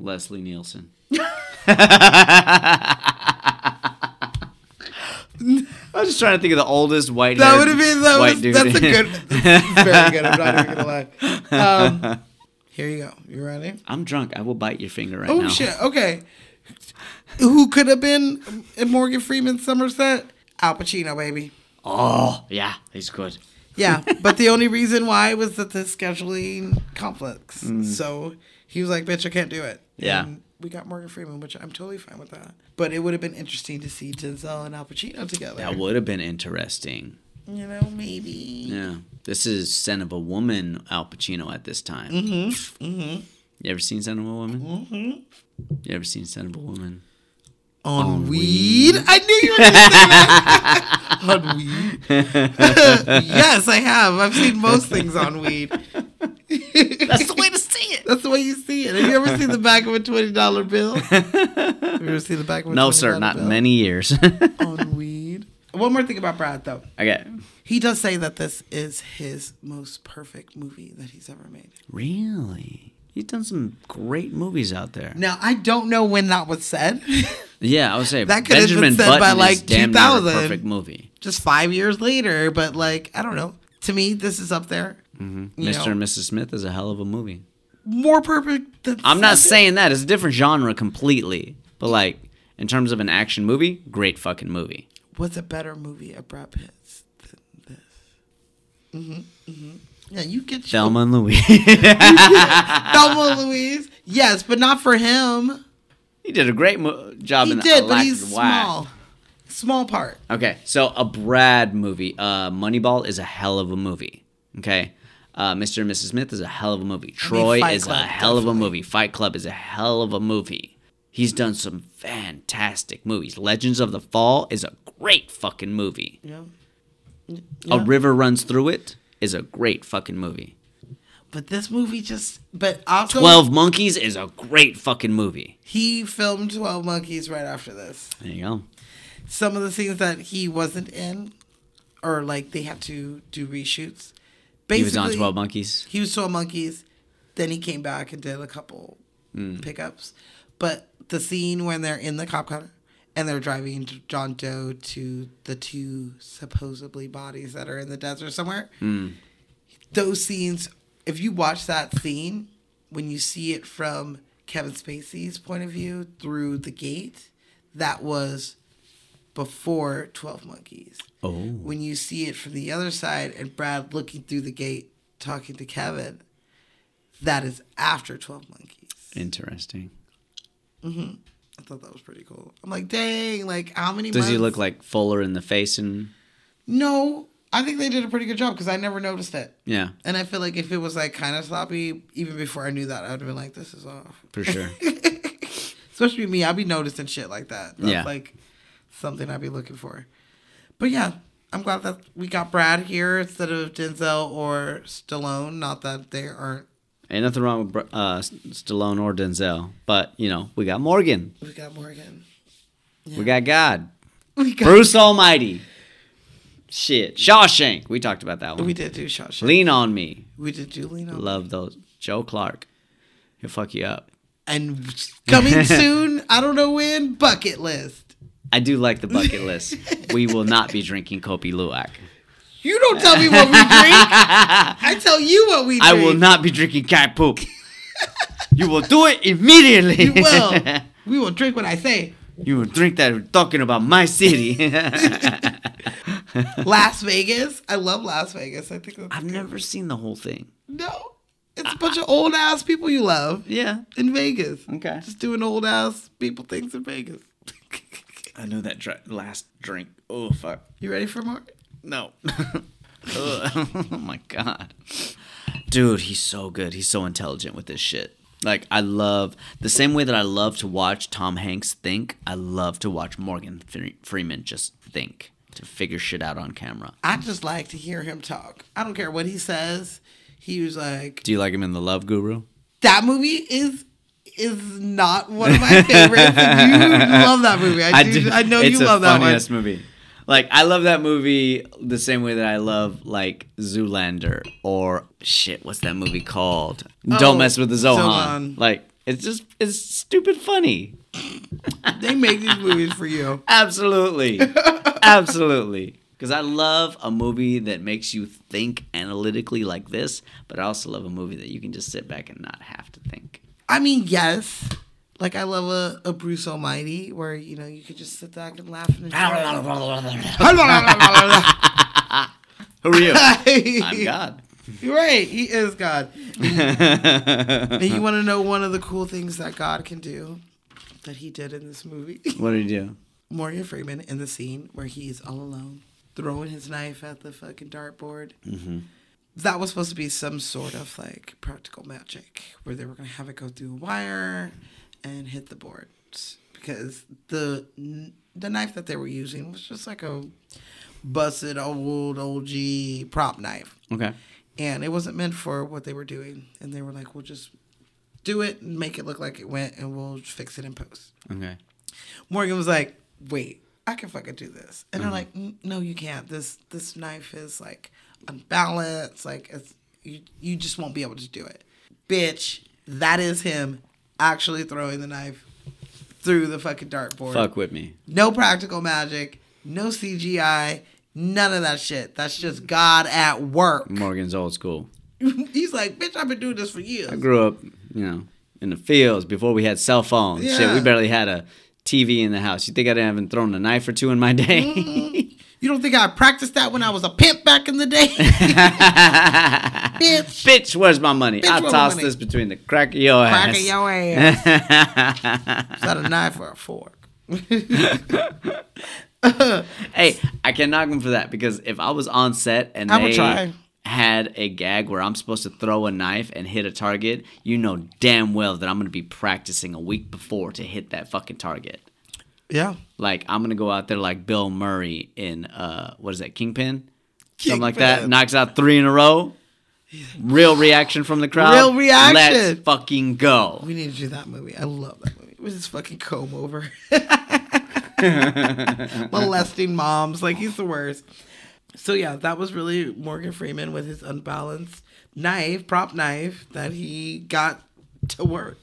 A: Leslie
B: [LAUGHS]
A: Nielsen. I was just trying to think of the oldest white.
B: That would have been that
A: white
B: was,
A: dude.
B: that's a good, very good. I'm not even gonna lie. Um, here you go. You ready?
A: [LAUGHS] I'm drunk. I will bite your finger right
B: Oh
A: now.
B: shit. Okay. Who could have been Morgan Freeman Somerset? Al Pacino, baby.
A: Oh yeah, he's good. [LAUGHS]
B: Yeah, but the only reason why was that the scheduling conflicts. So he was like, "Bitch, I can't do it."
A: Mm. Yeah.
B: And we got Morgan Freeman, which I'm totally fine with that. But it would have been interesting to see Denzel and Al Pacino together.
A: That would have been interesting.
B: you know, maybe.
A: Yeah, this is Son of a Woman Al Pacino at this time. Mm-hmm. Mm-hmm. You ever seen Son of a Woman? Mm-hmm. You ever seen Son of a Woman?
B: On, weed? I knew you were going to say that. [LAUGHS] on
A: [LAUGHS]
B: weed? yes, I have. I've seen most things on weed.
A: That's the way to see it.
B: That's the way you see it. Have you ever seen the back of a twenty dollar
A: [LAUGHS]
B: bill? Have you ever seen the back of a
A: No, sir,
B: $20
A: not
B: bill
A: many
B: [LAUGHS]
A: years. [LAUGHS]
B: on weed? One more thing about Brad though.
A: okay,
B: He does say that this is his most perfect movie that he's ever made.
A: really. He's done some great movies out there.
B: Now I don't know when that was said. [LAUGHS]
A: Yeah, I would say
B: That could have
A: Benjamin
B: been said
A: Button
B: by,
A: is
B: like,
A: damn near a
B: 2000.
A: perfect movie.
B: Just five years later, but like I don't know. To me, this is up there. You
A: Mr.
B: know,
A: and Mrs. Smith is a hell of a movie.
B: more perfect than
A: I'm not
B: seven.
A: saying that. It's a different genre completely. But like in terms of an action movie, great fucking movie.
B: What's a better movie of Brad Pitt's than this? Mm-hmm. Mm-hmm. Yeah, you get your-
A: Thelma and Louise.
B: Thelma and Louise. Yes, but not for him.
A: he did a great mo- job
B: He
A: in
B: did,
A: the
B: but he's
A: Whack.
B: small. Small part.
A: Okay, so a Brad movie, uh, Moneyball is a hell of a movie. Okay, uh, Mr. and Mrs. Smith is a hell of a movie. Troy
B: Fight
A: is a
B: Club,
A: hell of a movie. Fight Club is a hell of a movie. He's done some fantastic movies. Legends of the Fall is a great fucking movie.
B: Yeah.
A: A River Runs Through It is a great fucking movie.
B: But this movie just. But also,
A: Twelve Monkeys is a great fucking movie.
B: he filmed Twelve Monkeys right after this.
A: There you go.
B: Some of the scenes that he wasn't in, or like they had to do reshoots. Basically,
A: He was on Twelve Monkeys.
B: He was Twelve Monkeys. Then he came back and did a couple pickups. But the scene when they're in the cop car and they're driving John Doe to the two supposedly bodies that are in the desert somewhere. Those scenes, if you watch that scene, when you see it from Kevin Spacey's point of view through the gate, that was before 12 Monkeys. Oh. When you see it from the other side and Brad looking through the gate talking to Kevin, that is after 12 Monkeys.
A: Interesting.
B: I thought that was pretty cool. I'm like, dang, like how many
A: Does he
B: months-
A: look like fuller in the face and
B: No, I think they did a pretty good job because I never noticed it.
A: yeah,
B: And I feel like if it was like kind of sloppy, even before I knew that, I would have been like, this is off. [LAUGHS]
A: for sure.
B: Especially me, I'd be noticing shit like that. That's
A: Yeah.
B: like something I'd be looking for. But yeah, I'm glad that we got Brad here instead of Denzel or Stallone. Not that they aren't.
A: Ain't nothing wrong with Br- uh, S- Stallone or Denzel, but you know we got Morgan,
B: We got Morgan.
A: we got God,
B: We got.
A: Bruce Almighty, shit, Shawshank. We talked about that one.
B: We did do Shawshank.
A: Lean on me,
B: We did do Lean on.
A: love those. Joe Clark, he'll fuck you up.
B: And
A: [LAUGHS]
B: coming soon, I don't know when, bucket list.
A: I do like the
B: [LAUGHS]
A: bucket list. we will not be drinking Kopi Luwak.
B: You don't tell me
A: [LAUGHS]
B: what we drink. I tell you what we
A: I
B: drink.
A: will not be drinking cat poop. you will do it immediately.
B: We will. we will drink what I say.
A: [LAUGHS] you will drink that talking about my
B: [LAUGHS]
A: city.
B: Las Vegas. I love Las Vegas. I think that's
A: I've
B: good.
A: never seen the whole thing.
B: No, it's a bunch of old ass people you love
A: Yeah.
B: in Vegas.
A: Okay.
B: Just doing old ass people things in Vegas.
L: I know that dr- last drink. Oh fuck.
B: you ready for more?
L: No. Ugh.
A: [LAUGHS] oh my god dude he's so good he's so intelligent with this shit like i love the same way that i love to watch tom hanks think i love to watch morgan Fre- freeman just think to figure shit out on camera
B: I just like to hear him talk. I don't care what he says. He was like,
A: do you like him in the love guru
B: that movie is is not one of my favorites. and you love that movie. I, do, I know you
A: it's a
B: love that one.
A: funniest movie like i love that movie the same way that i love like zoolander or shit what's that movie called
B: Oh,
A: don't mess with the zohan
B: Zohan.
A: like it's just it's stupid funny
B: They make these movies for you.
A: Absolutely. [LAUGHS] Absolutely. Because I love a movie that makes you think analytically like this, but I also love a movie that you can just sit back and not have to think.
B: I mean, yes. Like I love a, a Bruce Almighty where you know you could just sit back and laugh and enjoy.
A: Who are you? [LAUGHS] I'm [LAUGHS]
B: I'm
A: God.
B: You're right. He is God. and you want to know one of the cool things that God can do that he did in this movie? [LAUGHS]
A: What did you do?
B: Morgan Freeman in the scene where he's all alone, throwing his knife at the fucking dartboard. That was supposed to be some sort of like practical magic where they were going to have it go through a wire and hit the board because the the knife that they were using was just like a busted old old G prop knife
A: Okay.
B: and it wasn't meant for what they were doing. And they were like, "We'll just do it and make it look like it went, and we'll fix it in post."
A: Okay.
B: Morgan was like, "Wait, I can fucking do this," and they're like, "N- "No, you can't. This this knife is like unbalanced. Like it's, you you just won't be able to do it, bitch." That is him actually throwing the knife through the fucking dartboard.
A: Fuck with me.
B: No practical magic. No CGI. None of that shit. That's just God at work.
A: Morgan's old school.
B: [LAUGHS] He's like, bitch, I've been doing this for years.
A: I grew up, you know, in the fields before we had cell phones. Shit, we
B: Yeah.
A: barely had a TV in the house. You think I haven't thrown a knife or two in my
B: Mm-hmm.
A: day?
B: You don't think I practiced that when I was a pimp back in the day? [LAUGHS] Bitch.
A: [LAUGHS] Bitch, where's my money?
B: Bitch,
A: I
B: where's my
A: toss
B: money?
A: this between the crack of your
B: Crack
A: ass.
B: of your ass. Is that a knife or a fork?
A: Hey, I can knock him for that because if I was on set and
B: I would
A: they
B: try.
A: had a gag where I'm supposed to throw a knife and hit a target, you know damn well that I'm gonna be practicing a week before to hit that fucking target.
B: Yeah.
A: Like I'm gonna go out there like Bill Murray in uh what is that Kingpin, something like that,
B: Kingpin.
A: knocks out three in a row. Real reaction from the crowd.
B: Real reaction.
A: Let's fucking go.
B: We need to do that movie. I love that movie. It was just fucking comb over. Molesting moms. Like, he's the worst. So, yeah, that was really Morgan Freeman with his unbalanced knife, prop knife, that he got to work.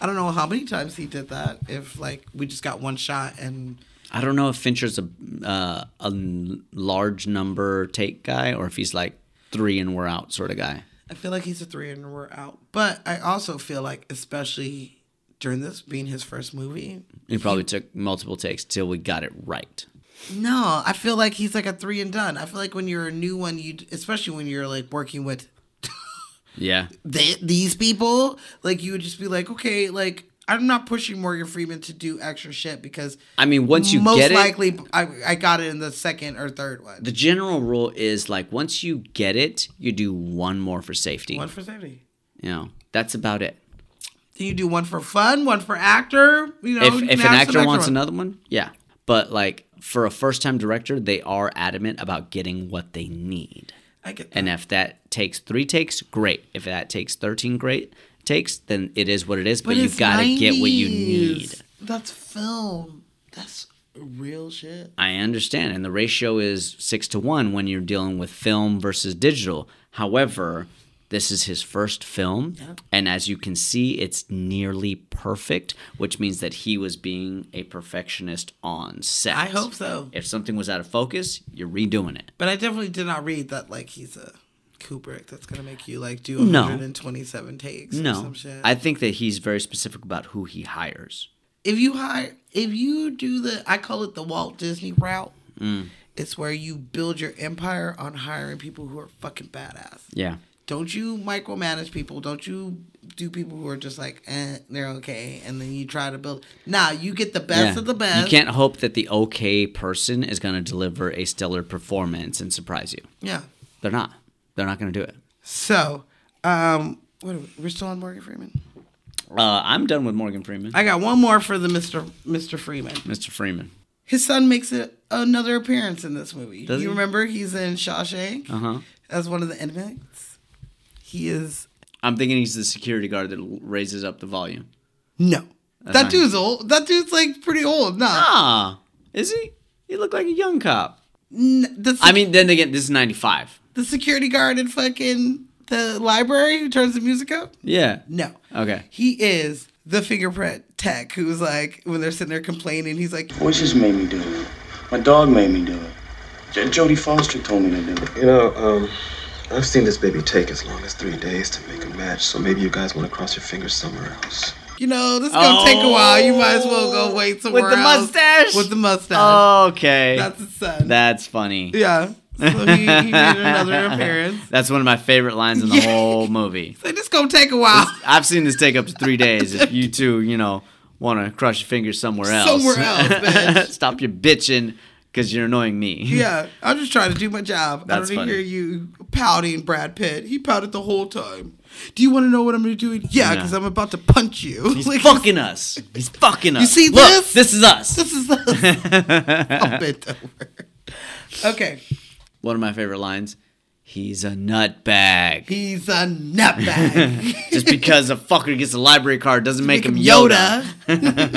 B: I don't know how many times he did that. If, like, we just got one shot and
A: I don't know if Fincher's a uh, a n- large number take guy or if he's like three and we're out sort of guy.
B: I feel like he's a three and we're out. But I also feel like, especially during this being his first movie,
A: He probably took multiple takes till we got it right.
B: no, I feel like he's like a three and done. I feel like when you're a new one, you especially when you're like working with
A: Yeah,
B: th- these people, like you would just be like, okay, like I'm not pushing Morgan Freeman to do extra shit because
A: I mean once you
B: most
A: get it,
B: likely I, I got it in the second or third one.
A: the general rule is like once you get it, you do one more for safety.
B: one for safety.
A: you know, that's about it.
B: Then you do one for fun, one for actor. You know,
A: if
B: you can
A: if an
B: have some
A: actor
B: extra
A: wants
B: Oh, one.
A: another one, yeah. But like for a first time director, they are adamant about getting what they need.
B: I get that.
A: And if that takes three takes, great. If that takes 13 great takes, then it is what it is. But, you
B: it's
A: got to get what you
B: 90s.
A: need.
B: That's film. That's real shit.
A: I understand. And the ratio is six to one when you're dealing with film versus digital. However, this is his first film. And as you can see, it's nearly perfect, which means that he was being a perfectionist on set.
B: I hope so.
A: If something was out of focus, you're redoing it.
B: But I definitely did not read that like he's a Kubrick that's gonna make you like do
A: No.
B: 127 takes or
A: No,
B: some shit.
A: I think that he's very specific about who he hires.
B: if you hire if you do the I call it the Walt Disney route,
A: Mm.
B: it's where you build your empire on hiring people who are fucking badass.
A: Yeah.
B: Don't you micromanage people? Don't you do people who are just like, eh, they're okay, and then you try to build. Nah, you get the best
A: Yeah.
B: of the best.
A: You can't hope that the okay person is going to deliver a stellar performance and surprise you.
B: Yeah.
A: They're not. They're not going to do it.
B: So, um, what are we, we're still on Morgan Freeman.
A: Uh, I'm done with Morgan Freeman.
B: I got one more for the Mister Mister Freeman.
A: Mr. Freeman.
B: His son makes a, another appearance in this movie.
A: Does
B: you
A: he?
B: remember he's in Shawshank
A: Uh huh.
B: as one of the inmates. He is
A: I'm thinking he's the security guard that l- raises up the volume.
B: no.
A: not
B: that dude's old. That dude's like pretty old. Nah.
A: Ah, is he? He looked like a young cop.
B: N- the,
A: I mean, then again, this is '95.
B: the security guard in fucking the library who turns the music up.
A: Yeah.
B: No.
A: Okay.
B: He is the fingerprint tech who's like when they're sitting there complaining, he's like,
F: Voices made me do it. My dog made me do it. J- Jodie Foster told me to do it.
M: You know, um, I've seen this baby take as long as three days to make a match, so maybe you guys want to cross your fingers somewhere else.
B: you know, this is gonna take a while. You might as well go wait somewhere
A: Oh, With the
B: else."
A: mustache? Oh.
B: With the mustache.
A: Okay.
B: That's his son.
A: That's funny.
B: yeah. So [LAUGHS] he, he
A: [LAUGHS]
B: made another appearance.
A: That's one of my favorite lines in the
B: [LAUGHS] Yeah.
A: whole movie.
B: Like, this gonna take a while.
A: I've seen this take up to three days. If you two, you know, want to cross your fingers somewhere else,
B: Somewhere else, bitch.
A: [LAUGHS] stop your bitching because you're annoying me.
B: Yeah, I'm just trying to do my job.
A: That's
B: I don't
A: funny.
B: need to hear you pouting, Brad Pitt. He pouted the whole time. Do you want to know what I'm gonna do? Yeah,
A: No.
B: because I'm about to punch you.
A: [LAUGHS] He's
B: [LAUGHS] Like,
A: fucking us. He's fucking us.
B: see
A: Look,
B: this?
A: This is us.
B: This is us.
A: [LAUGHS]
B: I'm [LAUGHS] bent over. Okay,
A: One of my favorite lines. He's a nutbag.
B: he's a
A: [LAUGHS]
B: nutbag.
A: Just because a fucker gets a library card doesn't make, him Yoda. [LAUGHS]
B: [LAUGHS]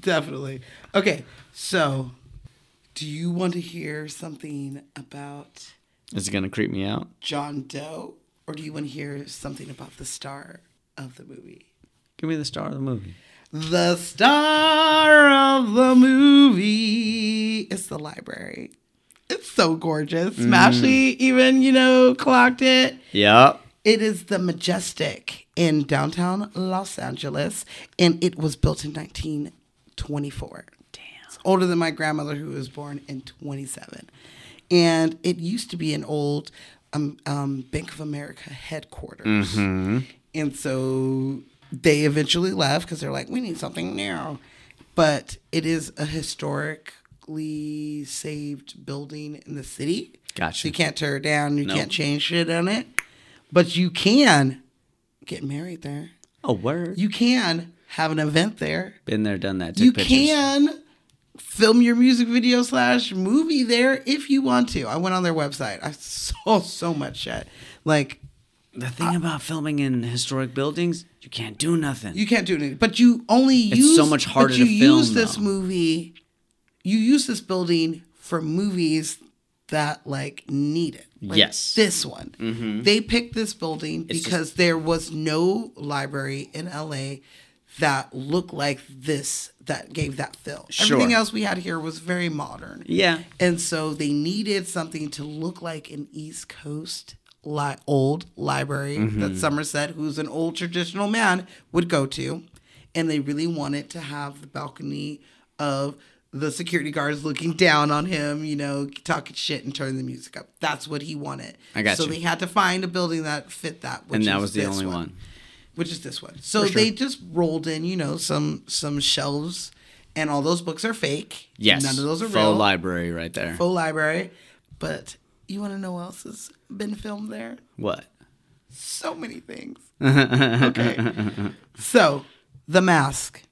B: Definitely. Okay, so do you want to hear something about
A: Is it gonna creep me out?
B: John Doe, or do you want to hear something about the star of the movie?
A: Give me the star of the movie.
B: The star of the movie is the library. It's so gorgeous.
A: Mm.
B: Smashy even, you know, clocked it.
A: Yep.
B: It is the Majestic in downtown Los Angeles, and it was built in 19 24. Damn. It's older than my grandmother, who was born in 27. And it used to be an old um, um, Bank of America headquarters.
N: Mm-hmm.
B: And so they eventually left because they're like, we need something new. But it is a historically saved building in the city.
A: Gotcha.
B: So you can't tear it down. You
A: Nope.
B: can't change shit on it. But you can get married there.
A: Oh, word.
B: You can have an event there.
A: Been there, done that. Took
B: you
A: pictures.
B: can film your music video slash movie there if you want to. I went on their website. I [LAUGHS] saw so much shit. Like
A: The thing
B: Uh,
A: about filming in historic buildings, you can't do nothing.
B: You can't do anything. But you only
A: It's
B: use
A: so much
B: but
A: harder
B: you
A: to film,
B: use this
A: though.
B: movie. You use this building for movies that like need it. Like
A: Yes.
B: This one.
A: Mhm.
B: They picked this building
A: It's
B: because there was no library in LA that looked like this that gave that feel. Everything
A: Sure.
B: else we had here was very modern.
A: Yeah.
B: And so they needed something to look like an East Coast li- old library that
A: Mhm.
B: Somerset, who's an old traditional man, would go to. And they really wanted to have the balcony of the security guards looking down on him, you know, talking shit and turning the music up. That's what he wanted.
A: I got
B: so
A: you.
B: they had to find a building that fit that.
A: and that
B: is
A: was the
B: this
A: only one.
B: which is this one. So
A: For sure.
B: they just rolled in, you know, some some shelves, and all those books are fake.
A: Yes.
B: none of those are
A: Faux
B: real.
A: library right there.
B: Full library, but you want to know what else has been filmed there?
A: What?
B: So
A: [LAUGHS]
B: many things. Okay. So the mask,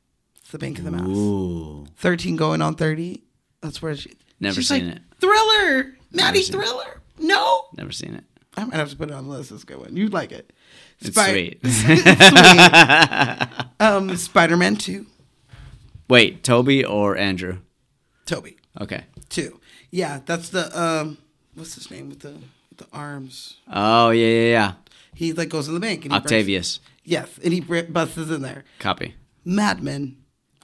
B: It's the Bank of the Mask,
A: Ooh.
B: thirteen going on thirty. That's where she
A: Never
B: she's
A: seen
B: like,
A: it.
B: Thriller, Maddie
A: seen it.
B: Thriller. No,
A: Never seen it.
B: I might have to put it on the list. It's a good one. You'd like it.
A: It's
B: Spy-
A: sweet.
B: [LAUGHS]
A: [LAUGHS]
B: Sweet. Um, Spider Man 2,
A: Wait, Toby or Andrew?
B: Toby
A: Okay.
B: 2. Yeah, that's the, um, what's his name with the with the arms?
A: Oh yeah yeah yeah.
B: He like goes in the bank. And he breaks-
A: Octavius.
B: yes, and he br- busts in there.
A: Copy.
B: Madman.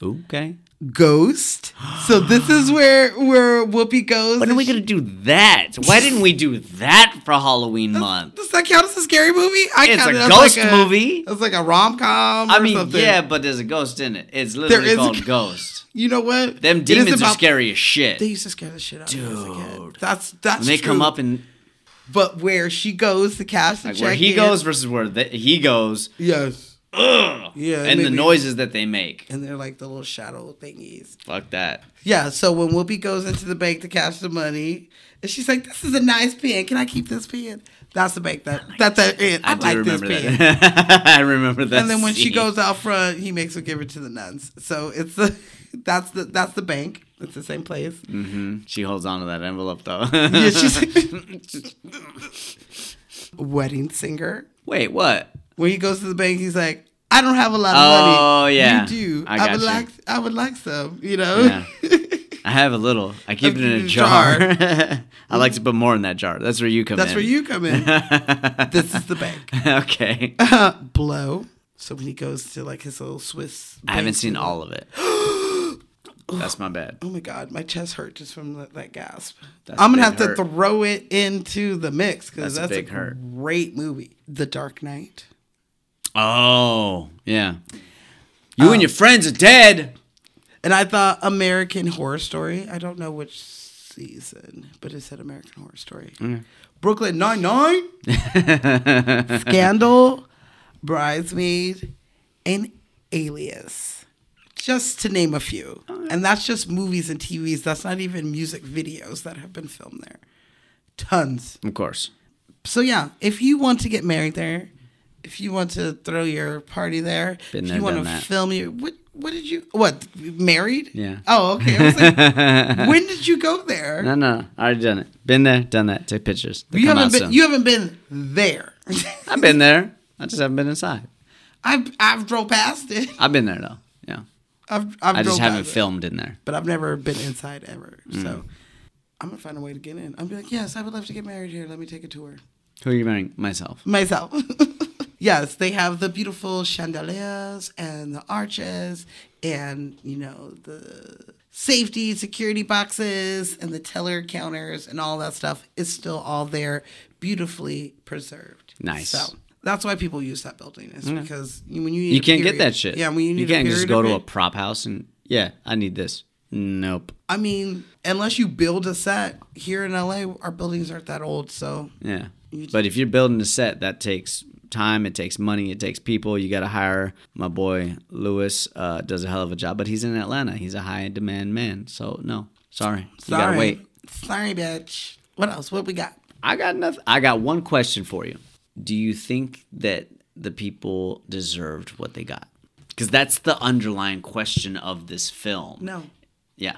A: Okay.
B: Ghost. So this is where where Whoopi goes. When
A: are we gonna do that? Why didn't we do that for Halloween month?
B: Does that count as a scary movie? I
A: It's
B: count
A: a
B: it as
A: ghost
B: like
A: movie.
B: It's like a rom com.
A: I mean,
B: something.
A: yeah, but there's a ghost in it. It's literally
B: is a
A: called
B: ghost.
A: Ghost.
B: You know what?
A: Them
B: It is
A: demons are
B: about-
A: scary as shit.
B: They used to scare the shit out of me as a kid.
A: Dude.
B: That's that's
A: When they come
B: true.
A: up and
B: But where she goes to cash the
A: like
B: check
A: where he
B: in-
A: goes versus where the, he goes.
B: Yes.
A: Ugh.
B: Yeah, it
A: And
B: made
A: the
B: me-
A: noises that they make.
B: and they're like the little shadow thingies.
A: Fuck that.
B: Yeah, so when Whoopi goes into the bank to cash the money, and she's like, "This is a nice pen. Can I keep this pen?" That's the bank that that's that it. I,
A: I, do
B: like this
A: remember
B: pen.
A: that. [LAUGHS] I remember that.
B: and then when she
A: scene.
B: goes out front, he makes her give it to the nuns. So it's the [LAUGHS] that's the that's the bank. It's the same place.
A: hmm she holds on to that envelope though. [LAUGHS]
B: Yeah, she's wedding singer.
A: Wait, what?
B: When he goes to the bank, he's like, "I don't have a lot of money."
A: Oh, yeah.
B: you do.
A: I
B: I,
A: got
B: would
A: you.
B: like. I would like some. You know. [LAUGHS]
A: Yeah. I have a little. I keep it in a jar. [LAUGHS] I like to put more in that jar. That's where you come
B: That's
A: in.
B: where you come in. this is the bank.
A: [LAUGHS] okay.
B: Blow. So when he goes to like his little Swiss,
A: I haven't
B: bank-
A: seen all
B: [GASPS]
A: of it. That's my bad.
B: Oh my god, my chest hurt just from that, that gasp.
A: That's a
B: I'm gonna
A: big
B: have
A: hurt.
B: to throw it into the mix because
A: That's a
B: that's, a,
A: big hurt.
B: great movie. The Dark Knight.
A: Oh, yeah. You
B: Uh,
A: and your friends are dead.
B: And I thought American Horror Story. I don't know which season, but it said American Horror Story. Brooklyn Nine Nine. Scandal, Bridesmaid, and Alias, just to name a few. And that's just movies and TVs. That's not even music videos that have been filmed there. Tons.
A: Of course.
B: So, yeah, if you want to get married there, if you want to throw your party there,
A: Been
B: if
A: there,
B: you want
A: done
B: to
A: that.
B: film your. What, what did you. What? Married?
A: Yeah.
B: Oh, okay. I was
A: [LAUGHS]
B: like, when did you go there?
A: No, no, I already done it. Been there, done that. Take pictures. They
B: you
A: come
B: haven't
A: out
B: been.
A: soon.
B: You haven't been there. [LAUGHS]
A: I've been there. I just haven't been inside.
B: I've I've drove past it. [LAUGHS]
A: I've been there though. Yeah.
B: I've, I've
A: i just
B: drove
A: haven't
B: past it.
A: filmed in there.
B: but I've never been inside ever. So
A: Mm.
B: I'm gonna find a way to get in. I'm be like, yes, I would love to get married here. Let me take a tour
A: Who are you marrying? Myself.
B: myself. [LAUGHS] yes, they have the beautiful chandeliers and the arches, and you know the safety security boxes and the teller counters and all that stuff is still all there, beautifully preserved.
A: Nice.
B: So. That's why people use that building is
A: Okay.
B: because you- when you need
A: You
B: a
A: can't get
B: period-
A: that shit.
B: Yeah, when you need
A: you can't
B: a
A: just
B: period
A: go
B: of
A: to
B: it-
A: a prop house and Yeah, I need this. Nope.
B: I mean, unless you build a set here in LA, our buildings aren't that old, so
A: Yeah. But if you're building a set, that takes time, it takes money, it takes people. You got to hire my boy Lewis. Uh, does a hell of a job, but he's in Atlanta. He's a high demand man. So no, sorry, you
B: Sorry.
A: gotta wait.
B: Sorry, bitch. What else? What we got?
A: I got nothing. I got one question for you. Do you think that the people deserved what they got? Because that's the underlying question of this film.
B: No.
A: Yeah,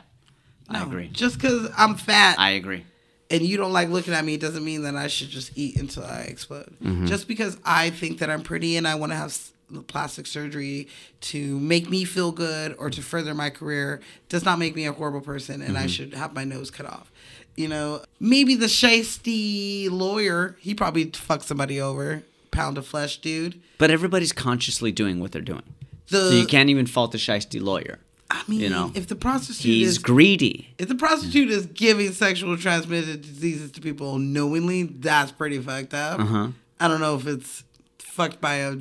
A: I agree.
B: Just because I'm fat
A: I agree.
B: and you don't like looking at me doesn't mean that I should just eat until I explode.
A: Mhm.
B: Just because I think that I'm pretty and I want to have s- plastic surgery to make me feel good or to further my career does not make me a horrible person and I
A: Mm-hmm.
O: Mhm.
B: should have my nose cut off. You know, maybe the shasty lawyer, he probably fucked somebody over, pound of flesh dude.
A: But everybody's consciously doing what they're doing.
B: The-
A: so you can't even fault the shiesty lawyer. I
B: Uh, mean,
A: you know,
B: if the prostitute
A: he's
B: is
A: greedy.
B: If the prostitute is giving sexual transmitted diseases to people knowingly, that's pretty fucked up.
A: Uh-huh.
B: I don't know if it's fucked by a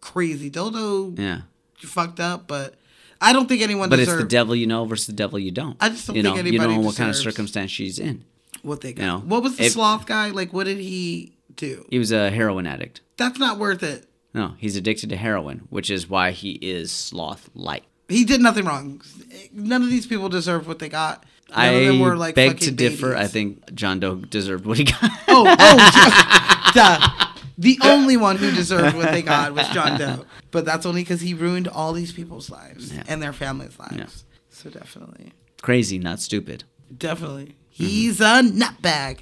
B: crazy dildo.
A: Yeah.
B: Fucked up, but I don't think anyone
A: But it's
B: deserves
A: the devil you know versus the devil you don't.
B: I just don't
A: you know,
B: think
A: You don't know
B: anybody
A: what kind of
B: deserves-
A: circumstance she's in.
B: what they got.
A: You know,
B: what was the
A: if-
B: sloth guy like? What did he do?
A: He was a heroin addict.
B: That's not worth it.
A: No, he's addicted to heroin, which is why he is sloth like.
B: He did nothing wrong. None of these people deserve what they got. None
A: I
B: of them were like
A: beg
B: fucking
A: to differ.
B: babies.
A: I think John Doe deserved what he got. [LAUGHS]
B: oh, oh, duh. The only one who deserved what they got was John Doe. But that's only because he ruined all these people's lives
A: Yeah.
B: and their families' lives.
A: Yeah.
B: So definitely.
A: Crazy, not stupid.
B: Definitely. He's a nutbag.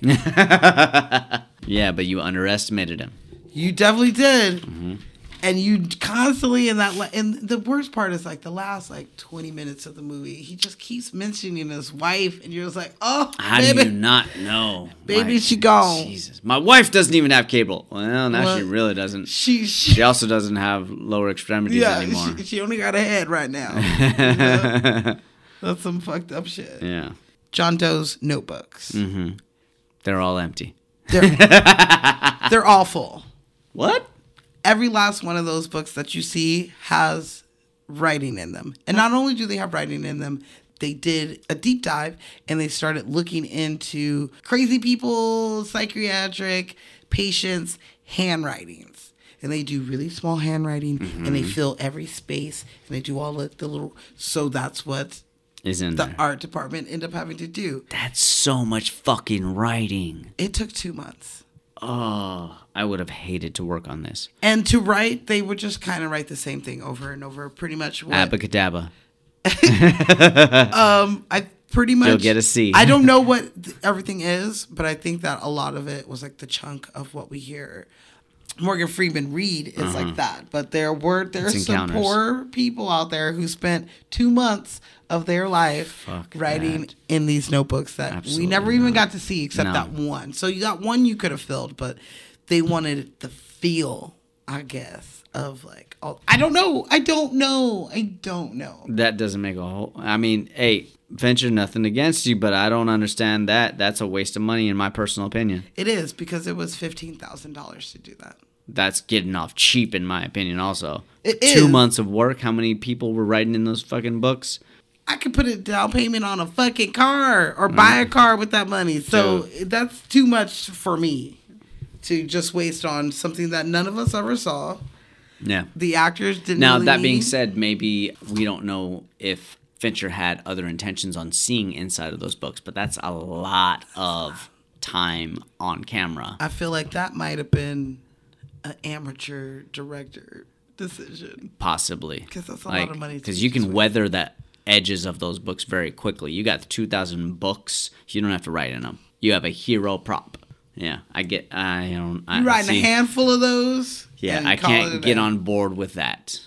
A: yeah, but you underestimated him.
B: you definitely did.
A: hmm
B: And you constantly in that, la- and the worst part is like the last like 20 minutes of the movie, he just keeps mentioning his wife, and you're just like, oh,
A: How do
B: baby.
A: you not know?
B: Baby,
A: Like,
B: she gone.
A: Jesus. My wife doesn't even have cable. Well, now she
B: Well,
A: really doesn't.
B: She, she,
A: She also doesn't have lower extremities
B: yeah, [LAUGHS]
A: anymore.
B: she, she only got a head right
A: [LAUGHS]
B: now. You know? That's some fucked up shit.
A: yeah.
B: John Doe's notebooks.
A: hmm They're all empty.
B: [LAUGHS] They're all full.
A: What?
B: Every last one of those books that you see has writing in them. And not only do they have writing in them, they did a deep dive and they started looking into crazy people, psychiatric patients, handwritings. And they do really small handwriting and they
A: Mhm.
B: fill every space and they do all the, the little. So that's what
A: Is in
B: the
A: there.
B: art department ended up having to do.
A: That's so much fucking writing.
B: It took two months.
A: Oh, I would have hated to work on this.
B: And to write, they would just kind of write the same thing over and over, pretty much. What,
A: Ah, Abacadabra.
B: um, I pretty much.
A: You'll get a C.
B: I
A: [LAUGHS]
B: don't know what th- everything is, but I think that a lot of it was like the chunk of what we hear. Morgan Freeman read is
A: Uh-huh.
B: like that, but there were there's
A: It's
B: some
A: encounters.
B: poor people out there who spent two months of their life
A: Fuck
B: writing
A: that.
B: in these notebooks that
A: Absolutely
B: we never even got to see except
A: No.
B: that one. So you got one you could have filled, but they wanted the feel, I guess, of like oh, I don't know, I don't know, I don't know.
A: That doesn't make a whole. I mean, hey, venture nothing against you, but I don't understand that. That's a waste of money, in my personal opinion.
B: It is because it was fifteen thousand dollars to do that.
A: That's getting off cheap, in my opinion. Also,
B: It
A: two
B: is.
A: months of work. How many people were writing in those fucking books?
B: I could put a down payment on a fucking car or buy a
A: Mm-hmm.
B: car with that money. So that's too much for me to just waste on something that none of us ever saw.
A: Yeah.
B: The actors didn't.
A: Now
B: really
A: that being
B: need-
A: said, maybe we don't know if Fincher had other intentions on seeing inside of those books, but that's a lot of time on camera.
B: I feel like that might have been an amateur director decision.
A: possibly
B: 'Cause that's a lot of money to
A: because you can weather the edges of those books very quickly you got 2000 books you don't have to write in them you have a hero prop yeah i get i don't I
B: You writing
A: see.
B: a handful of those.
A: yeah
B: and
A: i
B: call it a
A: can't get
B: day.
A: on board with that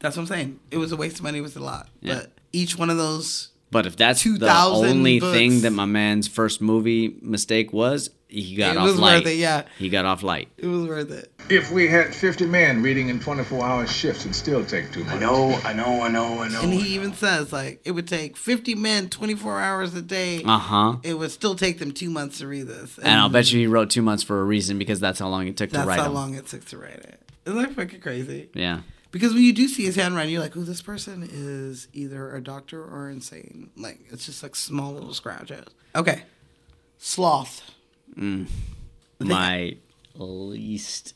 B: That's what I'm saying. It was a waste of money. It was a lot,
A: Yeah.
B: but each one of those.
A: but if that's the
B: 2,000
A: only
B: books.
A: thing that my man's first movie mistake was he got
B: It
A: off
B: was worth
A: light
B: it, yeah.
A: he got off light
B: It was worth it.
G: If we had 50 men reading in 24 hour shifts, it'd still take two months. I know, I know, I know, I
B: And he even says like it would take 50 men 24 hours a day.
A: uh-huh
B: It would still take them two months to read this.
A: and i'll bet you he wrote two months for a reason because that's how long it took to
B: that's
A: write
B: how
A: them.
B: long it took to write it. Isn't that fucking crazy?
A: yeah
B: Because when you do see his handwriting, you're like, oh, this person is either a doctor or insane. Like, it's just like small little scratches. Okay. Sloth.
A: Mm. My least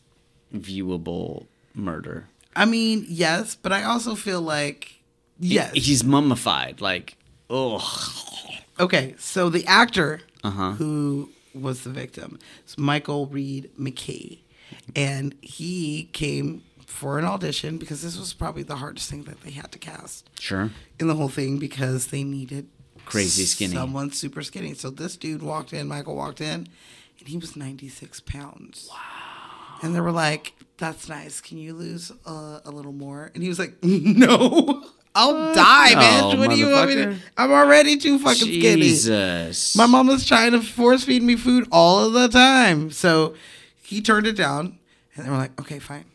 A: viewable murder.
B: I mean, yes, but I also feel like, yes.
A: He- he's mummified. Like, oh.
B: Okay, so the actor
A: Uh-huh.
B: who was the victim is Michael Reed McKay. And he came for an audition because this was probably the hardest thing that they had to cast
A: Sure.
B: in the whole thing because they needed
A: Crazy skinny.
B: someone super skinny. So this dude walked in, Michael walked in, and he was 96 pounds. Wow. And they were like, that's nice. Can you lose uh, a little more? And he was like, no. [LAUGHS] I'll die, bitch.
A: No,
B: what do you want me to?
A: Oh, motherfucker.
B: I'm already too fucking skinny.
A: Jesus.
B: My mama's trying to force feed me food all of the time. So he turned it down, and they were like, "Okay, fine,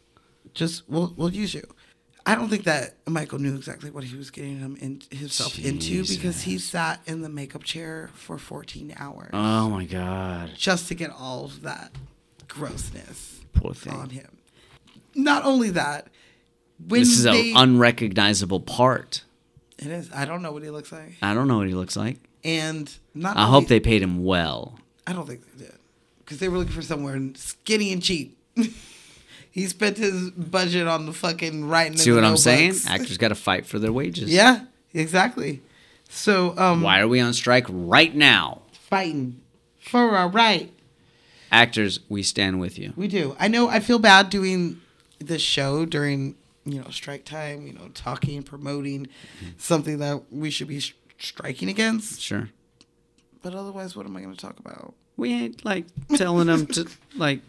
B: just we'll we'll use you." I don't think that Michael knew exactly what he was getting him in, himself into because he sat in the makeup chair for 14 hours
A: Oh my god.
B: just to get all of that grossness
A: Poor thing.
B: on him. Not only that, when
A: This is
B: they,
A: an unrecognizable part.
B: it is. I don't know what he looks like,
A: I don't know what he looks like.
B: and not.
A: I
B: only-
A: hope they paid him well.
B: I don't think they did because they were looking for somewhere skinny and cheap. [LAUGHS] he spent his budget on the fucking writing.
A: See
B: in
A: what
B: the
A: I'm saying?
B: notebooks.
A: Actors got to fight for their wages.
B: Yeah, exactly. So um,
A: Why are we on strike right now?
B: fighting for our right.
A: Actors, we stand with you.
B: We do. I know. I feel bad doing this show during you know strike time. You know, talking, promoting
A: Mm-hmm.
B: something that we should be s- striking against.
A: Sure.
B: But otherwise, what am I going to talk about?
A: We ain't like telling them to like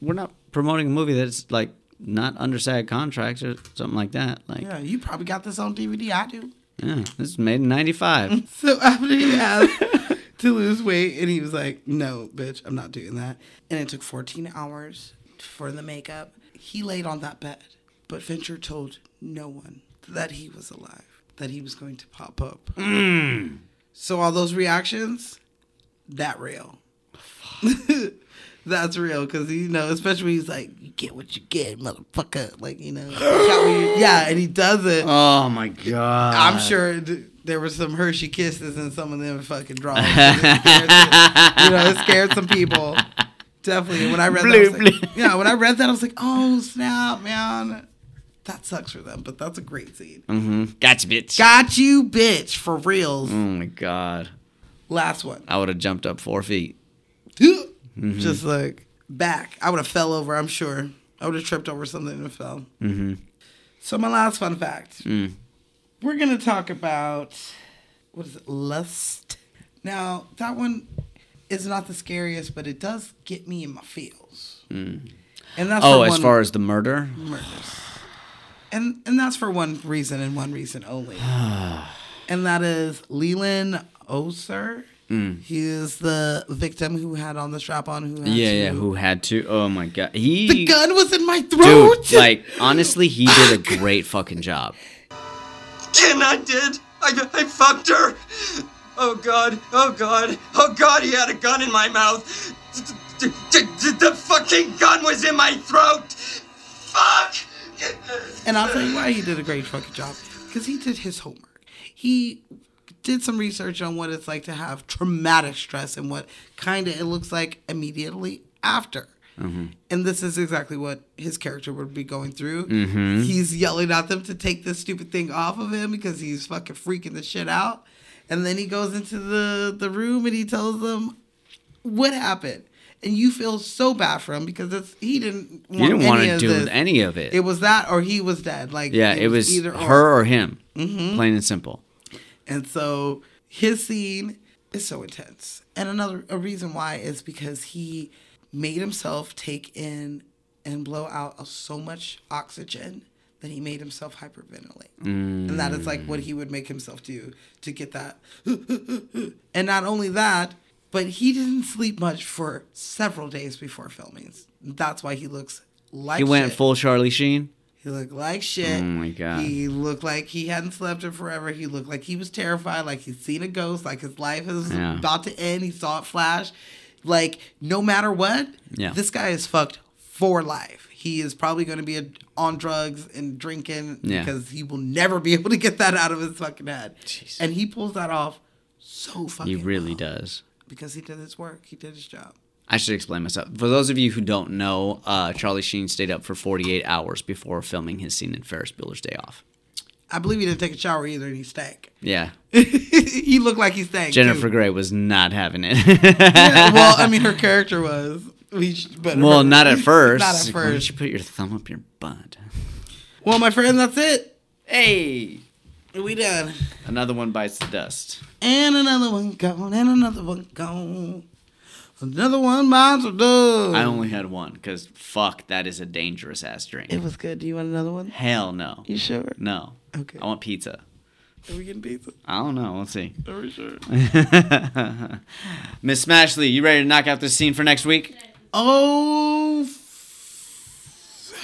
A: we're not promoting a movie that's like not under SAG contracts or something like that. Like
B: Yeah, you probably got this on DVD. I do.
A: yeah, this is made in
B: [LAUGHS]
A: 95.
B: So after he asked to lose weight, and he was like, "No, bitch, I'm not doing that." And it took 14 hours for the makeup. He laid on that bed, but Venture told no one that he was alive, that he was going to pop up. So all those reactions, that real. [LAUGHS] That's real, cause you know, especially when he's like, "You get what you get, motherfucker," like you know, yeah, and he does it.
A: Oh my god.
B: I'm sure th- there were some Hershey kisses and some of them
A: [LAUGHS]
B: fucking drawings. It scared some- you know, it scared some people. Definitely. When I read that, I was
A: Bloop,
B: like,
A: bloop.
B: yeah, when I read that, I was like, oh snap, man, that sucks for them. But that's a great scene.
A: Mm-hmm. Gotcha, bitch.
B: Got you, bitch, for reals.
A: Oh my god.
B: Last one.
A: I would have jumped up four feet. Mm-hmm.
B: Just like back, I would have fell over. I'm sure. I would have tripped over something and fell.
A: Mm-hmm.
B: So my last fun fact.
A: Mm.
B: We're gonna talk about what is it, lust. Now that one is not the scariest, but it does get me in my feels.
A: Mm.
B: And that's
A: Oh,
B: for
A: as
B: one
A: far as the murder?
B: murders. And and that's for one reason and one reason
A: [SIGHS]
B: only. and that is Leland Oser.
A: Mm.
B: He is the victim who had on the strap on who had
A: Yeah,
B: to-
A: yeah. Who had to? Oh my god. He
B: the gun was in my throat.
A: Dude, like honestly, he did a great fucking
B: [LAUGHS]
A: job.
M: Jen, I did. I, I fucked her. Oh God. Oh God. Oh God. He had a gun in my mouth. D- d- d- d- The fucking gun was in my throat. Fuck.
B: And I'll tell you why he did a great fucking job. Because he did his homework. He did some research on what it's like to have traumatic stress and what kind of it looks like immediately after.
A: Mhm.
B: And this is exactly what his character would be going through.
A: Mhm.
B: He's yelling at them to take this stupid thing off of him because he's fucking freaking the shit out. And then he goes into the, the room and he tells them what happened. And you feel so bad for him because it's, he didn't
A: You didn't want
B: any
A: to
B: of
A: do
B: this.
A: any of it.
B: It was that or he was dead. Like
A: yeah, it was,
B: either
A: her or him.
B: Mhm.
A: Plain and simple.
B: And so his scene is so intense. And another a reason why is because he made himself take in and blow out of so much oxygen that he made himself hyperventilate. And that is like what he would make himself do to get that. [LAUGHS] and not only that, but he didn't sleep much for several days before filmings. That's why he looks like
A: he went
B: shit.
A: full Charlie Sheen.
B: He looked like shit.
A: Oh my God.
B: He looked like he hadn't slept in forever. He looked like he was terrified, like he'd seen a ghost, like his life is
A: Yeah.
B: about to end. He saw it flash. Like, no matter what,
A: Yeah.
B: this guy is fucked for life. He is probably going to be a, on drugs and drinking
A: Yeah.
B: because he will never be [LAUGHS] able to get that out of his fucking head. And he pulls that off so fucking
A: He really does.
B: because he did his work. He did his job.
A: I should explain myself. For those of you who don't know, uh, Charlie Sheen stayed up for 48 hours before filming his scene in Ferris Bueller's Day Off.
B: I believe he didn't take a shower either, and he stank.
A: [LAUGHS]
B: [LAUGHS]
A: Yeah.
B: he looked like he stank.
A: Jennifer
B: too.
A: Grey was not having it. [LAUGHS]
B: Yeah, well, I mean, her character was. We sh- but
A: Well,
B: her-
A: not at first.
B: [LAUGHS] not
A: It's like,
B: at
A: Why don't
B: first.
A: you put your thumb up your butt?
B: Well, my friend, that's it.
A: Hey,
B: we done.
A: Another one bites the dust.
B: And another one gone, and another one gone. Another one miles of dust.
A: I only had one because fuck, that is a dangerous ass drink.
B: It was good. Do you want another one?
A: Hell no.
B: You sure?
A: No.
B: Okay.
A: I want pizza.
B: Are we getting pizza?
A: I don't know. We'll see. [LAUGHS]
B: Are we sure?
A: Miss Smashley, you ready to knock out this scene for next week?
B: Oh. f-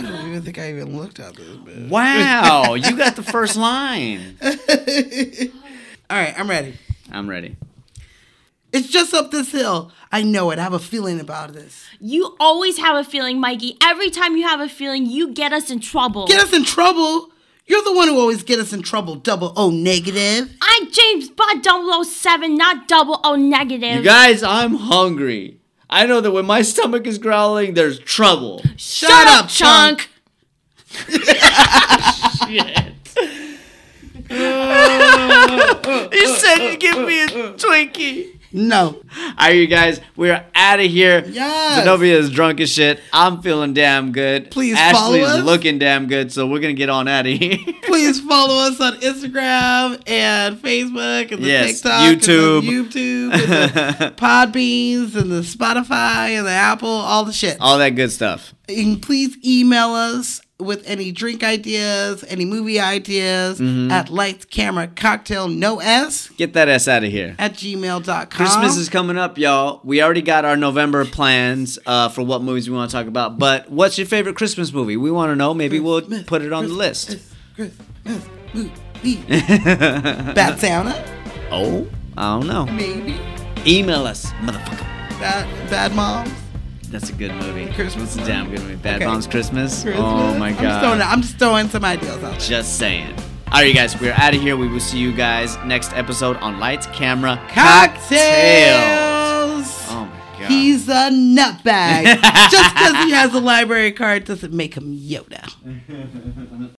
B: Oh, I don't even think I even looked at this. Man.
A: Wow, you got the first line.
B: All right, I'm ready.
A: I'm ready.
B: It's just up this hill. I know it. I have a feeling about this.
C: You always have a feeling, Mikey. Every time you have a feeling, you get us in trouble.
B: Get us in trouble. You're the one who always get us in trouble. Double O negative.
C: I'm James Bond 007, not double O negative.
A: You guys, I'm hungry. I know that when my stomach is growling, there's trouble.
C: Shut, up, Chunk.
A: you said you'd give me a Twinkie.
B: No.
A: All right, you guys, we're out of here.
B: Yes.
A: Zenobia is drunk as shit. I'm feeling damn good.
B: Please
A: Ashley's
B: follow us.
A: looking damn good, so we're gonna get on out of here. [LAUGHS]
B: Please follow us on Instagram and Facebook and the
A: Yes,
B: TikTok, and the
A: YouTube.
B: YouTube, and the
A: [LAUGHS]
B: Podbeans, and the Spotify, and the Apple, all the shit.
A: All that good stuff.
B: And please email us with any drink ideas, any movie ideas
A: Mhm.
B: at lights, camera, cocktail, no S
A: Get that ass out of here.
B: at gmail.com.
A: Christmas is coming up, y'all. We already got our November plans uh, for what movies we want to talk about. But what's your favorite Christmas movie? We want to know. Maybe we'll put it on the list. [LAUGHS]
B: Bat Santa,
A: Oh, I don't know.
B: maybe.
A: Email us, motherfucker.
B: Bad, bad moms.
A: That's a good movie.
B: Christmas
A: It's a
B: movie.
A: damn good movie. Bad
B: Okay.
A: Moms Christmas.
B: Christmas.
A: Oh my
B: I'm just, throwing,
A: god.
B: I'm just throwing some ideas out.
A: Just, saying. All right, you guys, we're out of here. We will see you guys next episode on Lights, Camera,
B: Cocktails.
A: Oh my god.
B: He's
A: [LAUGHS]
B: a nutbag. Just because he has a library card doesn't make him Yoda.